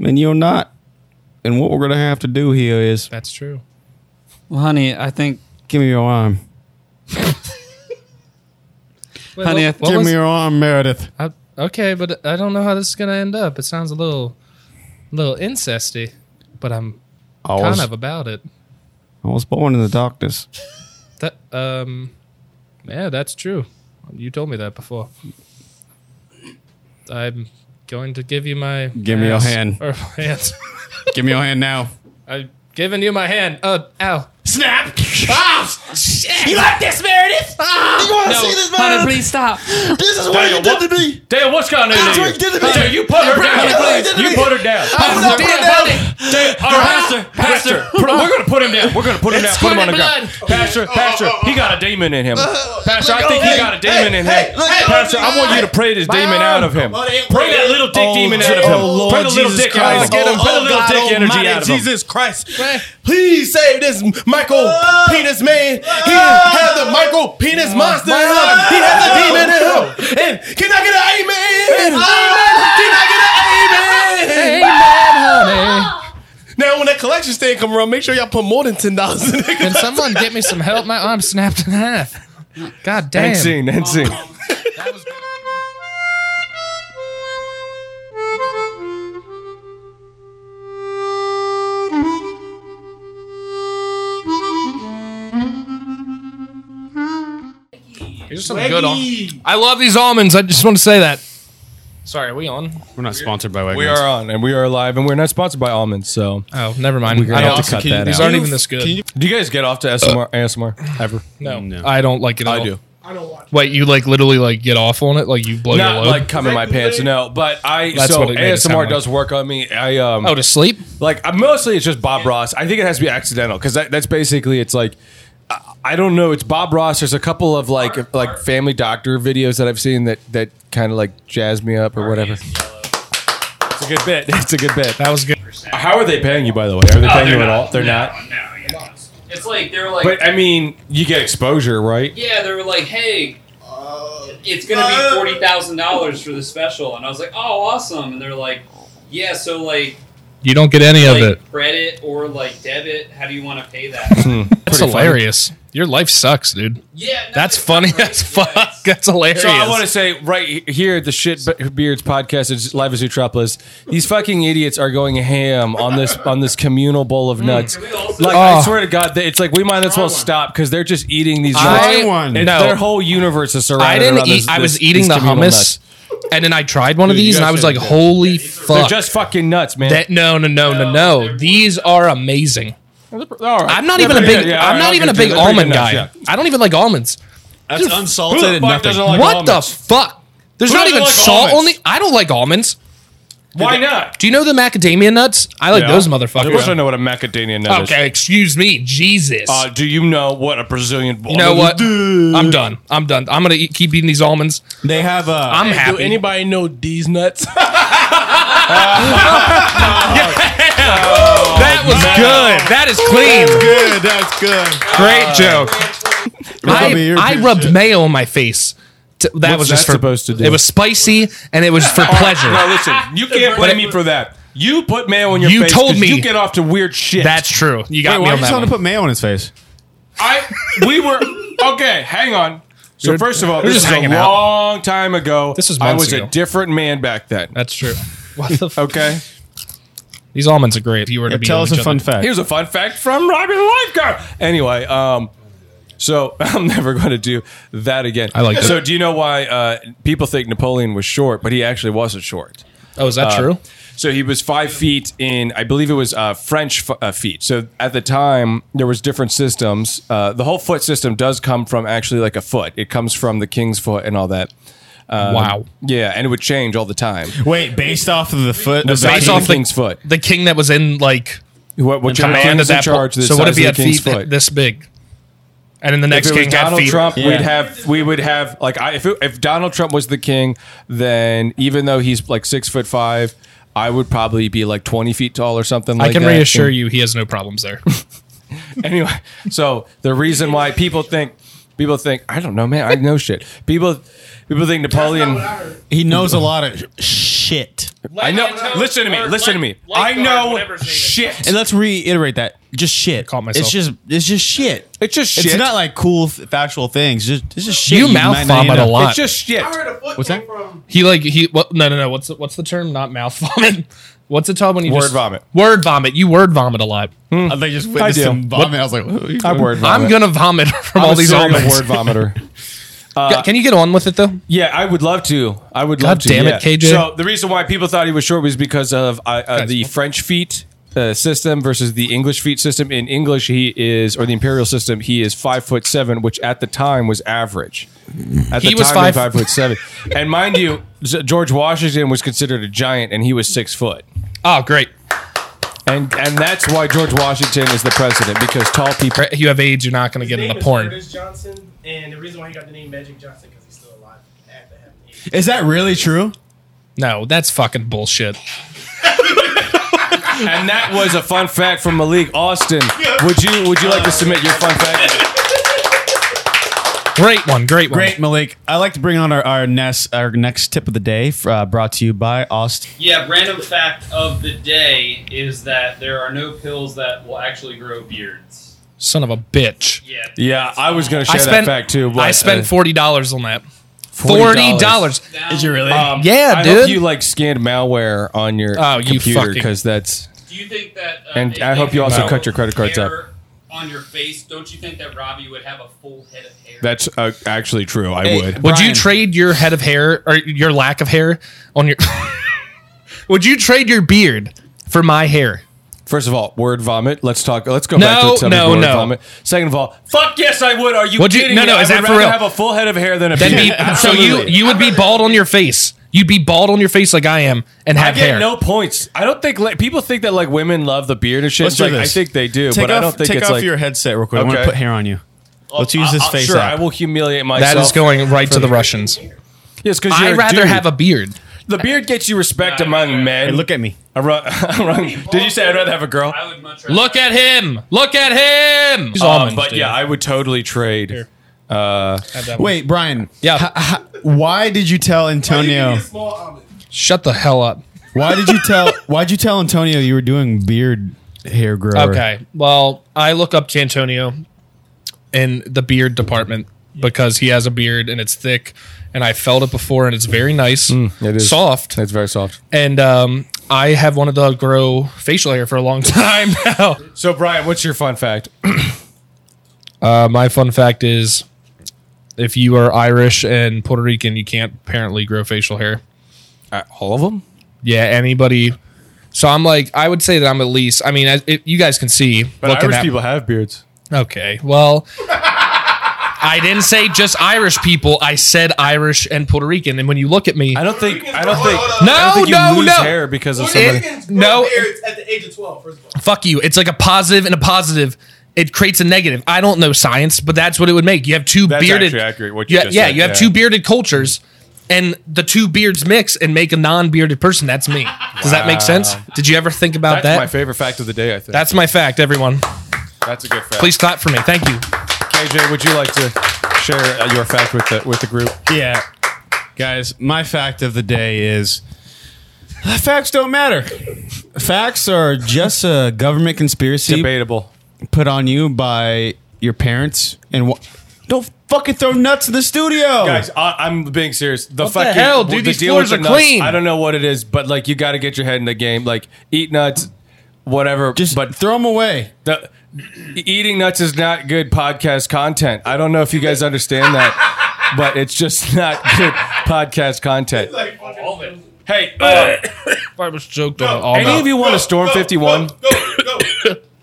and you're not. And what we're gonna have to do here is
That's true.
Well, honey, I think.
give me your arm.
Wait,
Honey,
what-
I-
what
Give
was-
me your
arm, Meredith.
I, okay, but I don't know how this is gonna end up. It sounds a little, little incesty, but I'm
I
kind
was,
of about it.
I was born in the darkness.
That um, yeah, that's true. You told me that before. I'm going to give you my
Give me your
ass-
hand.
or my hands.
Give me your hand now.
I'm giving you my hand. Oh, ow!
Snap! Ah! Shit! You like this, Meredith? Ah! You wanna
No,
see this,
honey,
Meredith?
please
stop.
This is what you did to me!
Dale, what's going on?
That's
to
what you did to me.
Dale, you put her
Bro,
down.
you really did to
You
me.
put her down.
I would not put her
Dale,
down.
Dale, all right,
Pastor,
pastor.
pastor.
Put him- We're gonna put him down. We're gonna put him down.
It's
Put him on the
squirting
ground.
blood.
Pastor, pastor, he got a demon in him. Pastor, I
look,
think
oh,
he
hey,
got a demon
hey,
in
hey,
him.
look, hey,
Pastor,
oh,
I want you to pray this demon out of him. Pray that little dick
Oh,
demon
oh,
out of him. Pray the little dick out of him. Oh, Get him. Pray the little dick energy out of him.
Jesus Christ. Please save this Michael
Ah.
Penis man. He has the Michael Penis monster in him. He has the demon in him. And can I get an amen?
Ah.
Amen. Can I get an amen? Now, when that collection stand come around, make sure y'all put more than ten dollars in it.
Can someone get me some help? My arm snapped in half. God damn.
And scene, and scene.
These are some good al- I love these almonds. I just want to say that. Sorry, are we on?
We're not sponsored by Wegmans.
We are on and we are live and we're not sponsored by almonds, so
oh, never mind.
We're gonna
I
have
don't-
to cut
can you-
that
these
out.
aren't even this good.
Can you- do you guys get off to ASMR, ASMR ever?
No. I don't like it. At
I
all.
do.
I don't watch. Wait, you like literally like get off on it? Like you blow your
Not
load?
like cum in my pants, no. But I
That's
so
what it made it sound
ASMR
like.
does work on me. I um
Oh, to sleep.
Like I, mostly it's just Bob Ross. I think it has to be accidental because that, that's basically it's like I, I don't know. It's Bob Ross. There's a couple of like like Family Doctor videos that I've seen that that kind of like jazz me up or whatever. It's a good bit. It's a good bit.
That was good.
How are they paying you by the way? Are they
Oh,
paying
they're
you at
not.
all? They're
No,
not.
It's like they're like,
uh,
But I mean, you get exposure, right?
yeah, they were like, hey, it's gonna be forty thousand dollars for the special, and I was like, oh, awesome, and they're like, yeah, so like
You don't get any of it.
credit or like debit, how do you want to pay that?
That's
Hmm. Pretty funny.
hilarious. Your life sucks, dude.
Yeah,
that's funny. That's fuck. That's hilarious.
So I want to say right here at the Shit Beards podcast is live as Zootropolis. These fucking idiots are going ham on this on this communal bowl of nuts. Like I
Oh.
swear to God, they- it's like we might as well stop because they're just eating these.
I-
nuts.
one.
It's-
No.
Their whole universe is surrounded.
I didn't
around
eat.
this-
I was
this-
eating
these
the
communal
hummus,
nuts.
and then I tried one of
Dude, you
these, and
guys
I was like,
should-
"Holy
They're
fuck!"
just fucking nuts, man.
that no, no, no, no, no. These are amazing. I'm not
Yeah,
even a
yeah,
big.
yeah, all
I'm
right,
not
I'll
even a
give you
big
the- pretty
almond
good
guy.
nuts,
I don't even like almonds.
That's unsalted
who the
and
fuck
nothing.
doesn't like
what
almonds?
the fuck? There's
Who
not
doesn't
even
like
salt on
almonds?
the. I don't like almonds.
Why not?
Do you know the macadamia nuts? I like
Yeah.
those motherfuckers.
Of course, I know what a macadamia nut is.
Okay, excuse me, Jesus.
Uh, do you know what a Brazilian?
you know what? I'm done. I'm done. I'm gonna eat, keep eating these almonds.
They have a.
uh,
I'm happy.
Do anybody know these nuts?
Oh,
that was good. That is clean.
good. That's good.
Great
Uh,
Uh,
joke.
Robbie,
I,
you're
I
good
rubbed mayo on my face. T- that
What's
was just
that
for,
supposed to do?
It was spicy and it was for pleasure.
No, listen, you can't blame me for that. You put mayo on your
You
face.
told
'cause
me.
you get off to weird shit.
That's true. You got
Wait, why
me
are
on
you
that.
trying to
One.
put mayo on his face?
I we were okay. Hang on. So first of all,
we're
this
just
is a
hanging out.
long time ago.
This was
I
months
was
ago.
a different man back then.
That's true. What the fuck?
Okay.
These almonds are great. If you were to be
Tell
on
us
each
a fun
other.
fact.
Here's a fun fact from Robbie the Lifeguard. Anyway, um, so I'm never going to do that again. I
like that.
So do you know why uh, people think Napoleon was short, but he actually wasn't short?
Oh, is that
Uh,
true?
So he was five feet in, I believe it was uh, French f- uh, feet. So at the time, there was different systems. Uh, the whole foot system does come from actually like a foot. It comes from the king's foot and all that. Um,
Wow.
Yeah, and it would change all the time.
Wait, based off of the foot.
The
of the
size
king?
of the king's foot.
The king that was in like
What, what
command at
in
that
charge?
point.
of The
So what
size
if he
of
had
the king's
feet
foot?
that, this big? And then the next
if it
king
was
had
Donald
feet.
Trump,
Yeah.
we'd have we would have like I, if it, if Donald Trump was the king, then even though he's like six foot five, I would probably be like twenty feet tall or something.
I
like
can
that.
reassure you, he has no problems there.
And Anyway, so the reason why people think people think I don't know, man, I know shit. People people think Napoleon.
He knows a lot of. Shh.
shit.
I know. Listen to me. Listen to me. I know shit.
And let's reiterate that. Just shit. It's just it's just shit.
It's just shit.
It's not like cool f- factual things. Just it's just shit.
You mouth
might not
vomit
know.
a lot. It's
just shit.
What's that? He like he what? No, no, no. What's the, what's the term? Not mouth vomit. What's it called when you
Word
just-
vomit.
Word vomit. You word vomit a lot.
I think just
witnessed I do. him vomit.
I was like,
I word
I'm
vomit.
gonna vomit from
I'm
all
a
these
serial
almonds.
word vomiter.
Ca- Can you get on with it though?
Uh, Yeah, I would love to. I would
God
love to.
damn it,
yeah.
KJ.
So the reason why people thought he was short was because of uh, uh, the French feet uh, system versus the English feet system. In English, he is, or the imperial system, he is five foot seven, which at the time was average. At
He
the
was
time,
five-
he was five foot seven, and mind you, Z- George Washington was considered a giant, and he was six foot.
Oh, great.
And and that's why George Washington is the president because tall people.
You have AIDS, you're not going to get into porn.
Johnson, and the reason why he got the name Magic Johnson because he's still alive.
Is that really true?
No, that's fucking bullshit.
And that was a fun fact from Malik Austin. Would you would you like to submit your fun fact?
Great one, great
one. Great, Malik. I like to bring on our, our next our next tip of the day, uh, brought to you by Austin.
Yeah, random fact of the day is that there are no pills that will actually grow beards.
Son of a bitch.
Yeah.
Yeah, I was going to
I
share that
spent-
fact too. But,
I spent
uh,
forty dollars on that. Forty dollars.
Did you really?
Um,
yeah,
I
dude.
Hope you like scanned malware on your
Oh, you
computer
fucking-
because that's.
Do you think that? Uh,
And
if
I
they
hope you
had
also
no
cut your credit cards up.
hair On your face, don't you think that Robbie would have a full head of hair?
That's uh, actually true. I would.
Would you trade your head of hair or your lack of hair on your? would you trade your beard for my hair?
First of all, word vomit. Let's talk. Let's go
No,
back to the subject of
no,
word
no.
vomit. Second of all, fuck yes, I would. Are you
Would you-
kidding
no,
me?
no,
I
is
would
that for
rather
real?
have a full head of hair than a
Then
beard.
be, so you
Absolutely.
you would be bald on your face. You'd be bald on your face like I am and
I
have
get
hair.
no points. I don't think like, people think that like women love the beard and shit.
Let's
It's
do
like, I
this.
think they do,
Take
but I
off-
don't think
take
it's
off
like
your headset real quick. I wanna put hair on you. Let's use
I-
this
I-
face
Sure,
app.
I will humiliate myself.
that is going right to the Russians.
Yes, because
I rather have a beard.
The beard gets you respect among men.
look at me.
I ru- I'm wrong. Did you say I'd rather have a girl? I would
Look at him. Look at him. He's almonds,
Um, but
dude.
yeah, I would totally trade. Uh,
Wait, Brian.
Yeah.
why did you tell Antonio?
Shut the hell up.
Why did you tell? Why'd you tell Antonio you were doing beard hair grower?
Okay. Well, I look up to Antonio in the beard department because he has a beard and it's thick, and I felt it before and it's very nice,
Mm, it is.
soft,
It's very soft.
and um, I have wanted to grow facial hair for a long time now.
So, Brian, what's your fun fact?
Uh, my fun fact is, if you are Irish and Puerto Rican, you can't apparently grow facial hair.
Uh, all of them?
Yeah. Anybody. So I'm like, I would say that I'm at least. I mean, I, it, you guys can see. looking at-
have beards.
Okay. Well, I didn't say just Irish people. I said Irish and Puerto Rican. And when you look at me,
I don't think. I don't think.
No,
I don't think you
no,
lose
no.
Hair because of somebody.
It- no, it-
at the age of twelve, first of all.
fuck you. It's like a positive and a positive. It creates a negative. I don't know science, but that's what it would make. You have two
That's
bearded.
actually accurate, what you
yeah,
just
yeah,
said,
you have
yeah.
two bearded cultures, and the two beards mix and make a non-bearded person. That's me. Does that make sense?
Wow.
Did you ever think about
That's
that?
my favorite fact of the day. I think
that's my fact, everyone.
that's a good fact.
Please clap for me. Thank you.
KJ, would you like to share uh, your fact with the with the group?
Yeah, guys. My fact of the day is uh, facts don't matter. Facts are just a government conspiracy.
Debatable.
Put on you by your parents and what? Don't fucking throw nuts in the studio,
Guys, I, I'm being serious. The
What the
fucking
hell, dude?
the
These
deal with
floors
the
are
nuts,
clean.
I don't know what it is, but like you got to get your head in the game. Like eat nuts, whatever. Just but
Throw them away.
the eating nuts is not good podcast content. I don't know if you guys understand that, but it's just not good podcast content. Hey, uh,
I was joked on all
any
that.
of you want to storm 51?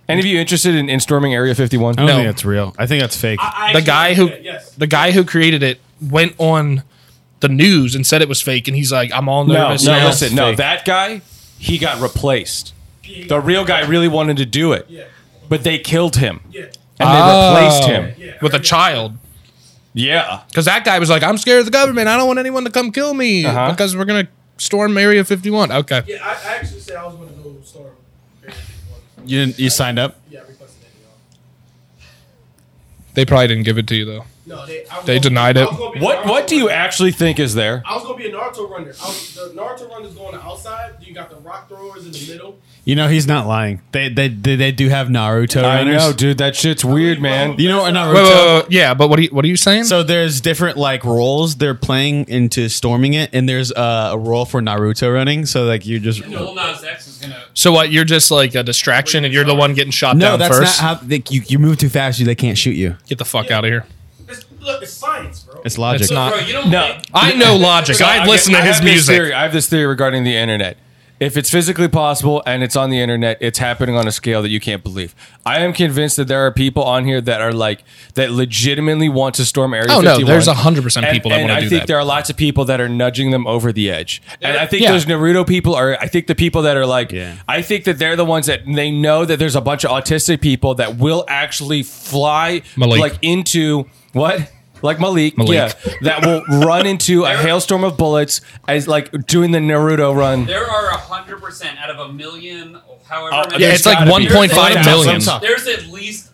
Any of you interested in, in storming Area
I
51?
don't think that's real. I think that's fake.
the guy who the guy who created it went on the news and said it was fake, and he's like, "I'm all
No, no,
nervous." now.
listen, no. That guy, he got replaced. The real guy really wanted to do it, but they killed him. And they replaced him.
Ah. with a child.
Yeah.
Because that guy was like, I'm scared of the government. I don't want anyone to come kill me
Uh-huh.
because we're going to storm Area 51. Okay.
Yeah, I, I actually said I was going to go storm.
You didn't, you signed up.
Yeah, I requested it.
They probably didn't give it to you, though.
No, they, I was
They
gonna-
denied it.
I was gonna be
What
Naruto
What do you
runner.
actually think is there?
I was gonna be a Naruto runner. I was, the Naruto runners go on the outside. You got the rock throwers in the middle.
You know he's not lying. They they they, they do have Naruto
I
runners.
know,
dude. That shit's weird, man.
You know what Naruto?
Wait, wait, wait, wait. Yeah, but what are you, what are you saying?
So there's different like roles they're playing into storming it, and there's uh, a role for Naruto running. So like you just
So what? You're just like a distraction, and you're the one getting shot
no,
down
that's
first.
not how they, you you move too fast. You they can't shoot you.
Get the fuck out of here.
Look, it's science, bro.
It's logic.
It's not.
no,
I know logic. I listen to
I
his
have this
music.
Theory. I have this theory regarding the internet. If it's physically possible and it's on the internet, it's happening on a scale that you can't believe. I am convinced that there are people on here that are like that legitimately want to storm Area
Oh, no,
51.
there's 100%
And-
people that
and
wanna do
I think
that.
there are lots of people that are nudging them over the edge. And I think
Yeah.
those Naruto people are. I think the people that are like. I think that they're the ones that they know that there's a bunch of autistic people that will actually fly
Malik.
like into what. Like Malik,
Malik.
yeah, that will run into a hailstorm of bullets as like doing the Naruto run.
There are hundred percent out of a million, however.
Uh,
Oh,
many-
yeah, it's like
There's
1.5
at-
million.
There's at least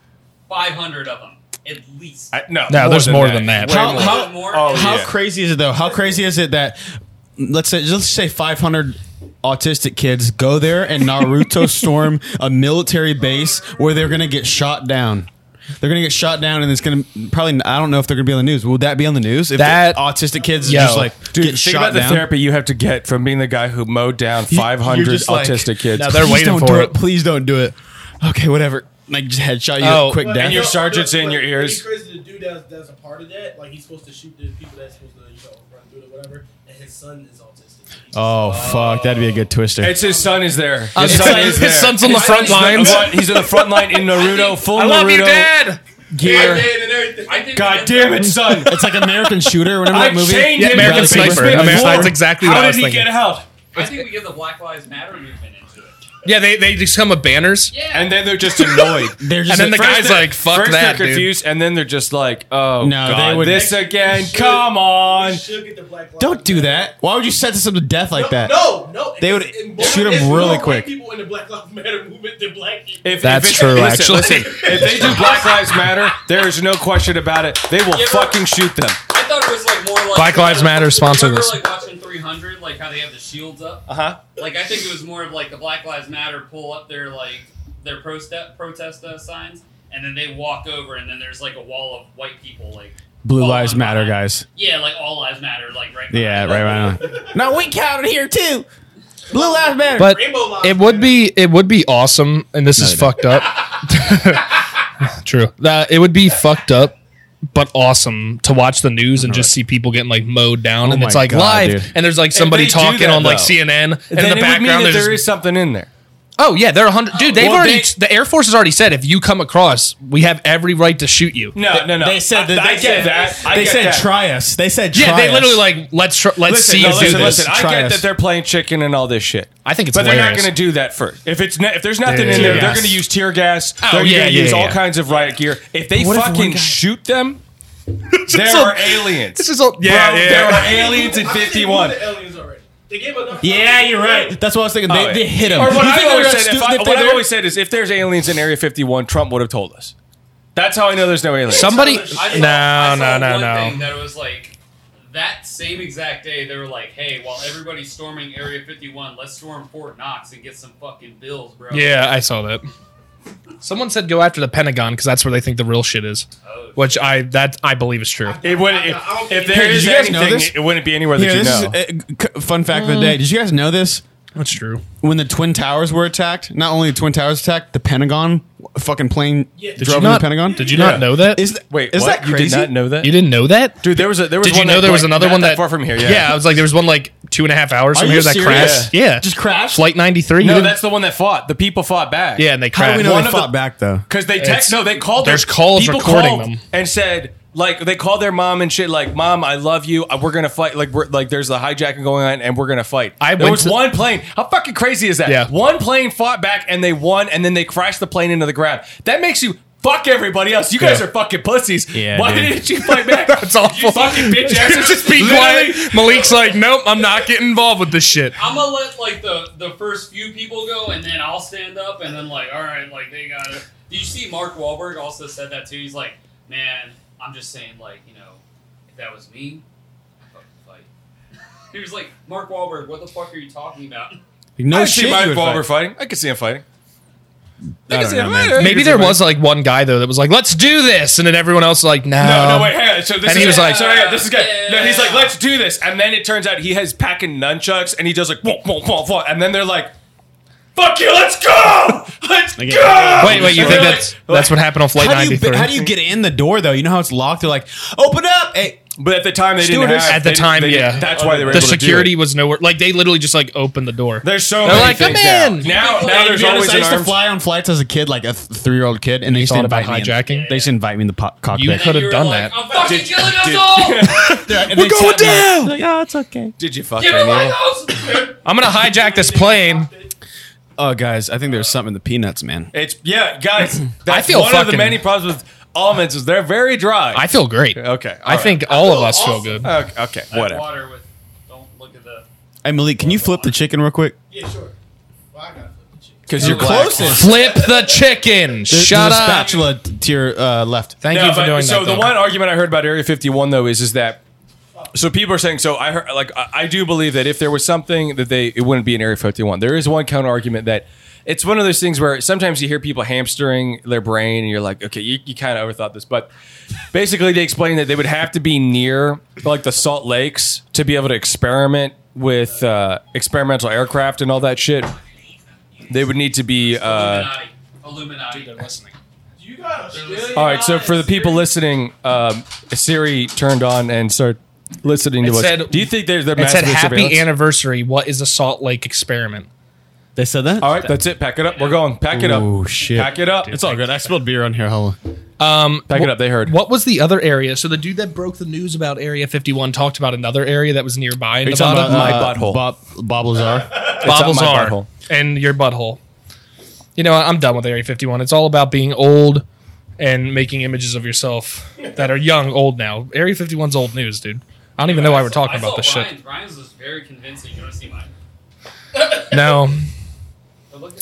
five hundred of them. At least.
no,
No, there's more than that.
How,
Way
how-
more.
how
Oh, yeah.
crazy is it though? How crazy is it that let's say let's say 500 autistic kids go there and Naruto storm a military base where they're gonna get shot down. They're gonna get shot down, and it's gonna probably. I don't know if they're gonna be on the news. Would that be on the news? If
That-
the autistic kids
Yo.
just like
Dude,
get
think
shot
about the
down.
therapy you have to get from being the guy who mowed down 500
You're just like,
autistic kids.
"Now, please don't do Please don't do it. Okay, whatever. Like just headshot you
Oh,
quick
and
death.
your sergeant's in your
It's
ears.
crazy to do that. That's a part of that. Like he's supposed to shoot the people that's supposed to, you know, run through it, whatever. And his son is autistic.
Oh fuck, that'd be a good twister.
It's his son is there. His
Uh, his
son
son-
is
his
there.
son's on the
His
front
son's
lines.
on the front- He's on the front line in Naruto, full
I love you,
Naruto
Dad.
gear. God damn it, son!
It's like American Shooter. Remember
I
that movie?
chained him to the basement floor. How did he get out?
I think we give the Black Lives Matter movement.
Yeah, they they just come with banners.
And then they're just annoyed.
They're just And then the
First
guy's
they're-
like, "Fuck
first
that,
They're
dude."
confused, and then they're just like, "Oh
No, they
god,
would-
this again! Come on!"
Don't do that. Why would you sentence them to death like that?
No, no.
They would shoot
It's
him
more
really
white
quick.
People in the Black Lives Matter movement than black people.
If- if it- listen, listen, if they do Black Lives Matter, there is no question about it. They will fucking shoot them.
I thought it was like more like
Black Lives Matter sponsor
Remember,
this. Uh-huh.
Like watching 300, like how they have the shields up. Uh
huh.
Like I think it was more of like the Black Lives Matter pull up their like their protest protest uh, signs, and then they walk over, and then there's like a wall of white people, like
Blue lives matter, guys.
yeah, like all lives matter, like right.
Yeah, right, right.
No, we counted here too. Blue lives matter.
But it would be it would be awesome, and this is fucked up. True. That it would be fucked up, but awesome to watch the news and just see people getting like mowed down, and
Oh
it's
my
like
God,
live,
dude.
and there's like
If
somebody
they do
talking
that,
on like
though,
CNN, and in
then it
the
would
background
mean that
there's
there is something in there.
Oh yeah, they're a hundred. Dude, they've
Well,
already.
they-
the Air Force has already said if you come across, we have every right to shoot you.
No, no, no.
They said that-
I, I
they
get
said-
that. I
they
get
said
that.
try us. They said try
Yeah, they
us.
literally like let's tr- let's
listen,
see
no,
you
listen,
do this.
listen. I get that they're playing chicken and all this shit.
I think it's
but they're not
hilarious.
going to do that first. If it's ne- if there's nothing
Yeah.
in there,
Tear
they're
gas.
going to use tear gas.
Oh,
they're
yeah,
going to
yeah,
use all
yeah.
kinds of riot gear. If they
What if one
fucking
guy-
shoot them, there
is
are
a-
aliens.
this is a- yeah,
Bro,
yeah.
There are aliens in fifty one.
Yeah, you're right. That's what I was thinking. They, they hit him.
Oh, Or what
You think
I've
they're
always
not
said,
stu-
if I,
if
what
they're-
I've always said is, if there's aliens in Area 51, Trump would have told us. That's how I know there's no aliens.
Somebody- No, no, no,
one
no.
Thing that was like that same exact day. They were like, "Hey, while everybody's storming Area 51, let's storm Fort Knox and get some fucking bills, bro."
Yeah, I saw that. Someone said go after the Pentagon because that's where they think the real shit is, which I that I believe is true.
It would if, if there
Hey, did
is
you guys know
anything,
this?
it wouldn't be anywhere that
Here,
you
this
know.
is, uh, c- fun fact of the day. Did you guys know this?
That's true.
When the Twin Towers were attacked, not only the Twin Towers attacked, the Pentagon a fucking plane
Did
drove
you
in
not-
the Pentagon.
Did you not know that?
Is that
Wait,
is
what?
that
You
crazy?
did not know that?
You didn't know that,
dude. There was a there was
Did you
one
know
that,
there was
like,
another
not
one
that
that
far from here, yeah.
I was like, there was one like two and a half hours
Are
from
you
here that
serious?
crashed. Yeah,
just crashed.
Flight ninety three.
No, that's the one that fought. The people fought back.
Yeah, and they How do we crashed. know they fought
back though?
Because they
It's-
text. No, they called.
there's
their-
calls
people
recording
called
them.
and said like they called their mom and shit. Like, mom, I love you. Uh, We're gonna fight. Like, we're like there's the hijacking going on, and we're gonna fight.
I
there
went
was
to-
one plane. How fucking crazy is that?
Yeah.
one plane fought back and they won, and then they crashed the plane into the ground. That makes you. Fuck everybody else. You guys
Yeah.
are fucking pussies.
Yeah,
Why
dude.
didn't you fight back? That's
awful.
You fucking bitch asses.
just be
Literally,
quiet. Malik's like, nope, I'm not getting involved with this shit.
I'm gonna let like the the first few people go, and then I'll stand up, and then like, all right, like they got it. Did you see Mark Wahlberg also said that too? He's like, man, I'm just saying, like, you know, if that was me, I'd fucking fight. he was like, Mark Wahlberg, what the fuck are you talking about?
No I can see
shit
Mike
you would
Wahlberg
fight.
fighting. I can see him fighting. I can see him
Maybe there was like one guy though that was like, "Let's do this," and then everyone else was like, "No."
No, no, wait, hang on. So this
and
is
he was like,
so hang on, this is good. No, he's like, let's do this. And then it turns out he has packing nunchucks and he does like, whoa, whoa, whoa, whoa. and then they're like, fuck you, let's go! Let's go!
Wait, wait, you
And
think
we're
that's that's what happened on flight
how, do
ninety
you,
three?
how do you get in the door though? You know how it's locked. They're like, open up. Hey,
But at the time, they didn't
Stewardess.
have.
At the
they-
time,
they-
yeah.
That's why they were
the
able to do
security
it.
was nowhere. Like they literally just like opened the door.
There's so
They're
many
like,
things
come in.
now. Now, now
Hey,
there's
you
always
understand, I
an
used to
arms.
fly on flights as a kid, like a th- three-year-old kid, and they used to
thought
invite me.
about
in-
hijacking?
They used to invite me in the po- cockpit.
You could have done that.
I'm fucking killing us
did-
all!
We're going
down!
Like, oh, it's okay.
Did you fuck
Give me my house!
I'm gonna hijack this plane.
Oh, guys, I think there's something in the peanuts, man.
It's yeah, guys. That's
I feel
one of the
fucking-
many problems with almonds is they're very dry.
I feel great.
Okay,
I think all of us feel good.
Okay, okay whatever.
Water with, don't look at the.
Hey, Malik, can you flip the chicken real quick?
Yeah, sure.
Because you're close.
Flip the chicken.
There's-
Shut
there's a
up.
spatula to your uh, left.
Thank
No, but- so the one argument I heard about Area 51 though is is that so people are saying so I heard like I, I do believe that if there was something that they it wouldn't be in Area 51. There is one counter argument that it's one of those things where sometimes you hear people hamstering their brain and you're like okay you, you kind of overthought this but basically they explained that they would have to be near like the Salt Lakes to be able to experiment with uh, experimental aircraft and all that shit. They would need to be uh,
Illuminati. Dude, they're listening.
all right, so for the people listening, um, Siri turned on and started listening to
It
us.
said-
Do you think there's the
It said
massive
happy
surveillance?
anniversary. What is a Salt Lake experiment?
They said that.
All right, that's it. Pack it up. We're going. Pack it up.
Oh shit.
Pack it up.
It's all good. I spilled beer on here. Hold on.
Um,
Pack it up. They heard.
What was the other area? So the dude that broke the news about Area 51 talked about another area that was nearby in
Are you talking
Nevada.
about
my
uh,
butthole.
Bob, Bob Lazar.
Bobbles
my
are
butthole.
and your butthole. You know, what? I'm done with Area 51. It's all about being old and making images of yourself that are young, old now. Area 51's old news, dude. I don't even know why we're talking about this shit.
Ryan's. Ryan's was very convincing. You want to see mine?
No,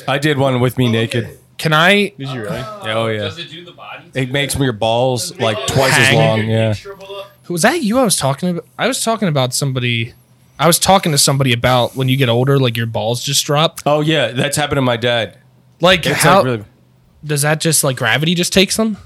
I did one with me naked.
can I?
Did you really? Oh yeah.
Does it do the body?
It makes me your balls like twice as
Hang.
long. Yeah.
Was that you? I was talking about. I was talking about somebody. I was talking to somebody about when you get older, like your balls just drop.
Oh yeah, that's happened to my dad.
Like
It's
how
like really.
does that just like gravity just takes them?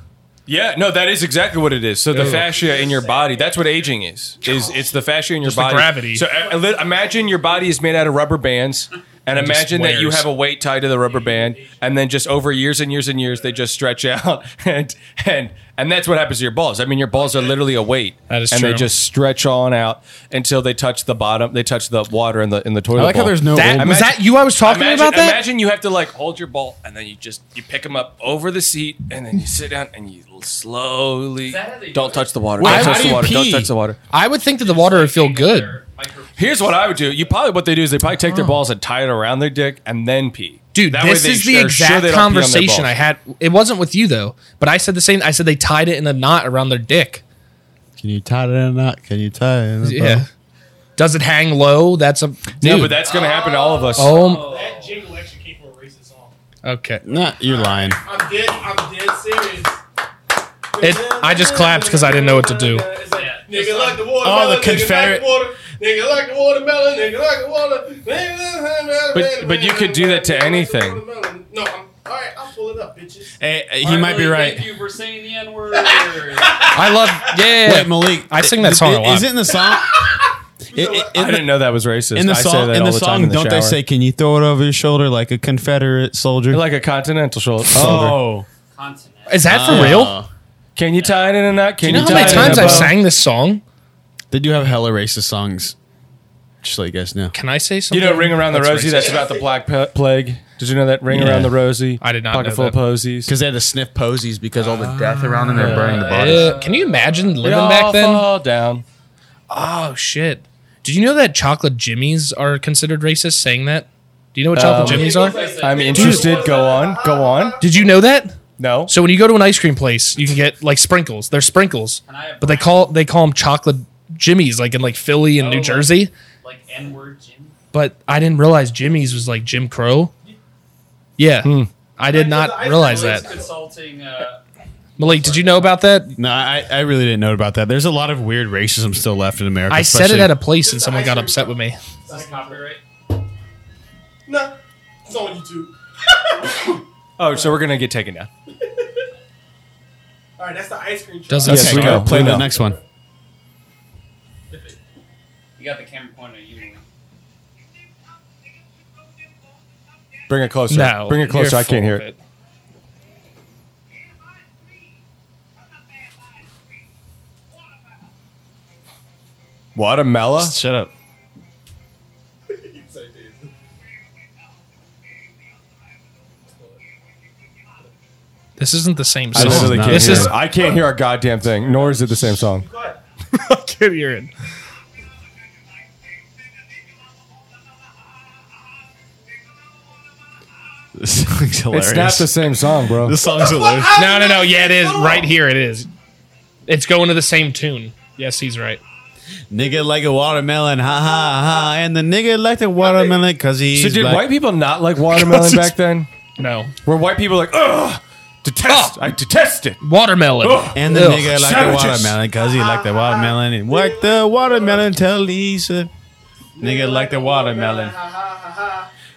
Yeah, no, that is exactly what it is. So the
Ew.
fascia in your body—that's what aging is. Is it's the fascia in your
the
body?
gravity.
So uh, li- imagine your body is made out of rubber bands, and
It just
imagine that you
wears.
have a weight tied to the rubber band, and then just over years and years and years, they just stretch out, and and and that's what happens to your balls. I mean, your balls are literally a weight,
That is
and they
true.
just stretch on out until they touch the bottom. They touch the water in the in the toilet.
like how
bowl.
there's no
That,
old-
was that you? I was talking
Imagine,
about that.
imagine you have to like hold your ball and then you just you pick them up over the seat and then you sit down and you slowly don't touch the water.
Wait,
don't
how
touch
do
the
you
water. Don't
pee?
touch the water.
I would think that the water would feel good,
Here's what I would do. You probably what they do is they probably take their balls and tie it around their dick and then pee.
dude.
That way
this
they
is the
are sure
exact
they don't pee on their
conversation
balls.
I had. It wasn't with you though, but I said the same. I said they tied it in a knot around their dick.
Can you tie it in a knot? Can you tie it? In a bow?
Yeah. Does it hang low? That's a
No,
dude.
but that's gonna happen to all of us.
oh,
That jingle actually came from a racist song.
okay.
Nah, you're lying.
I'm dead. I'm dead serious.
It, I just clapped because I didn't know what to do.
It's like, nigga like the watermelon.
Oh, the
nigga
Confederate-
Like water, nigga like the watermelon. Nigga like the water. nigga-
But but you could do that to anything.
Watermelon. No, I'm, all right. I'll pull it up, bitches.
Hey, Eh, he
I
might be
really
right.
Thank you for saying the N word. I
I love. Yeah.
Wait, Malik.
I sing that song a lot.
Is it in the song? It- it-
I
in, the,
didn't know that was racist.
in the
I say
song,
that
in
all
the
the time
song,
in the
don't they
shower.
say, "Can you throw it over your shoulder like a Confederate soldier"?
like a continental shul- shoulder?
oh,
Is that
Ah.
for real?
Can you tie it in a knot? Can
You know how
tie
many
it in a
times I've
bow?
sang this song?
they do have hella racist songs. Just let you guys know.
Can I say something?
You know, ring around the
That's
rosy.
racist.
That's about the black P- plague. Did you know that? Ring
Yeah.
around the rosy.
I did not
Pocket
know
full
that. Ah.
of posies.
Because they had to sniff posies because all the death around them. They're burning the bodies.
Yeah. Can you imagine
They
living
all
back then?
fall down.
Oh shit! Did you know that chocolate jimmies are considered racist? Saying that, do you know what chocolate
Um,
jimmies are?
I'm interested. Go on. Go on.
Did you know that?
No.
So when you go to an ice cream place, you can get like sprinkles. They're sprinkles,
have
but they call they call them chocolate jimmies, like in like Philly and
Oh,
New
like-
Jersey.
like N word Jim.
But I didn't realize jimmies was like Jim
Hmm.
Crow. Yeah, I did not realize that.
Consulting uh,
Malik, did you know about that?
No, I, I really didn't know about that. There's a lot of weird racism still left in America.
I said it
especially-
at a place and someone got upset with me.
No, it's on YouTube.
Oh, so we're gonna get taken down.
All right, that's the ice cream.
Doesn't Yes, we know. Play We the know. next one.
You got the camera pointed at you. Malik.
Bring it closer.
No,
Bring it closer.
you're
I can't
full
hear
of
it. Watermelon. Shut up.
This isn't the same
I
song.
literally can't
this
hear.
is
it. I can't hear a goddamn thing. Nor is it the same song.
I can't hear it.
This song's hilarious.
It's not the same song, bro.
This song's hilarious.
No, no, no. Yeah, it is. Right here, it is. It's going to the same tune. Yes, he's right.
Nigga like a watermelon, ha ha ha. And the nigga like the watermelon because he's.
So did
black.
white people not like watermelon back then?
No. Ah.
Were white people like, ugh, detest, I detest it.
Watermelon.
And the
Ugh.
nigga like
Savages.
the watermelon because he like the watermelon and work the watermelon tell Lisa. Nigga like the watermelon.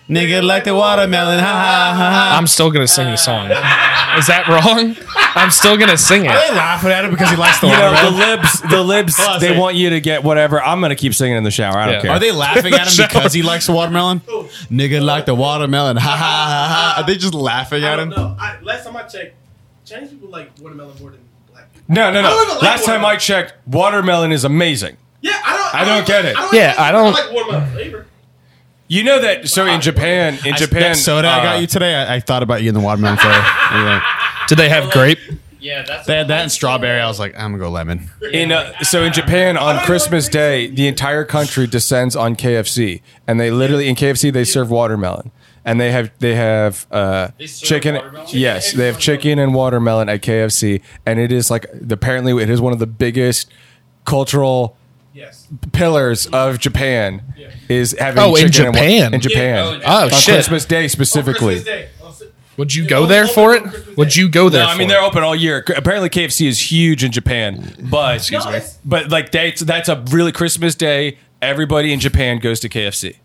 Nigga like the watermelon. Ha ha ha.
I'm still gonna sing the song. Is that wrong? I'm still gonna sing it.
They laughing at it because he likes the
You know, the
watermelon.
libs, the libs,
Hold on a
they
second.
want you to get whatever. I'm gonna keep singing in the shower. I don't
Yeah.
care.
Are they laughing at him because he likes the watermelon? Nigga like the watermelon. Ha ha ha ha. Are they just laughing at him?
No, I, last time I checked, Chinese people like watermelon more than black people.
No, no,
I don't even
no.
like
Last time I
watermelon.
checked, watermelon is amazing.
yeah, I don't.
I don't get it.
even
Yeah, I don't-
I like watermelon flavor.
You know that. So in Japan, in
I-
Japan,
that soda I
uh,
got you today. I, I thought about you in the watermelon flavor.
Did they have grape?
Yeah, that's
They had that and strawberry. I was like, I'm gonna go lemon.
In uh, so in Japan on Christmas Day, the entire country descends on KFC, and they literally in KFC they serve watermelon, and they have they have uh, chicken. Yes, they have chicken and watermelon at KFC, and it is like apparently it is one of the biggest cultural pillars of Japan is having.
Oh, in
chicken and wa-
Japan.
in Japan.
Oh,
on
shit.
Christmas Day specifically.
Would you go there for it? Would you go there?
No, I mean
for
they're open all year. C- Apparently, KFC is huge in Japan, but but like that's that's a really Christmas day. Everybody in Japan goes to KFC.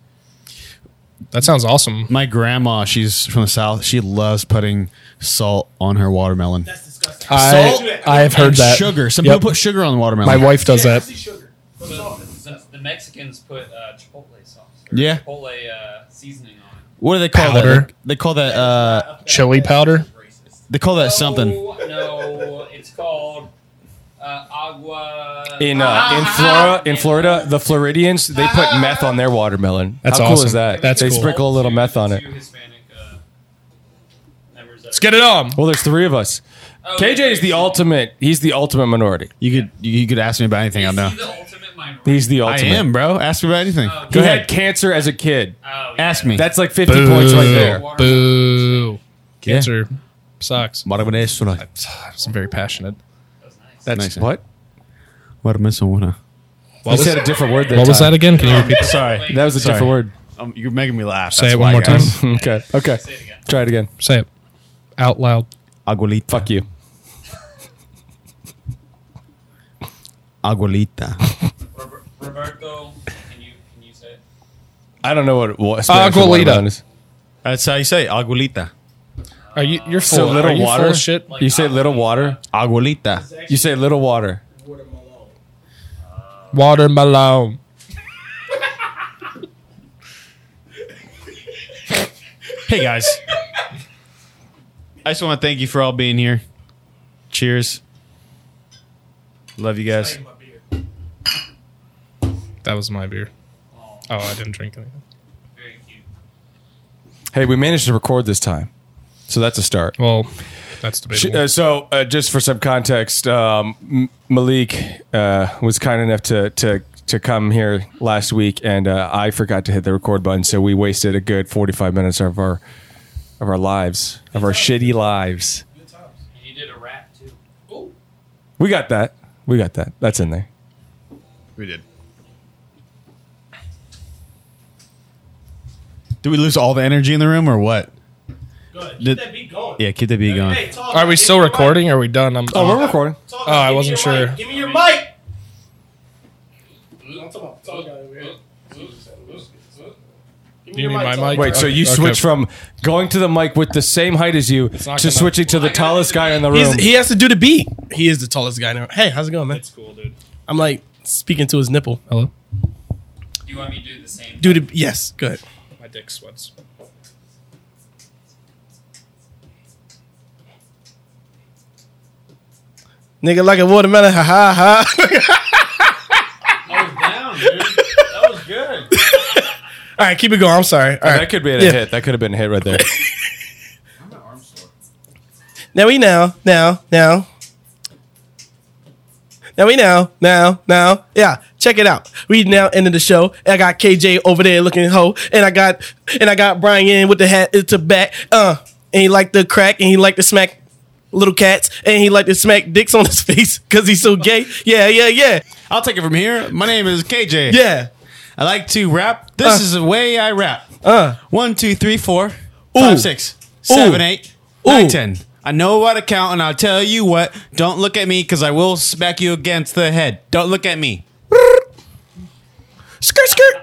That sounds awesome.
My grandma, she's from the south. She loves putting salt on her watermelon. That's disgusting.
I- I have heard that.
Sugar. Some
Yep.
people put sugar on the
it?
watermelon.
My wife does that.
So, since the Mexicans put uh, chipotle sauce, or
Yeah.
chipotle uh, seasoning on it.
What do they call
Powder.
that? They, they call that uh,
chili powder.
They call that something.
Oh, no, it's called uh, agua.
In uh, in Florida, in Florida, the Floridians they put meth on their watermelon.
That's
How cool
awesome.
is that?
That's
they
cool.
sprinkle a little meth on it.
Let's get it on.
Well, there's three of us. KJ is the ultimate. He's the ultimate minority.
You could you could ask me about anything. I know.
He's the
I
ultimate.
am, bro. Ask me about anything.
He had cancer as a kid.
Ask me.
That's like 50 points right there.
Boo. Cancer sucks.
Watermelon.
I'm very passionate.
That's what?
Watermelon.
What was,
said a different word that
what was
time.
that again? Can you repeat? that?
Sorry,
That was a
Sorry.
different word.
Um, you're making me laugh.
Say
That's
it one
why,
more time.
guys.
okay. Okay. Try it again.
Say it out loud.
Aguilita.
Fuck you.
Aguilita.
Robert, Roberto, can you can you say it?
I don't know what it was.
Aguilita.
That's how you say it, aguilita.
Are you? You're full.
So little
are you
water.
Full of shit.
You say little water.
Aguilita.
You say little water.
Watermelon.
Hey guys, I just want to thank you for all being here. Cheers. Love you guys.
That was my beer. Oh, I didn't drink anything.
Hey, we managed to record this time, so that's a start.
Well, that's
Sh-
debatable.
uh, so, uh, just for some context, um, M- Malik uh, was kind enough to to to come here last week, and uh, I forgot to hit the record button, so we wasted a good forty five minutes of our of our lives, of our shitty lives.
You did a rap too.
We got that. We got that. That's in there.
We did. Did we lose all the energy in the room or what? Did- Yeah, keep the beat going.
Are we still recording? Are we done? I'm,
Oh, we're recording.
Oh, I wasn't sure.
Give me your mic.
Do you need my mic?
Wait, so you
Okay.
switch from going to the mic with the same height as you
not
to
gonna-
switching to the tallest guy in the room. Oh,
He's, he has to do the beat. He is the tallest guy in the room. Hey, how's it going, man? It's cool, dude. I'm like speaking to his nipple. Hello.
Do you want me to do the same?
Do the yes. Good.
My dick sweats.
Nigga like a watermelon. Ha ha ha.
That was good.
All right, keep it going. I'm sorry. All right,
Oh, That could be a
Yeah.
hit. That could have been a hit right there.
Now we now, now, now. Now we now, now, now. Yeah, check it out. We now ended the show. I got KJ over there looking ho, and I got and I got Brian in with the hat it's a back. Uh, and he liked the crack, and he liked to smack little cats, and he liked to smack dicks on his face because he's so gay. Yeah, yeah, yeah.
I'll take it from here. My name is KJ.
Yeah.
I like to rap. This is the way I rap. Uh. One, two, three, four, five, six, seven,
Ooh.
eight, nine, ten. I know what to count, and I'll tell you what. Don't look at me, because I will smack you against the head. Don't look at me.
Skirt, skirt.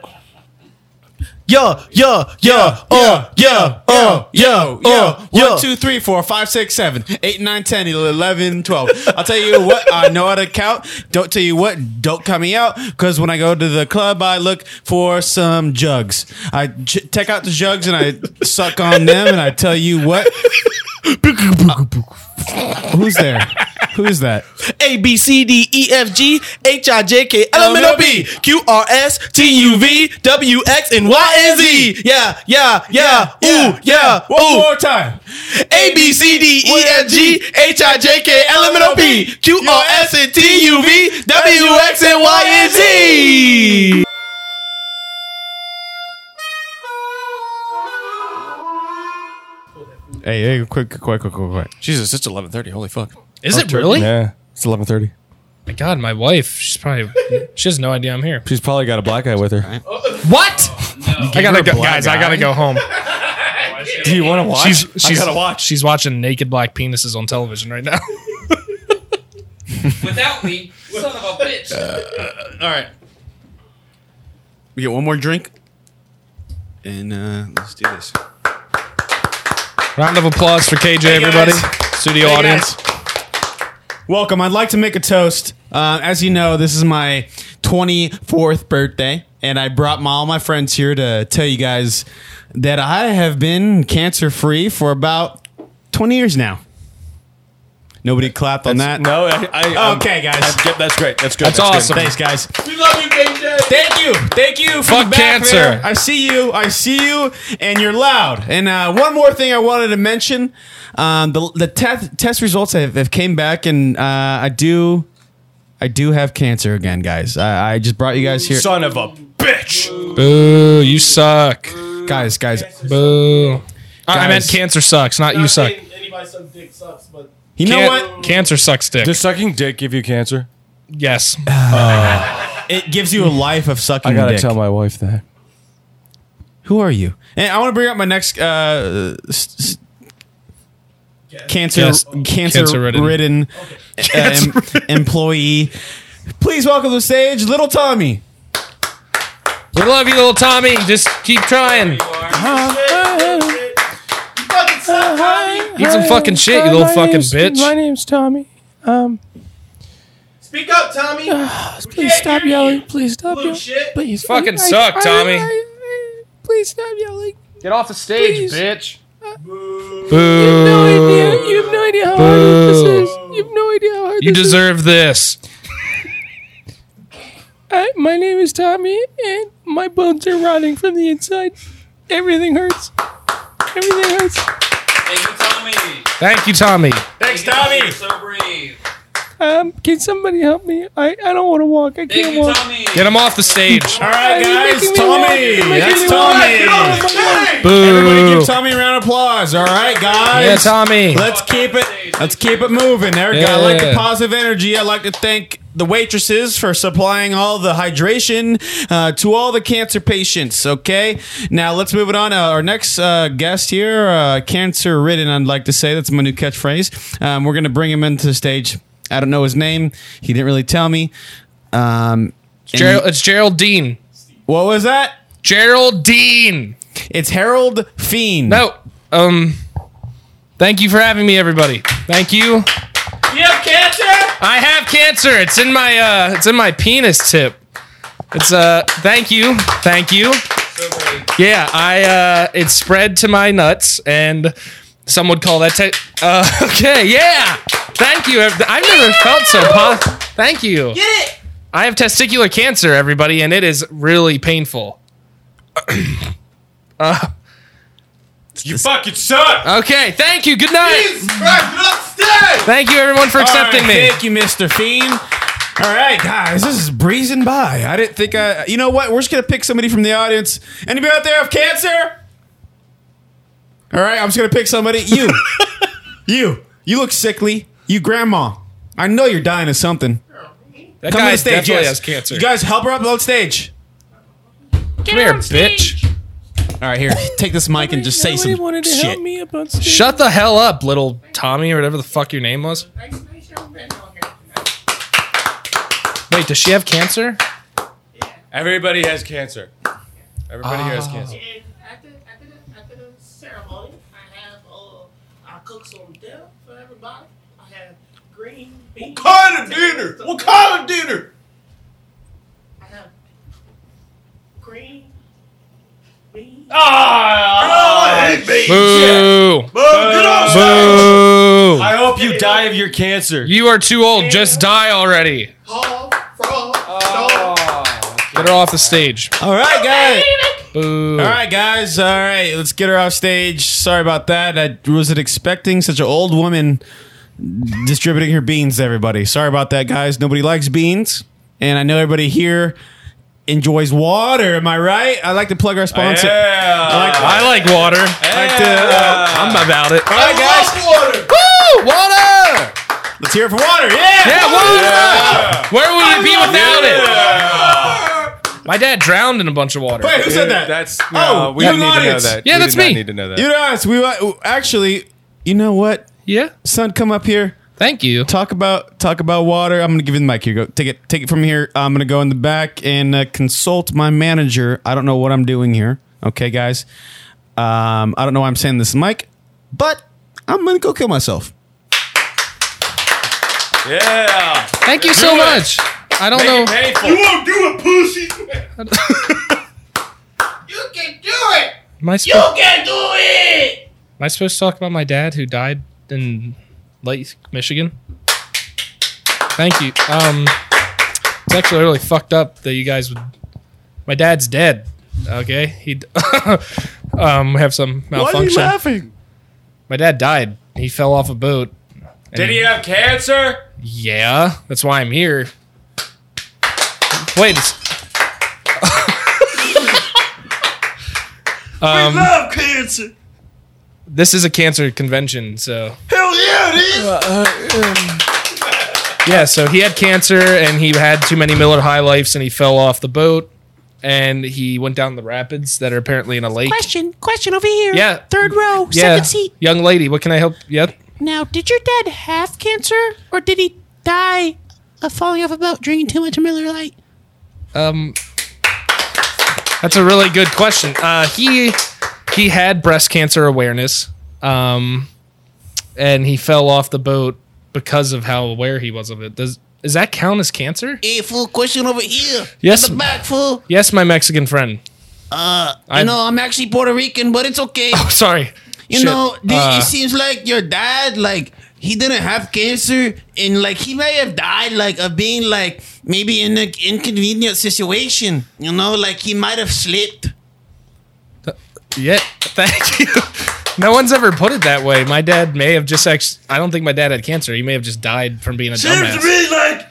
Yo, yo, yo, oh, yo, oh, yo,
Yo, one, two, three, four, five, six, seven, eight, nine, ten, eleven, twelve. I'll tell you what, I know how to count. Don't tell you what, don't cut me out. Because when I go to the club, I look for some jugs. I j- take out the jugs and I suck on them, and I tell you what. Uh, who's there? Who's that?
A B C D E F G H I J K L M N O P Q R S T U V W X and Y and Z. Yeah, yeah, yeah. Ooh, yeah. One more
time.
A B C D E F G H I J K L M N O P Q R S and T U V W X and Y and Z.
Hey, hey, quick, quick, quick, quick, quick.
Jesus, it's eleven thirty. Holy fuck!
Is it really?
Yeah, it's eleven thirty.
My God, my wife. She's probably. She has no idea I'm here.
She's probably got a black eye with her.
Oh,
What? I
You're
gotta
a
go,
black
guys. I gotta
guy?
go home.
Do you want to watch?
She's,
I
she's,
gotta watch.
She's watching naked black penises on television right now.
Without me, son of a bitch.
Uh, all right. We get one more drink, and uh, let's do this.
Round of applause for KJ,
Hey, guys.
everybody. Studio
Hey,
audience.
Welcome. I'd like to make a toast. Uh, as you know, this is my 24th birthday, and I brought my, all my friends here to tell you guys that I have been cancer free for about 20 years now. Nobody clapped on that.
No, I, I
okay, guys.
I- yeah, that's great. That's good.
That's
good.
awesome. Thanks, guys.
We love you, KJ.
Thank you. Thank you. from
Fuck
back
cancer.
there. I see you. I see you, and you're loud. And uh, one more thing I wanted to mention: um, the the test test results have, have came back, and uh, I do, I do have cancer again, guys. I, I just brought you guys here.
Son of a bitch.
Boo! You suck,
guys. Guys,
boo! I I meant
Guys.
cancer sucks, not you suck.
Anybody suck dick sucks, but
You know
Can't-
what?
Cancer sucks dick.
Does sucking dick give you cancer?
yes.
Uh, It gives you a life of sucking.
I gotta
dick.
tell my wife that.
Who are you? And I want to bring up my next uh, s- s- cancer
Yes.
cancer
Cancer-ridden.
ridden, uh, em- employee. Please welcome to the stage, Little Tommy.
We love you, little Tommy. Just keep trying. Eat some fucking shit, you little fucking bitch.
name's Tommy. Um,
Speak up, Tommy.
uh,
please stop yelling. Please stop
Blue shit.
Please
Fucking suck, Tommy.
Please stop yelling.
Get off the stage, bitch.
No
Boo!
idea. You have no idea how hard this
Boo.
is. You have no idea how hard
You
this
deserve this.
is. I, my name is Tommy, and my bones are rotting from the inside. Everything hurts. Everything hurts.
Thank you, Tommy.
Thanks, Tommy.
Um, can somebody help me? I, I don't want to walk. I can't walk.
Get him off the stage.
All right, guys,
making me
Tommy.
laugh. You're making
That's
me
Tommy.
Boo!
Everybody give Tommy a round of applause. All right, guys.
Yeah, Tommy.
Let's keep it. Let's keep it moving. There, we go. I like the
Yeah.
positive energy. I like to thank the waitresses for supplying all the hydration uh, to all the cancer patients. Okay, now let's move it on. Uh, our next uh, guest here, uh, cancer ridden, I'd like to say that's my new catchphrase. Um, we're gonna bring him into the stage. I don't know his name. He didn't really tell me. Um,
Gerald- it's Geraldine.
What was that?
Geraldine.
It's Harold Fiend.
No. Um. Thank you for having me, everybody. Thank you.
You have cancer?
I have cancer. It's in my uh it's in my penis tip. It's uh thank you. Thank you. Yeah, I uh it spread to my nuts and some would call that te- uh okay, yeah. Thank you. I've I've never felt so po- Thank you. Get it. I have testicular cancer, everybody, and it is really painful. uh
You fucking suck.
Okay, thank you. Good night. Thank you, everyone, for accepting
All
me.
right, Thank you, Mr. Fiend. All right, guys, this is breezing by. I didn't think I. You know what? We're just gonna pick somebody from the audience. Anybody out there have cancer? All right, I'm just gonna pick somebody. You, you, you look sickly. You, grandma. I know you're dying of something.
That
Come
guy
on stage,
definitely
Jess.
has cancer.
You guys, help her up on stage.
Come here, bitch.
All right, here, take this mic and just say some
wanted to help
shit.
me about Steve.
Shut the hell up, little Tommy or whatever the fuck your name was. Wait, does she have cancer?
Everybody has cancer. Everybody here has
Ah.
cancer.
After, after, the, after the ceremony, I have uh, I cook some dinner for everybody. I have green beans.
What kind of dinner? What kind of dinner?
I have green beans.
Ah,
Oh,
Boo.
Boo. Boo. Get off
Boo.
I hope you die of your cancer.
Oh. You are too old. Just die already. Get her off the stage.
All right, guys.
Boo.
All right, guys. All right, let's get her off stage. Sorry about that. I wasn't expecting such an old woman distributing her beans to everybody. Sorry about that, guys. Nobody likes beans, and I know everybody here enjoys water. Am I right? I like to plug our sponsor.
I like water. I'm about it.
All right, guys.
Water.
Woo! Water.
Let's hear it for water. Yeah.
Yeah, water. Where would we be without it? My dad drowned in a bunch of water.
Wait, who said that?
That's
Oh, you in the audience.
Yeah, that's me.
You know, us, we uh, actually, you know what?
Yeah,
son, come up here.
Thank you.
Talk about talk about water. I'm gonna give you the mic here. Go take it take it from here. I'm gonna go in the back and uh, consult my manager. I don't know what I'm doing here. Okay, guys. Um, I don't know why I'm saying this mic, but I'm gonna go kill myself.
Yeah.
Thank you so much. I don't know.
You won't do it, pussy.
you can do it.
Am I
You
supposed-
can do it.
Am I supposed to talk about my dad who died in Lake Michigan? Thank you. Um, it's actually really fucked up that you guys would. My dad's dead. Okay, he d- um have some malfunction. My dad died. He fell off a boat. And
Did he have cancer?
Yeah, that's why I'm here. Wait. it's- um,
love cancer.
this is a cancer convention, so
Hell yeah, it is.
yeah. So he had cancer, and he had too many Miller High Lifes, and he fell off the boat, and he went down the rapids that are apparently in a lake.
Question, question over here.
Yeah.
Third row,
Yeah,
second seat.
young lady, what can I help? Yep.
Now, did your dad have cancer or did he die of falling off a boat drinking too much Miller Lite?
Um, that's a really good question. Uh, he he had breast cancer awareness, um, and he fell off the boat because of how aware he was of it. Does is that count as cancer?
Hey, fool, question over here.
Yes.
In the back, fool.
Yes, my Mexican friend.
Uh, you
I-
know, I'm actually Puerto Rican, but it's okay.
Sorry.
You
Shit.
know, the,
Uh,
it seems like your dad, like, he didn't have cancer, and like he may have died, like, of being like maybe in an inconvenient situation. You know, like he might have slipped.
Yeah, thank you. No one's ever put it that way. My dad may have just actually, I don't think my dad had cancer. He may have just died from being a
Seems to
dumbass.
me like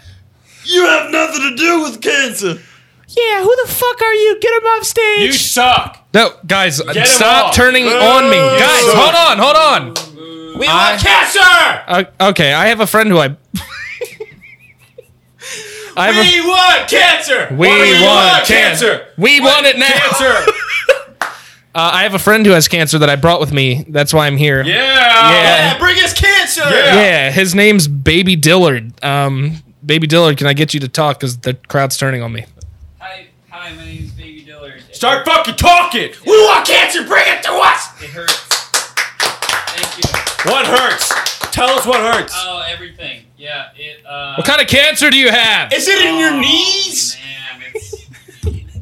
you have nothing to do with cancer.
Yeah, who the fuck are you? Get him off stage.
You suck.
No, guys,
him
stop
off.
turning on me. Guys, hold on, hold on.
We want cancer!
Uh, okay, I have a friend who I. I have
we want cancer.
We want, cancer. We want it now.
Cancer.
Uh, I have a friend who has cancer that I brought with me. That's why I'm here.
Yeah,
Yeah.
bring us cancer.
Yeah. His name's Baby Dillard. Um, Baby Dillard, can I get you to talk? Because the crowd's turning on me.
Start fucking talking. We want cancer. Bring it to us.
It hurts.
What hurts? Tell us what hurts.
Oh, everything. Yeah, it. Uh, oh,
What kind of cancer do you have?
Is it in your knees?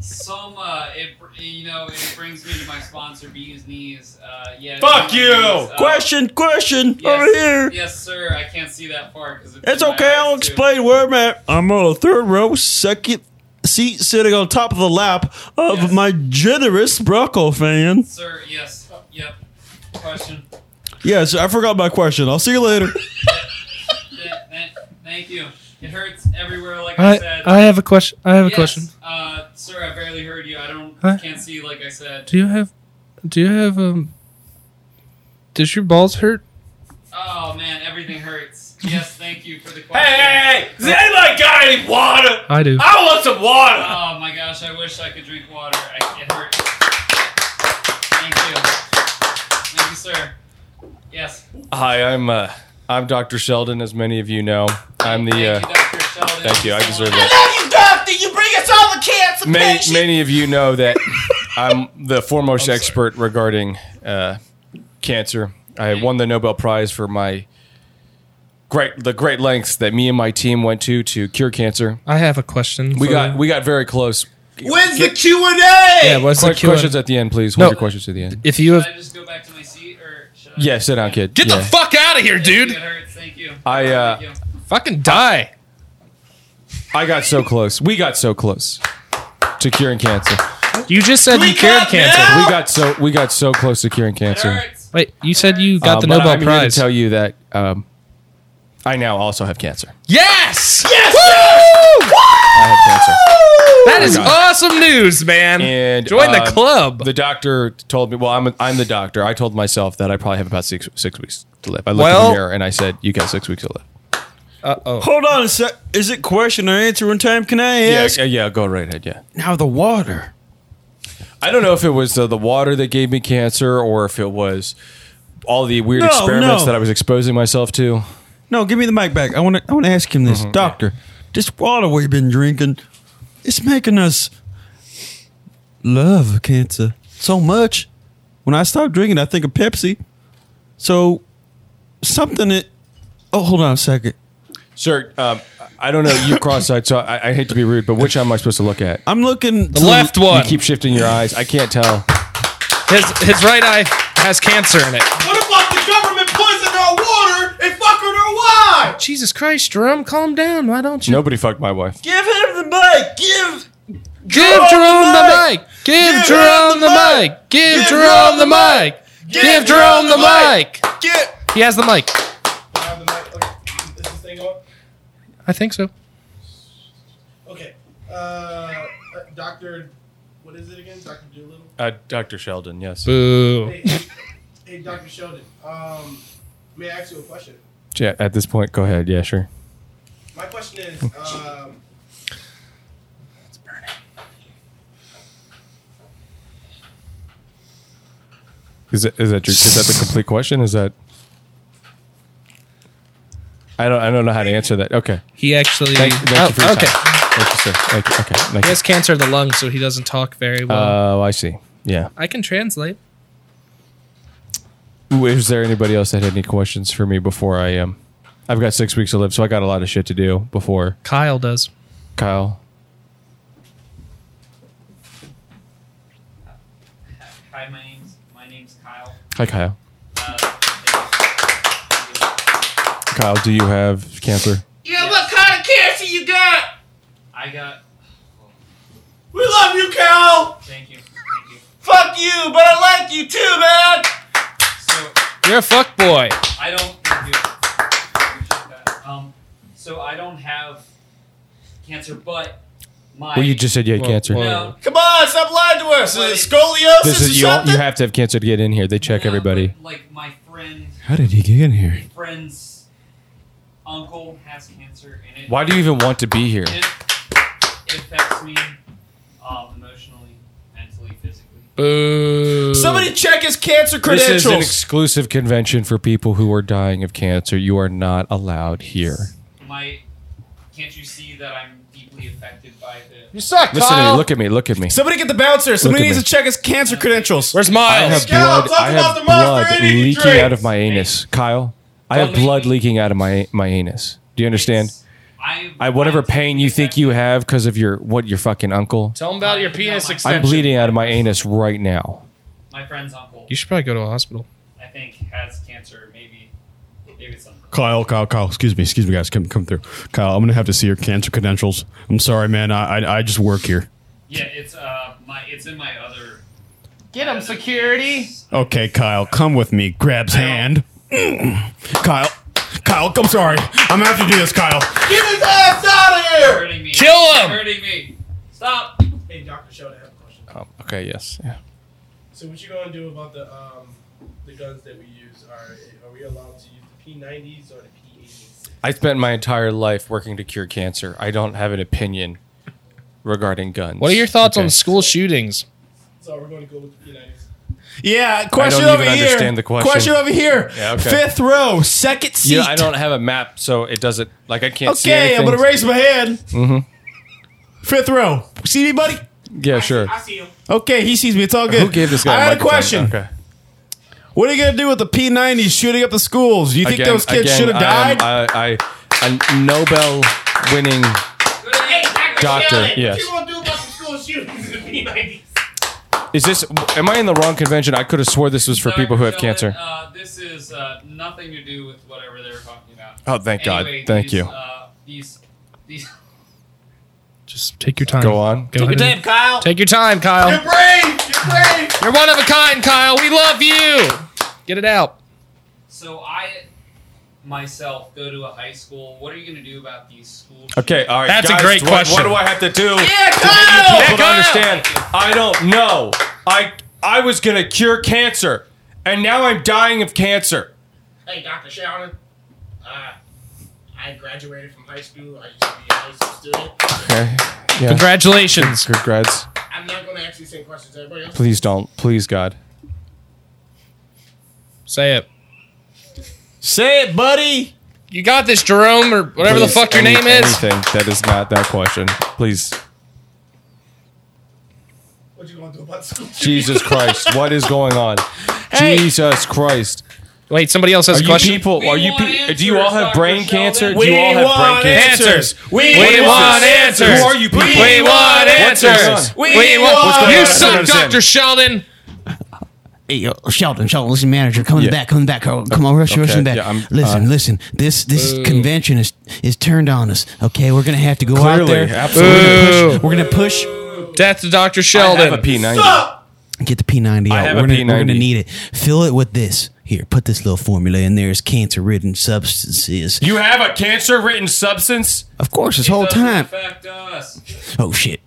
Some, uh, it, you know, it brings me to my sponsor, B's knees. Uh, yeah.
Fuck
B's
you!
Knees, uh,
question, question,
yes,
over here.
Yes, sir. I can't see that far because
It's okay. I'll explain where I'm at. I'm on the third row, second seat, sitting on top of the lap of my generous Bronco fan.
Sir, yes. Yep. Question.
Yes, I forgot my question. I'll see you later.
Yeah, th- thank you. It hurts everywhere, like I,
I-
said.
I have a question- I have a
Yes,
question.
Uh, sir, I barely heard you. I don't
Huh?
can't see, like I said.
Do you have? Do you have? Um. Does your balls hurt?
Oh man, everything hurts. Yes, thank you for the
Hey,
question.
hey, hey! Does anybody got any water?
I do.
I want some water.
Oh my gosh, I wish I could drink water. I, it hurts. Thank you. Thank you, sir. Yes.
Hi, I'm uh, I'm Dr. Sheldon, as many of you know. I'm the. uh, Thank you. I deserve that.
love you, doctor. You bring us all the cancer
many,
patients.
many of you know that I'm the foremost expert regarding uh, cancer. I won the Nobel Prize for my great the great lengths that me and my team went to to cure cancer.
I have a question.
We
for
got
you.
we got very close.
When's the Q and A?
Yeah, what's the
Que-
Q and-
questions at the end, please?
No.
What's your questions at the end?
If you have,
yeah, sit down, kid.
get
Yeah.
the fuck out of here, dude.
I uh,
fucking die.
I got so close. We got so close to curing cancer.
You just said you cured cancer.
We got so we got so close to curing cancer.
Wait, you said you got
Uh,
the
but
Nobel
I'm here
Prize.
to tell you that um, I now also have cancer.
Yes!
Yes!
I have cancer.
That is
I got it.
awesome news, man.
And
Join the
uh,
club.
The doctor told me. Well, I'm I'm the doctor. I told myself that I probably have about six six weeks to live. I looked in
Well-
the mirror and I said, "You got six weeks to live."
Uh oh.
Hold on a sec. Is it question or answer in time? Can I
Yeah,
ask?
yeah, yeah, go right ahead. Yeah.
Now the water.
I don't know if it was uh, the water that gave me cancer or if it was all the weird
No,
experiments
no.
that I was exposing myself to.
No, give me the mic back. I want to. I want to ask him this, Doctor. This water we've been drinking, it's making us love cancer so much. When I stop drinking, I think of Pepsi. So something that. Oh, hold on a second.
Sir, um, I don't know. You cross-eyed, so I, I hate to be rude, but which eye am I supposed to look at?
I'm looking.
The left one.
You keep shifting your eyes. I can't tell.
His his right eye has cancer in it.
What about the government poisoned our water and fucking our wine?
Jesus Christ, Jerome, calm down. Why don't you?
Nobody fucked my wife.
Give him the mic. Give.
Give Jerome the mic. Give Jerome the mic. Give Jerome the mic. Give Jerome the mic.
Get.
He has the mic. I think so.
Okay. Uh, Doctor, what is it again? Doctor Doolittle.
Uh, Dr. Sheldon, yes.
Boo.
Hey, hey, Doctor Sheldon. Um, may I ask you a question?
Yeah, at this point, go ahead. Yeah, sure.
My question is, um,
Is that is that your, is that the complete question? Is that I don't I don't know how to answer that. Okay.
He actually.
Thank, thank
Oh,
you for your
okay.
time. Thank you, sir. Thank you. Okay. Thank
He
you.
has cancer of the lung, so he doesn't talk very well.
Oh, I see. Yeah.
I can translate.
Ooh, Is there anybody else that had any questions for me before I um I've got six weeks to live, so I got a lot of shit to do before
Kyle does.
Kyle.
Hi, my name's my name's Kyle.
Hi Kyle.
Uh,
Kyle, do you have cancer?
Yeah, what kind of cancer you got?
I got.
we love you, Cal.
Thank you.
Fuck you, but I like you too, man.
So
You're a fuck boy.
I don't. Thank you. Um, so I don't have cancer, but my.
Well, you just said you had cancer.
No,
Come on, stop lying to us. Is it scoliosis
This is
or
you.
something?
You have to have cancer to get in here. They check everybody.
like my friend,
How did he get in here?
friends,
uncle has cancer, and it.
Why do you even want to be here?
It, it affects me um, emotionally, mentally, physically.
Boo.
Somebody check his cancer
This is an
credentials.
exclusive convention for people who are dying of cancer. You are not allowed here.
My, can't you see that I'm deeply affected by the?
You suck,
Listen to
Kyle.
me. Look at me. Look at me.
Somebody get the bouncer. Somebody
at
needs
me.
to check his cancer credentials.
Where's
I have blood, I have blood leaking out of my anus, Kyle. I have blood leaking out of my my anus. Do you understand? I whatever pain you think you have because of your what your fucking uncle.
Tell him about your penis extension.
I'm bleeding out of my anus right now.
My friend's uncle,
You should probably go to a hospital.
I think, has cancer. Maybe, maybe it's something.
Kyle, Kyle, Kyle. Excuse me, excuse me, guys. Come, come through. Kyle, I'm gonna have to see your cancer credentials. I'm sorry, man. I, I, I just work here.
Yeah, it's uh my it's in my other
Get him, security.
Okay, Kyle, come with me. Grabs hand. Mm. Kyle, Kyle, I'm sorry. I'm gonna have to do this, Kyle.
Get his ass out of here!
Hurting me.
Kill him!
Hurting me.
Stop. Hey, Doctor Sheldon, I have a question.
Um, okay. Yes. Yeah.
So what you gonna do about the um the guns that we use? Are are we allowed to use the P nineties or the P eighties?
I spent my entire life working to cure cancer. I don't have an opinion regarding guns.
What are your thoughts
Okay.
on school shootings?
So we're gonna go with the P nineties.
Yeah,
I
question
don't
over
even
here.
understand the question.
Question over here.
Yeah, okay.
Fifth row, second seat.
Yeah, I don't have a map, so it doesn't. Like I can't see
okay, I'm
anything.
gonna raise my hand.
Mm-hmm.
Fifth row. See me, buddy?
Yeah, sure.
Okay, he sees me. It's all good.
Who gave this
I
guy?
had a
microphone?
question.
Okay.
What are you gonna do with the P90s shooting up the schools? Do you think
Again-
those kids
again,
should have
I am-
died?
I, I, a Nobel winning doctor.
What
Yes.
you gonna do about the school shootings in the P90s?
Is this? Am I in the wrong convention? I could have swore this was for people who have cancer.
Uh, this is uh, nothing to do with whatever they were talking about.
Oh, thank God.
Anyway,
Thank
these,
you.
Uh, these, these.
Just take your time.
Go on.
Go ahead.
Kyle.
Take your time, Kyle.
brave. You're brave.
You're one of a kind, Kyle. We love you. Get it out.
So I myself go to a high school. What are you going to do about these schools?
Okay, uh, all right.
That's a
guys,
great
what,
question.
What do I have to do?
Yeah,
to get
Kyle!
you people to
Yeah, Kyle!
understand. I don't know. I I was gonna cure cancer, and now I'm dying of cancer.
Hey, Dr. Sheldon. Uh, I graduated from high school. I used to be a high school student.
Okay.
Congratulations.
Congrats.
I'm not going to ask you the same questions everybody else.
Please don't. Please, God.
Say it.
Say it, buddy.
You got this, Jerome, or whatever the
Please,
fuck your
any-
name is.
Anything that is not that question, please.
What you gonna do about the school?
Jesus Christ, what is going on? Jesus Christ.
Wait, somebody else has
are
a
you
question?
People, are you pe- do you all have brain cancer? Do
We
you all have
want
brain cancer?
answers. We
What is
want
this?
answers.
Who are you people?
We want
What's going
answers.
on?
We want-
What's going on?
You
I don't
suck,
understand.
Dr. Sheldon.
Hey, yo, Sheldon, Sheldon, listen, manager, come in the
Yeah.
back, come in the back, come come on, rush, rush
Okay,
in the back.
yeah, I'm-
listen,
uh,
listen, this this
Boo.
convention is is turned on us. Okay, we're gonna have to go out
Clearly,
there.
absolutely.
We're gonna push. We're gonna push
Death to Dr. Sheldon.
a P90.
Get the P90
I
out.
have
We're
a
gonna, we're gonna
P90.
need it. Fill it with this. Here, put this little formula in there. It's cancer-ridden substances.
You have a cancer ridden substance?
Of course, this whole time.
us.
Oh shit!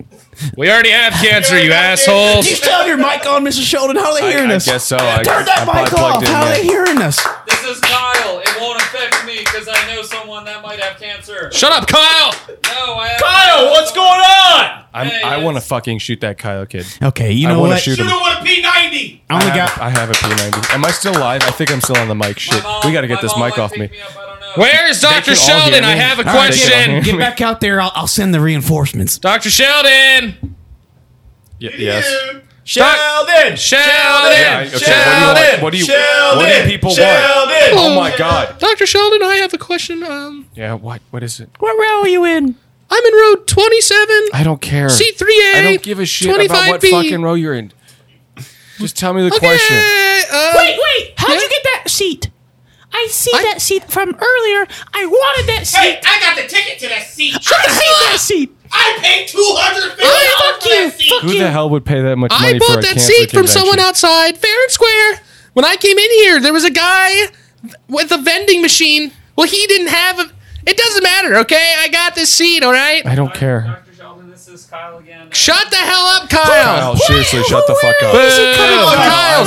We already have cancer, you assholes.
You still have your mic on, Mr. Sheldon. How are they
I-
hearing
I
us?
guess so. I-
Turn
I'm
that
probably
mic
plugged
off.
in,
How are
yeah.
they hearing us?
This is Kyle. It won't affect me because I know someone that might have cancer.
Shut up, Kyle.
No, I have
Kyle, what's going on?
I'm, I want to fucking shoot that Kyle kid.
Okay, you
I
know
wanna
what?
Shoot him.
don't want a P90!
I only got. I have a P90. Am I still live? I think I'm still on the mic. Shit, we got to get this mic off me.
Where's Dr. Sheldon? I have a
All right, get-
question.
Get back out there. I'll, I'll send the reinforcements.
Dr. Sheldon.
yes.
Sheldon.
Yeah,
Sheldon.
okay, what do you
Sheldon.
want? What do you? What do people want? Oh my god.
Dr. Sheldon, I have a question. Um,
Yeah. What? What is it?
what row are you in? I'm in row 27.
I don't care.
C3A,
I don't give a shit about what
25B.
fucking row you're in. Just tell me the question.
wait,
wait. How'd you get that seat? I see that seat from earlier. I wanted that seat.
Hey, I got the ticket to that seat!
I hate that seat.
I paid $250
I-
for that seat!
Who the hell would pay that much money
I
for a
bought that
cancer
seat from
convention?
someone outside, fair and square. When I came in here, there was a guy with a vending machine. Well, he didn't have a. It doesn't matter, okay? I got this seat, all right?
I don't care.
Shut the hell up, Kyle.
Kyle, Oh, seriously, shut the fuck up.
Boo. Kyle
I have a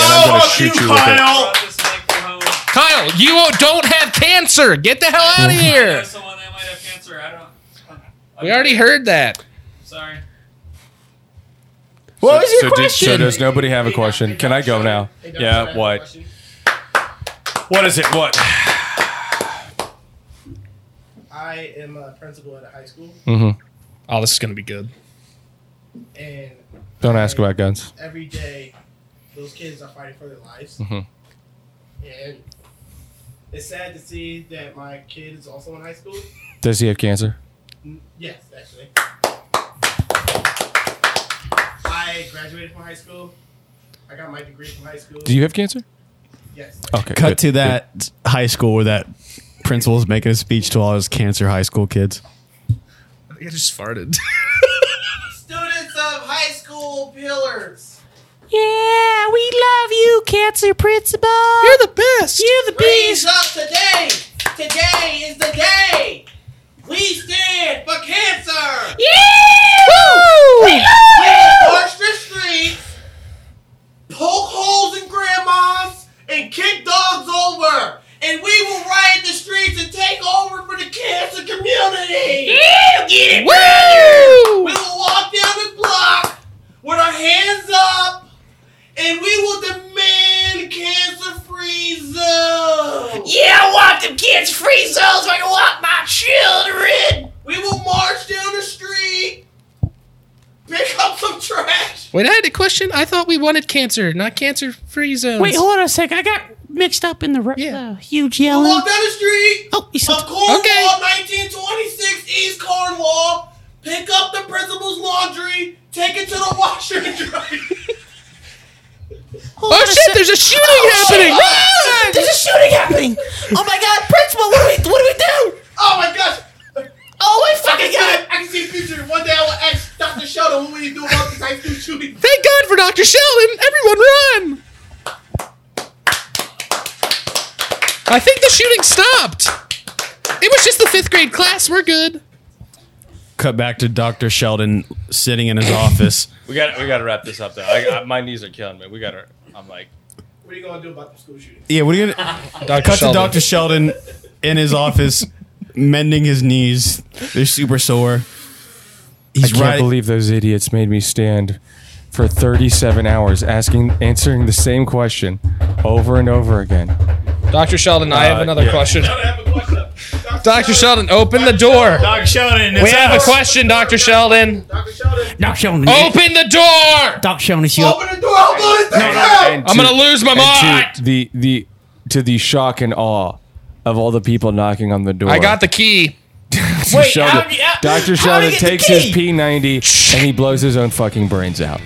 sucks.
P90 and I'm gonna
Oh,
shoot
fuck
you
you,
with it.
Kyle. Kyle, hell? You don't have cancer. Get the hell out of here. We already heard that. was your
What so, did- so
question?
does nobody have a question? Can I go now? Yeah. What? What is it? What?
I am a principal at a high school,
Mm-hmm.
Oh, this is gonna be good.
and
Don't ask about guns.
every day those kids are fighting for their lives.
Mm-hmm.
Mhm.
And it's sad to see that my kid is also in high school.
Does he have cancer?
N- Yes, actually. I graduated from high school. I got my degree from high school.
Do you have cancer?
Yes.
Okay.
Cut
good,
to that high school where that principal is making a speech to all his cancer high school kids.
I think I just farted.
Students of high school pillars. Yeah, we love you, cancer principal. You're the best. You're the
Raise
beast. up today. Today is the day. We stand for cancer. Yeah. Woo! We
March the streets, poke holes in grandmas, and kick dogs over. And we will riot the streets and take over for the cancer community.
Yeah,
get it,
Woo!
brother. We will walk down the block with our hands up, and we will demand cancer-free zone.
Yeah, I want them kids-free zones where I can walk my children.
We will march down the street, pick up some trash.
Wait, I had a question. I thought we wanted cancer, not cancer free zones.
Wait, hold on a sec. I got mixed up in the ru- uh, huge yelling.
Walk down the street
oh, he's
of Cornwall, 1926 East Cornwall. Pick up the principal's laundry, take it to the washer and dry.
Hold on sec. Oh, shit. Oh, There's a shooting happening. Oh my god, principal, what do we what do we do?
Oh my gosh!
Oh my fucking
I
god.
can, see, I can see the future. One day I will ask Dr. Sheldon what will you do about this high school shooting.
Thank God for Dr. Sheldon. Everyone run. I think the shooting stopped. It was just the fifth grade class. We're good.
Cut back to Dr. Sheldon sitting in his office.
We got. We got to wrap this up though. I, I, my knees are killing me. We got to. I'm like.
What are you gonna do about the school shooting?
Yeah, what are you gonna cut
Sheldon.
to Dr. Sheldon in his office mending his knees. They're super sore.
I can't
right-
believe those idiots made me stand for 37 hours asking, answering the same question over and over again.
Dr. Sheldon, I have
Uh,
another
yeah.
question. Dr. Sheldon, open the door. Dr.
Sheldon,
we
it's
have
us.
a question, Dr. Sheldon.
Doc Sheldon.
Open the door.
Doc Sheldon, is you
the door. I'm going to
And
I'm
to-
gonna lose my
and
mind.
To the the to the shock and awe of all the people knocking on the door.
I got the key.
Dr. Sheldon, Dr. Sheldon takes his P90 and he blows his own fucking brains out.